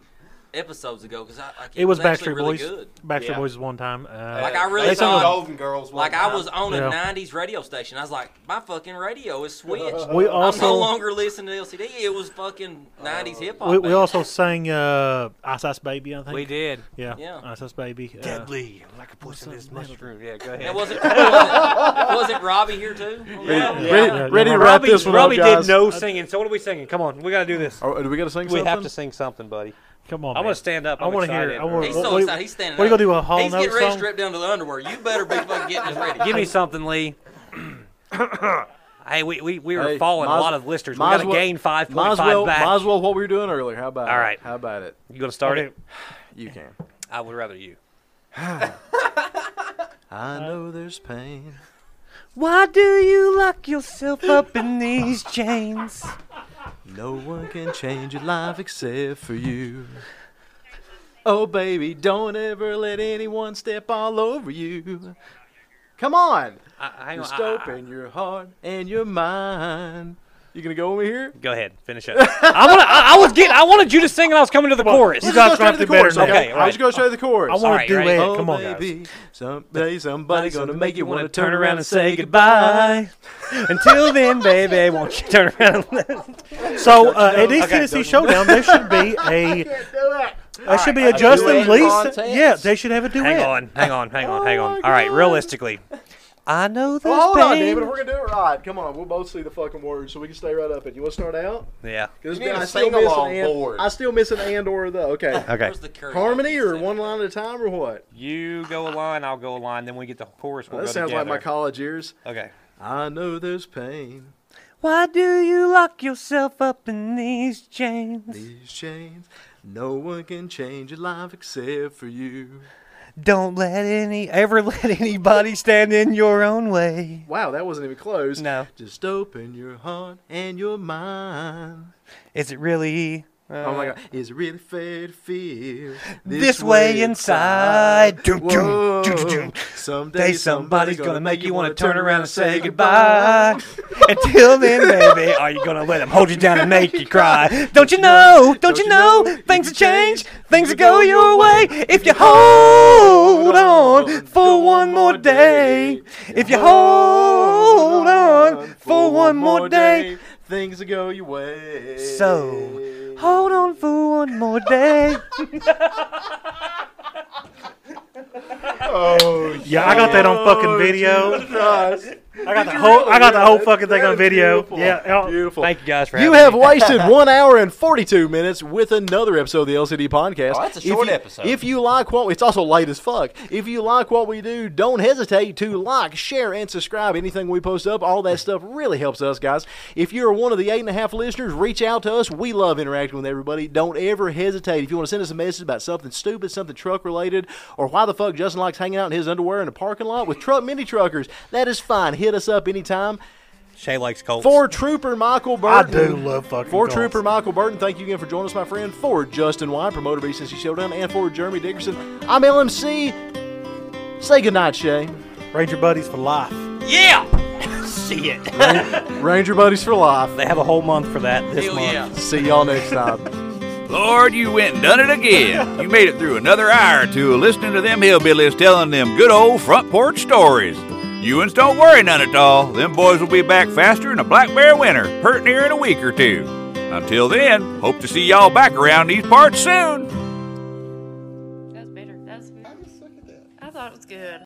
episodes ago because I, like,
It was
actually
Backstreet
really
Boys.
good.
Backstreet
Yeah.
Boys one time. Uh,
Like I really
They sung
thought,
Golden Girls. one
like I
time.
was on
Yeah.
a '90s radio station. I was like, my fucking radio is switched.
we
I'm no
also
longer listening to LCD. It was fucking '90s hip hop.
we, we also sang uh, Ice Ice Baby. I think
We did.
Yeah,
Yeah.
Ice Ice Baby. Uh,
Deadly, like a poisonous mushroom. Yeah, go ahead.
And was it, was it was it Robbie here too?
Ready,
Yeah.
ready,
Yeah,
ready to
yeah.
wrap
Robbie,
this one
Robbie
up, guys.
did no singing. So what are we singing? Come on, we gotta do this.
Are- Oh, do we got to sing
We
something?
have to sing something, buddy.
Come on,
I
man.
want to stand up.
I
I'm
wanna hear it.
excited.
I wanna-
He's
What-
so
what are you-
excited. He's standing.
what are you
up.
gonna do, a Hall
He's getting
Note
ready to
song?
strip down to the underwear. You better be fucking getting this ready.
Give me something, Lee. hey, we we, we were
Hey,
falling a
might as-
lot of listeners. We
might as
gotta
well-
gain five
Might
point
as well,
five back.
might as well what we were doing earlier. How about
All
it?
right.
How about it?
You gonna start it?
You can.
I would rather you. Uh,
I know there's pain.
Why do you lock yourself up in these chains?
No one can change your life except for you. Oh, baby, don't ever let anyone step all over you. Come on.
I, hang on.
Just
I- I-
open your heart and your mind. You gonna go over here?
Go ahead, finish up. I'm gonna, I, I was getting. I wanted you to sing, and I was coming to the chorus.
Let's
guys
go straight
gotta
to the
do better
chorus,
than that.
okay?
Okay,
I'll just go straight to the chorus.
I want
Alright,
to do
ready?
it.
oh,
Come on, guys.
baby, someday somebody's gonna make you wanna
wanna
turn around and say goodbye.
goodbye. Until then, baby, won't you turn around? And listen?
So uh, at East
Okay,
Tennessee Showdown, there should be a there should be a
A
Justin
duet
Lee.
contest?
Yeah, they should have a duet.
hang on, hang on, hang on, hang on. All right, realistically, I know there's
Well, hold on,
pain.
David. If we're gonna do it right, come on. We'll both see the fucking words, so we can stay right up it. You want to start out?
yeah.
'Cause
You need
I
a
still miss
sing-along
an and-
board.
I still miss an and or though. Okay.
Okay.
Where's the curry?
Harmony or one line at a time or what?
You go a line, I'll go a line. Then we get the chorus. We'll
that
go
sounds
together.
like my college years.
Okay.
I know there's pain.
Why do you lock yourself up in these chains?
These chains, no one can change your life except for you.
Don't let any ever let anybody stand in your own way.
Wow, that wasn't even close.
No.
Just open your heart and your mind.
Is it really
oh my God, is it really fair to feel this,
this way inside? Doom, doom,
Whoa.
doom, doom, doom.
Someday
day somebody's gonna make you wanna turn around and say goodbye?
goodbye.
Until then, baby, are you gonna let them hold you down and make you cry? Don't you know? Oh, Don't you know? Things will change. Things will go your way if you hold on for one more day. If you hold on for one more day.
Things will go your way.
So, hold on for one more day.
Oh,
Yeah, I got that on fucking
Oh,
video.
Christ.
I got the whole I got the whole fucking thing on video. Yeah, I'll-
Beautiful.
Thank you guys for having
You
me.
have wasted one hour and forty-two minutes with another episode of the LCD podcast.
Oh, that's a
If
short
you-
episode.
If you like what it's also late as fuck. If you like what we do, don't hesitate to like, share, and subscribe. Anything we post up, all that stuff really helps us, guys. If you're one of the eight and a half listeners, reach out to us. We love interacting with everybody. Don't ever hesitate. If you want to send us a message about something stupid, something truck related, or why the fuck Justin likes hanging out in his underwear in a parking lot with truck mini truckers, that is fine. Hit us up anytime.
Shay likes Colts.
For Trooper Michael
I
Burton.
do love fucking
For
golf.
Trooper Michael Burton, thank you again for joining us, my friend. For Justin Y, promoter of Recency Showdown, and for Jeremy Dickerson, I'm LMC. Say goodnight, Shay.
Ranger Buddies for life.
Yeah! See it.
Ranger Buddies for life.
They have a whole month for that this
Hell
month.
yeah.
See y'all next time.
Lord, you went and done it again. You made it through another hour or two of listening to them hillbillies telling them good old front porch stories. You uns don't worry none at all. Them boys will be back faster than a black bear winter, hurting here in a week or two. Until then, hope to see y'all back around these parts soon.
That's better. That's. I just look at that. I thought it was good.